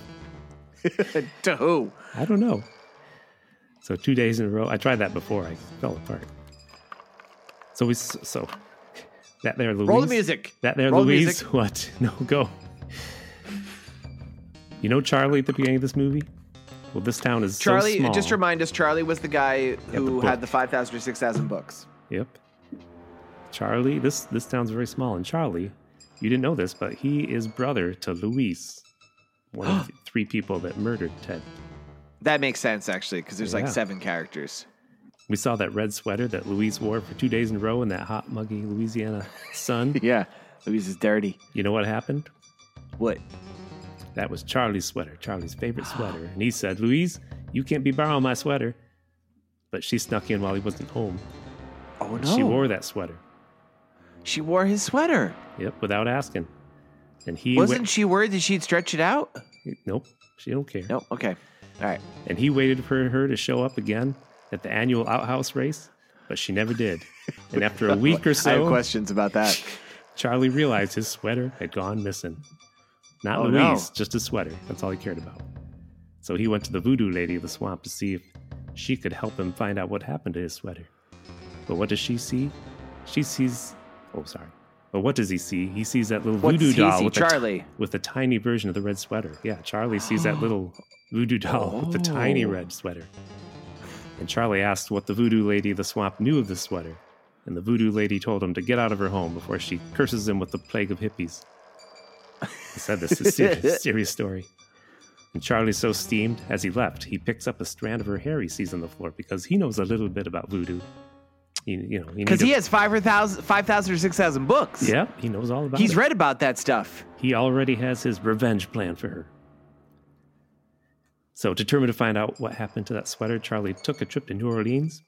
[SPEAKER 2] to who?
[SPEAKER 1] I don't know. So two days in a row. I tried that before. I fell apart. So we so that there Louise.
[SPEAKER 2] Roll the music.
[SPEAKER 1] That there
[SPEAKER 2] Roll the
[SPEAKER 1] Louise.
[SPEAKER 2] music.
[SPEAKER 1] What? No go. You know Charlie at the beginning of this movie. Well, this town is so
[SPEAKER 2] Charlie,
[SPEAKER 1] small.
[SPEAKER 2] just remind us, Charlie was the guy who
[SPEAKER 1] book.
[SPEAKER 2] had the 5,000 or 6,000 books.
[SPEAKER 1] Yep. Charlie, this this town's very small, and Charlie, you didn't know this, but he is brother to Luis, one of the three people that murdered Ted.
[SPEAKER 2] That makes sense, actually, because there's like
[SPEAKER 1] Yeah.
[SPEAKER 2] seven characters.
[SPEAKER 1] We saw that red sweater that Louise wore for two days in a row in that hot, muggy Louisiana sun.
[SPEAKER 2] Yeah, Louise is dirty.
[SPEAKER 1] You know what happened?
[SPEAKER 2] What?
[SPEAKER 1] That was Charlie's sweater, Charlie's favorite sweater. And he said, Louise, you can't be borrowing my sweater. But she snuck in while he wasn't home.
[SPEAKER 2] Oh
[SPEAKER 1] And
[SPEAKER 2] no!
[SPEAKER 1] She wore that sweater.
[SPEAKER 2] She wore his sweater.
[SPEAKER 1] Yep, without asking. And he
[SPEAKER 2] Wasn't
[SPEAKER 1] went,
[SPEAKER 2] she worried that she'd stretch it out?
[SPEAKER 1] Nope, she don't care.
[SPEAKER 2] No. Okay. All right.
[SPEAKER 1] And he waited for her to show up again at the annual outhouse race, but she never did. And after a week or
[SPEAKER 6] I have
[SPEAKER 1] so,
[SPEAKER 6] questions about that.
[SPEAKER 1] Charlie realized his sweater had gone missing. Not
[SPEAKER 6] Oh,
[SPEAKER 1] Louise,
[SPEAKER 6] no.
[SPEAKER 1] just his sweater. That's all he cared about. So he went to the voodoo lady of the swamp to see if she could help him find out what happened to his sweater. But what does she see? She sees. Oh, sorry. But what does he see? He sees that little
[SPEAKER 2] What
[SPEAKER 1] voodoo
[SPEAKER 2] does he
[SPEAKER 1] doll
[SPEAKER 2] see?
[SPEAKER 1] with, A
[SPEAKER 2] Charlie.
[SPEAKER 1] t- with a tiny version of the red sweater. Yeah, Charlie sees that little voodoo doll with the tiny
[SPEAKER 2] Oh.
[SPEAKER 1] red sweater. And Charlie asked what the voodoo lady of the swamp knew of the sweater. And the voodoo lady told him to get out of her home before she curses him with the plague of hippies. He said this is a serious, serious story. And Charlie's so steamed, as he left, he picks up a strand of her hair he sees on the floor because he knows a little bit about voodoo. He, you know,
[SPEAKER 2] Because he
[SPEAKER 1] needed-
[SPEAKER 2] has five or thousand, five thousand or six thousand books.
[SPEAKER 1] Yeah, he knows all about
[SPEAKER 2] He's
[SPEAKER 1] it.
[SPEAKER 2] read about that stuff.
[SPEAKER 1] He already has his revenge plan for her. So, determined to find out what happened to that sweater, Charlie took a trip to New Orleans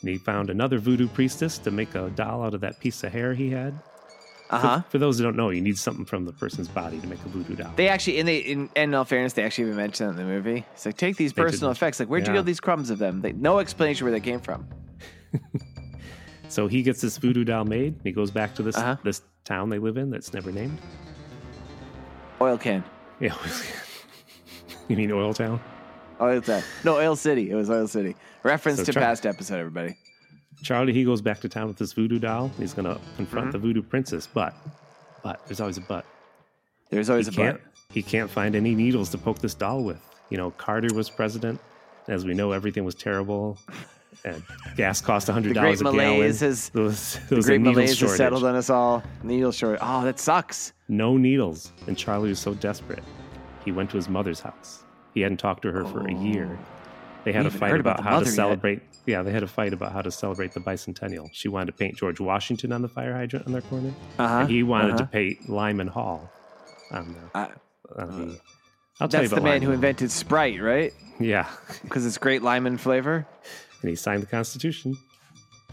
[SPEAKER 1] and he found another voodoo priestess to make a doll out of that piece of hair he had.
[SPEAKER 2] Uh huh.
[SPEAKER 1] For those who don't know, you need something from the person's body to make a voodoo doll.
[SPEAKER 2] They actually, in the in, in all fairness, they actually even mentioned that in the movie. It's like take these
[SPEAKER 1] They did
[SPEAKER 2] personal
[SPEAKER 1] mention-
[SPEAKER 2] effects. Like where'd you
[SPEAKER 1] yeah.
[SPEAKER 2] get these crumbs of them? They, no explanation where they came from.
[SPEAKER 1] So he gets this voodoo doll made, and he goes back to this
[SPEAKER 2] Uh-huh.
[SPEAKER 1] this town they live in that's never named.
[SPEAKER 2] Oil can.
[SPEAKER 1] Yeah, you mean Oil Town?
[SPEAKER 2] Oil town. No, Oil City. It was Oil City. Reference
[SPEAKER 1] So
[SPEAKER 2] to
[SPEAKER 1] try-
[SPEAKER 2] past episode, everybody.
[SPEAKER 1] Charlie he goes back to town with this voodoo doll. He's gonna confront
[SPEAKER 2] Mm-hmm.
[SPEAKER 1] the voodoo princess, but but there's always a but.
[SPEAKER 2] There's always
[SPEAKER 1] he
[SPEAKER 2] a but.
[SPEAKER 1] can't he can't find any needles to poke this doll with. You know, Carter was president. As we know, everything was terrible. And gas cost hundred dollars a
[SPEAKER 2] great malaise
[SPEAKER 1] gallon.
[SPEAKER 2] has-
[SPEAKER 1] Those,
[SPEAKER 2] The
[SPEAKER 1] those
[SPEAKER 2] great
[SPEAKER 1] needle
[SPEAKER 2] malaise has
[SPEAKER 1] shortage.
[SPEAKER 2] settled on us all. Needle short. Oh, that sucks.
[SPEAKER 1] no needles. And Charlie was so desperate, he went to his mother's house. He hadn't talked to her for a year. They had a
[SPEAKER 2] We haven't
[SPEAKER 1] fight
[SPEAKER 2] heard
[SPEAKER 1] about,
[SPEAKER 2] about the
[SPEAKER 1] how to
[SPEAKER 2] mother yet.
[SPEAKER 1] celebrate. Yeah, they had a fight about how to celebrate the bicentennial. She wanted to paint George Washington on the fire hydrant on their corner,
[SPEAKER 2] Uh-huh,
[SPEAKER 1] and he wanted to
[SPEAKER 2] uh-huh.
[SPEAKER 1] paint Lyman Hall on the.
[SPEAKER 2] Uh,
[SPEAKER 1] on the I'll tell you
[SPEAKER 2] That's
[SPEAKER 1] about
[SPEAKER 2] the man
[SPEAKER 1] Lyman
[SPEAKER 2] who
[SPEAKER 1] Hall.
[SPEAKER 2] invented Sprite, right?
[SPEAKER 1] Yeah,
[SPEAKER 2] Because it's great lime and flavor.
[SPEAKER 1] and he signed the Constitution.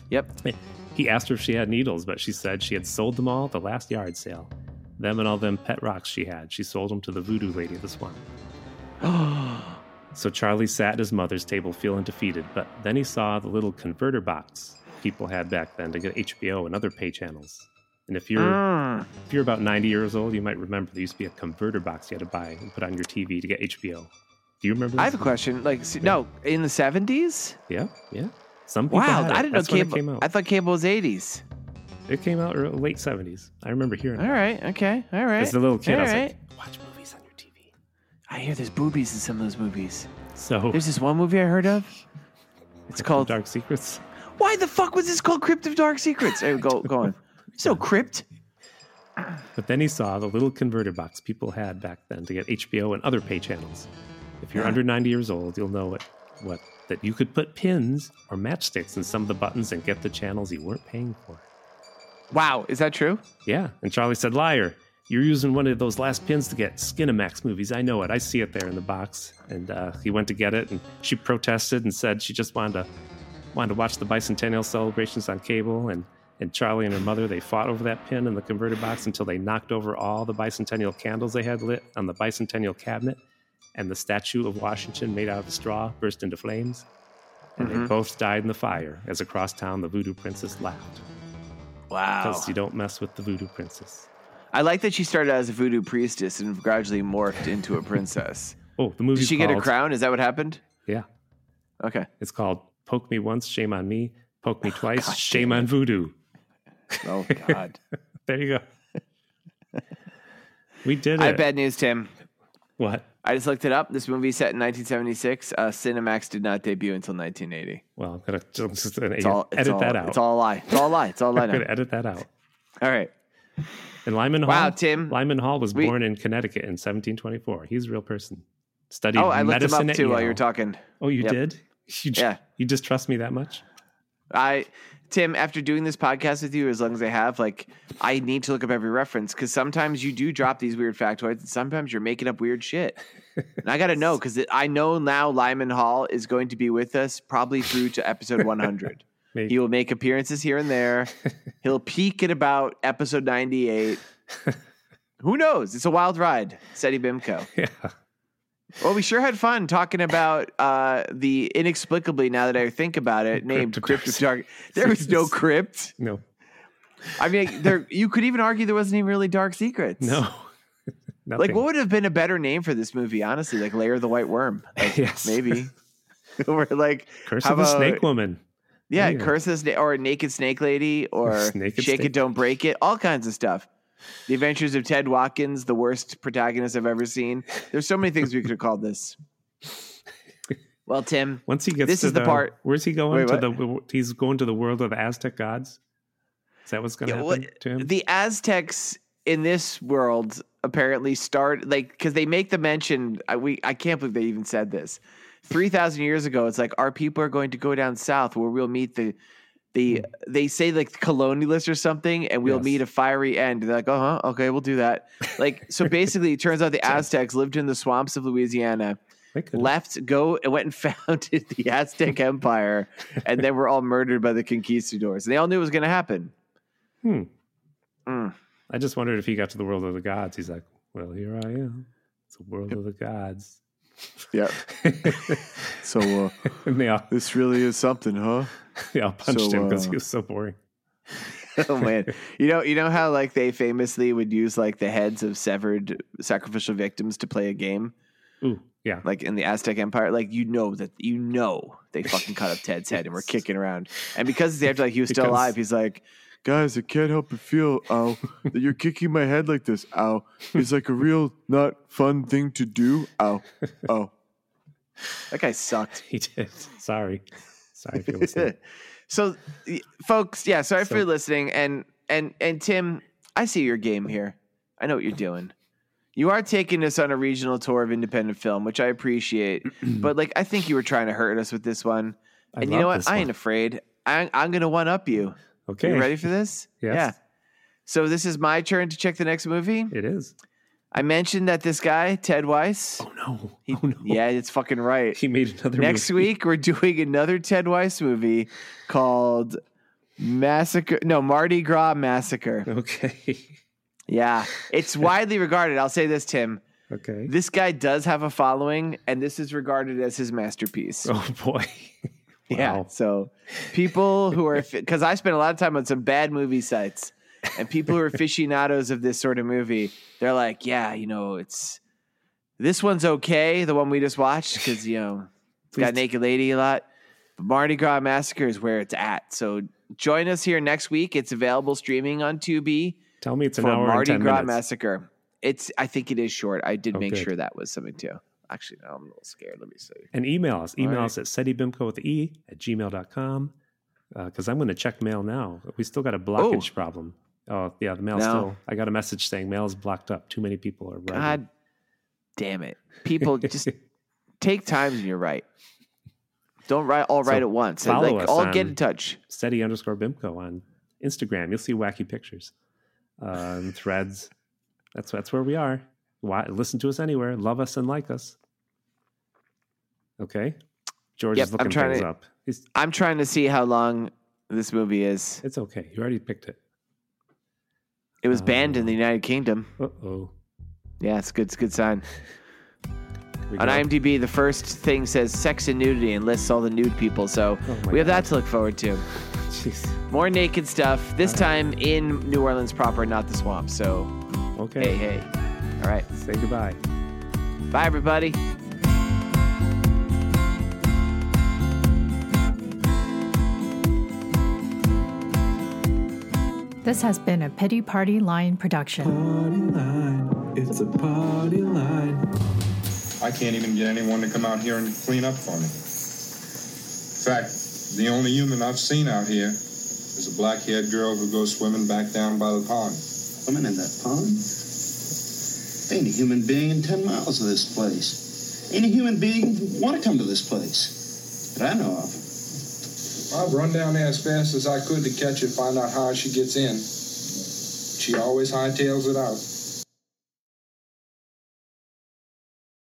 [SPEAKER 2] Yep.
[SPEAKER 1] He asked her if she had needles, but she said she had sold them all at the last yard sale. Them and all them pet rocks she had, she sold them to the voodoo lady of the swamp. so Charlie sat at his mother's table feeling defeated, but then he saw the little converter box people had back then to get HBO and other pay channels. And if you're if you're about 90 years old, you might remember there used to be a converter box you had to buy and put on your TV to get HBO. Do you remember? This?
[SPEAKER 2] I have a question. Like, see, no, in the 70s?
[SPEAKER 1] Yeah, yeah. Some people
[SPEAKER 2] Wow,
[SPEAKER 1] had it.
[SPEAKER 2] I didn't know
[SPEAKER 1] That's when
[SPEAKER 2] cable.
[SPEAKER 1] It came out.
[SPEAKER 2] I thought cable was 80s.
[SPEAKER 1] It came out early, late seventies. I remember hearing
[SPEAKER 2] All
[SPEAKER 1] it.
[SPEAKER 2] right. Okay. All right.
[SPEAKER 1] As a little kid,
[SPEAKER 2] All
[SPEAKER 1] I was
[SPEAKER 2] right.
[SPEAKER 1] like, "Watch movies on your TV."
[SPEAKER 2] I hear there's boobies in some of those movies.
[SPEAKER 1] So,
[SPEAKER 2] There's this one movie I heard of. It's called.
[SPEAKER 1] Dark Secrets.
[SPEAKER 2] Why the fuck was this called Crypt of Dark Secrets? There, go, go on. There's no crypt.
[SPEAKER 1] But then he saw the little converter box people had back then to get HBO and other pay channels. If you're under ninety years old, you'll know what what that you could put pins or matchsticks in some of the buttons and get the channels you weren't paying for.
[SPEAKER 2] Wow, is that true?
[SPEAKER 1] Yeah, and Charlie said, "Liar! You're using one of those last pins to get Skinamax movies. I know it. I see it there in the box." And uh, he went to get it, and she protested and said she just wanted to wanted to watch the bicentennial celebrations on cable. And and Charlie and her mother they fought over that pin in the converter box until they knocked over all the bicentennial candles they had lit on the bicentennial cabinet, and the statue of Washington made out of straw burst into flames. And they both died in the fire as across town the voodoo princess laughed
[SPEAKER 2] Wow. Oh.
[SPEAKER 1] because you don't mess with the voodoo princess.
[SPEAKER 2] I like that she started out as a voodoo priestess and gradually morphed into a princess.
[SPEAKER 1] Oh, the movie.
[SPEAKER 2] Did she get a crown? Is that what happened?
[SPEAKER 1] Yeah,
[SPEAKER 2] Okay.
[SPEAKER 1] it's called "Poke Me Once, Shame on Me; Poke Me Twice,
[SPEAKER 2] Oh, God
[SPEAKER 1] Shame on Voodoo."
[SPEAKER 2] Oh God.
[SPEAKER 1] There you go. we did it.
[SPEAKER 2] I have bad news, Tim.
[SPEAKER 1] What?
[SPEAKER 2] I just looked it up. This movie set in 1976. Uh, Cinemax did not debut until 1980.
[SPEAKER 1] Well, I'm gonna just gonna
[SPEAKER 2] It's all it's
[SPEAKER 1] edit
[SPEAKER 2] all,
[SPEAKER 1] that out.
[SPEAKER 2] It's all a lie. It's all a lie. It's all a lie.
[SPEAKER 1] I'm
[SPEAKER 2] Now.
[SPEAKER 1] gonna edit that out.
[SPEAKER 2] All right.
[SPEAKER 1] And Lyman
[SPEAKER 2] Wow,
[SPEAKER 1] Hall.
[SPEAKER 2] Tim.
[SPEAKER 1] Lyman Hall was
[SPEAKER 2] We-
[SPEAKER 1] born in Connecticut in 1724. He's a real person. Studied
[SPEAKER 2] Oh, I looked him
[SPEAKER 1] medicine
[SPEAKER 2] up
[SPEAKER 1] at
[SPEAKER 2] too while you
[SPEAKER 1] Yale.
[SPEAKER 2] were talking.
[SPEAKER 1] Oh, you
[SPEAKER 2] Yep.
[SPEAKER 1] did? You, ju-
[SPEAKER 2] Yeah.
[SPEAKER 1] you distrust me that much?
[SPEAKER 2] I, Tim, after doing this podcast with you as long as I have, like, I need to look up every reference because sometimes you do drop these weird factoids, and sometimes you're making up weird shit. And I got to know because I know now Lyman Hall is going to be with us probably through to episode 100.
[SPEAKER 1] Maybe.
[SPEAKER 2] He will make appearances here and there. He'll peak at about episode 98. Who knows? It's a wild ride, SETI Bimco.
[SPEAKER 1] Yeah.
[SPEAKER 2] Well, we sure had fun talking about uh, the inexplicably, now that I think about it, named Crypt of
[SPEAKER 1] Cryptodark-
[SPEAKER 2] Dark. There was no crypt.
[SPEAKER 1] No.
[SPEAKER 2] I mean, there you could even argue there wasn't even really dark secrets.
[SPEAKER 1] No.
[SPEAKER 2] Like,
[SPEAKER 1] Nothing.
[SPEAKER 2] what would have been a better name for this movie, honestly? Like, Layer of the White Worm,
[SPEAKER 1] yes.
[SPEAKER 2] maybe. or, like,
[SPEAKER 1] Curse
[SPEAKER 2] How
[SPEAKER 1] of the
[SPEAKER 2] about-
[SPEAKER 1] Snake Woman.
[SPEAKER 2] yeah,
[SPEAKER 1] Yeah.
[SPEAKER 2] Curse of the Sna- or Naked Snake Lady, or
[SPEAKER 1] Naked
[SPEAKER 2] Shake It,
[SPEAKER 1] Snake-
[SPEAKER 2] Don't Break It, all kinds of stuff. The Adventures of Ted Watkins, the worst protagonist I've ever seen. There's so many things we could have called this. Well, Tim,
[SPEAKER 1] Once he gets
[SPEAKER 2] This
[SPEAKER 1] to
[SPEAKER 2] is the part-
[SPEAKER 1] Where's he going
[SPEAKER 2] Wait,
[SPEAKER 1] to the? He's going to the world of Aztec gods. Is that what's going to
[SPEAKER 2] Yeah,
[SPEAKER 1] happen
[SPEAKER 2] what-
[SPEAKER 1] to him?
[SPEAKER 2] the Aztecs in this world apparently start like because they make the mention. I, we I can't believe they even said this. Three thousand years ago, it's like our people are going to go down south where we'll meet the the
[SPEAKER 6] Hmm.
[SPEAKER 2] they say like colonialists or something, and we'll
[SPEAKER 1] Yes.
[SPEAKER 2] meet a fiery end. They're like, uh huh, okay, we'll do that. Like so, basically, it turns out the Aztecs lived in the swamps of Louisiana
[SPEAKER 1] They could've-
[SPEAKER 2] left, go and went and founded the Aztec Empire, and then were all murdered by the conquistadors. And they all knew it was going to happen.
[SPEAKER 1] Hmm.
[SPEAKER 2] Mm.
[SPEAKER 1] I just wondered if he got to the world of the gods. He's like, well, here I am. It's the world of the gods.
[SPEAKER 6] Yeah. So uh,
[SPEAKER 1] and they all,
[SPEAKER 6] this really is something, huh?
[SPEAKER 1] they all punched
[SPEAKER 6] So,
[SPEAKER 1] him because
[SPEAKER 6] uh,
[SPEAKER 1] he was so boring.
[SPEAKER 2] Oh man, you know, you know how like they famously would use like the heads of severed sacrificial victims to play a game,
[SPEAKER 1] Ooh, yeah.
[SPEAKER 2] like in the Aztec Empire. Like you know that you know they fucking cut up Ted's head and were kicking around, and because it's after like he was still
[SPEAKER 1] Because-
[SPEAKER 2] alive, he's like,
[SPEAKER 6] Guys, I can't help but feel, ow, that you're kicking my head like this, ow. It's like a real not fun thing to do, ow, ow.
[SPEAKER 2] that guy sucked.
[SPEAKER 1] He did. Sorry. Sorry if you're listening.
[SPEAKER 2] so, y- folks, yeah, sorry
[SPEAKER 1] So-
[SPEAKER 2] for listening, and and and Tim, I see your game here. I know what you're doing. You are taking us on a regional tour of independent film, which I appreciate, but like I think you were trying to hurt us with this one.
[SPEAKER 1] I
[SPEAKER 2] and you
[SPEAKER 1] love
[SPEAKER 2] know what?
[SPEAKER 1] this
[SPEAKER 2] I
[SPEAKER 1] one.
[SPEAKER 2] ain't afraid. I, I'm going to one up you.
[SPEAKER 1] Okay.
[SPEAKER 2] You ready for this?
[SPEAKER 1] Yes.
[SPEAKER 2] Yeah. So this is my turn to check the next movie.
[SPEAKER 1] It is.
[SPEAKER 2] I mentioned that this guy Ted Weiss.
[SPEAKER 1] Oh, no.
[SPEAKER 2] he-
[SPEAKER 1] oh, no.
[SPEAKER 2] Yeah, it's fucking right.
[SPEAKER 1] He made another
[SPEAKER 2] Next
[SPEAKER 1] movie.
[SPEAKER 2] week we're doing another Ted Weiss movie called Massacre. No, Mardi Gras Massacre.
[SPEAKER 1] Okay.
[SPEAKER 2] Yeah, it's widely regarded. I'll say this, Tim.
[SPEAKER 1] Okay.
[SPEAKER 2] This guy does have a following, and this is regarded as his masterpiece.
[SPEAKER 1] oh, boy.
[SPEAKER 2] Yeah.
[SPEAKER 1] Wow.
[SPEAKER 2] So people who are because I spent a lot of time on some bad movie sites, and people who are aficionados of this sort of movie, they're like, yeah, you know, it's this one's okay, the one we just watched, because you know it's
[SPEAKER 1] Please
[SPEAKER 2] got naked lady a lot. But Mardi Gras Massacre is where it's at. So join us here next week. It's available streaming on Tubi
[SPEAKER 1] Tell me it's an
[SPEAKER 2] for
[SPEAKER 1] hour
[SPEAKER 2] Mardi
[SPEAKER 1] and 10
[SPEAKER 2] Gras
[SPEAKER 1] minutes.
[SPEAKER 2] Massacre. It's I think it is short. I did
[SPEAKER 1] Oh,
[SPEAKER 2] make
[SPEAKER 1] good.
[SPEAKER 2] sure that was something too. Actually, now I'm a little scared. Let me see.
[SPEAKER 1] and email us. Email
[SPEAKER 2] Alright.
[SPEAKER 1] us at SETIBIMCO with E at gmail.com. Because uh, I'm going to check mail now. We still got a blockage problem. Oh, yeah. The mail's
[SPEAKER 2] No.
[SPEAKER 1] still, I got a message saying mail is blocked up. Too many people are writing.
[SPEAKER 2] God damn it. People just take time when you're right. Don't write all
[SPEAKER 1] So
[SPEAKER 2] right at once. And,
[SPEAKER 1] follow
[SPEAKER 2] like
[SPEAKER 1] us
[SPEAKER 2] all
[SPEAKER 1] on-
[SPEAKER 2] get in touch.
[SPEAKER 1] SETI underscore BIMCO on Instagram. You'll see wacky pictures, um, threads. That's, that's where we are. Why, listen to us anywhere. Love us and like us. Okay. George
[SPEAKER 2] Yep,
[SPEAKER 1] is
[SPEAKER 2] I'm
[SPEAKER 1] looking
[SPEAKER 2] trying
[SPEAKER 1] things
[SPEAKER 2] to-
[SPEAKER 1] up. He's,
[SPEAKER 2] I'm trying to see how long this movie is.
[SPEAKER 1] it's okay. You already picked it.
[SPEAKER 2] It was banned in the United Kingdom.
[SPEAKER 1] Uh oh.
[SPEAKER 2] Yeah, it's good. It's a good sign. On IMDb, the first thing says sex and nudity and lists all the nude people. So
[SPEAKER 1] Oh my
[SPEAKER 2] we have that
[SPEAKER 1] God.
[SPEAKER 2] to look forward to.
[SPEAKER 1] Jeez.
[SPEAKER 2] More naked stuff, this
[SPEAKER 1] Uh-huh.
[SPEAKER 2] time in New Orleans proper, not the swamp. So,
[SPEAKER 1] Okay.
[SPEAKER 2] hey, hey. All right.
[SPEAKER 1] Say goodbye.
[SPEAKER 2] Bye, everybody.
[SPEAKER 9] This has been a Pity Party Line production.
[SPEAKER 10] It's a party line.
[SPEAKER 4] I can't even get anyone to come out here and clean up for me. In fact, the only human I've seen out here is a black haired girl who goes swimming back down by the pond.
[SPEAKER 10] Women in that pond. Ain't a human being in 10 miles of this place. Ain't a human being want to come to this place. that I know of.
[SPEAKER 4] I've run down there as fast as I could to catch her, find out how she gets in. She always hightails it out.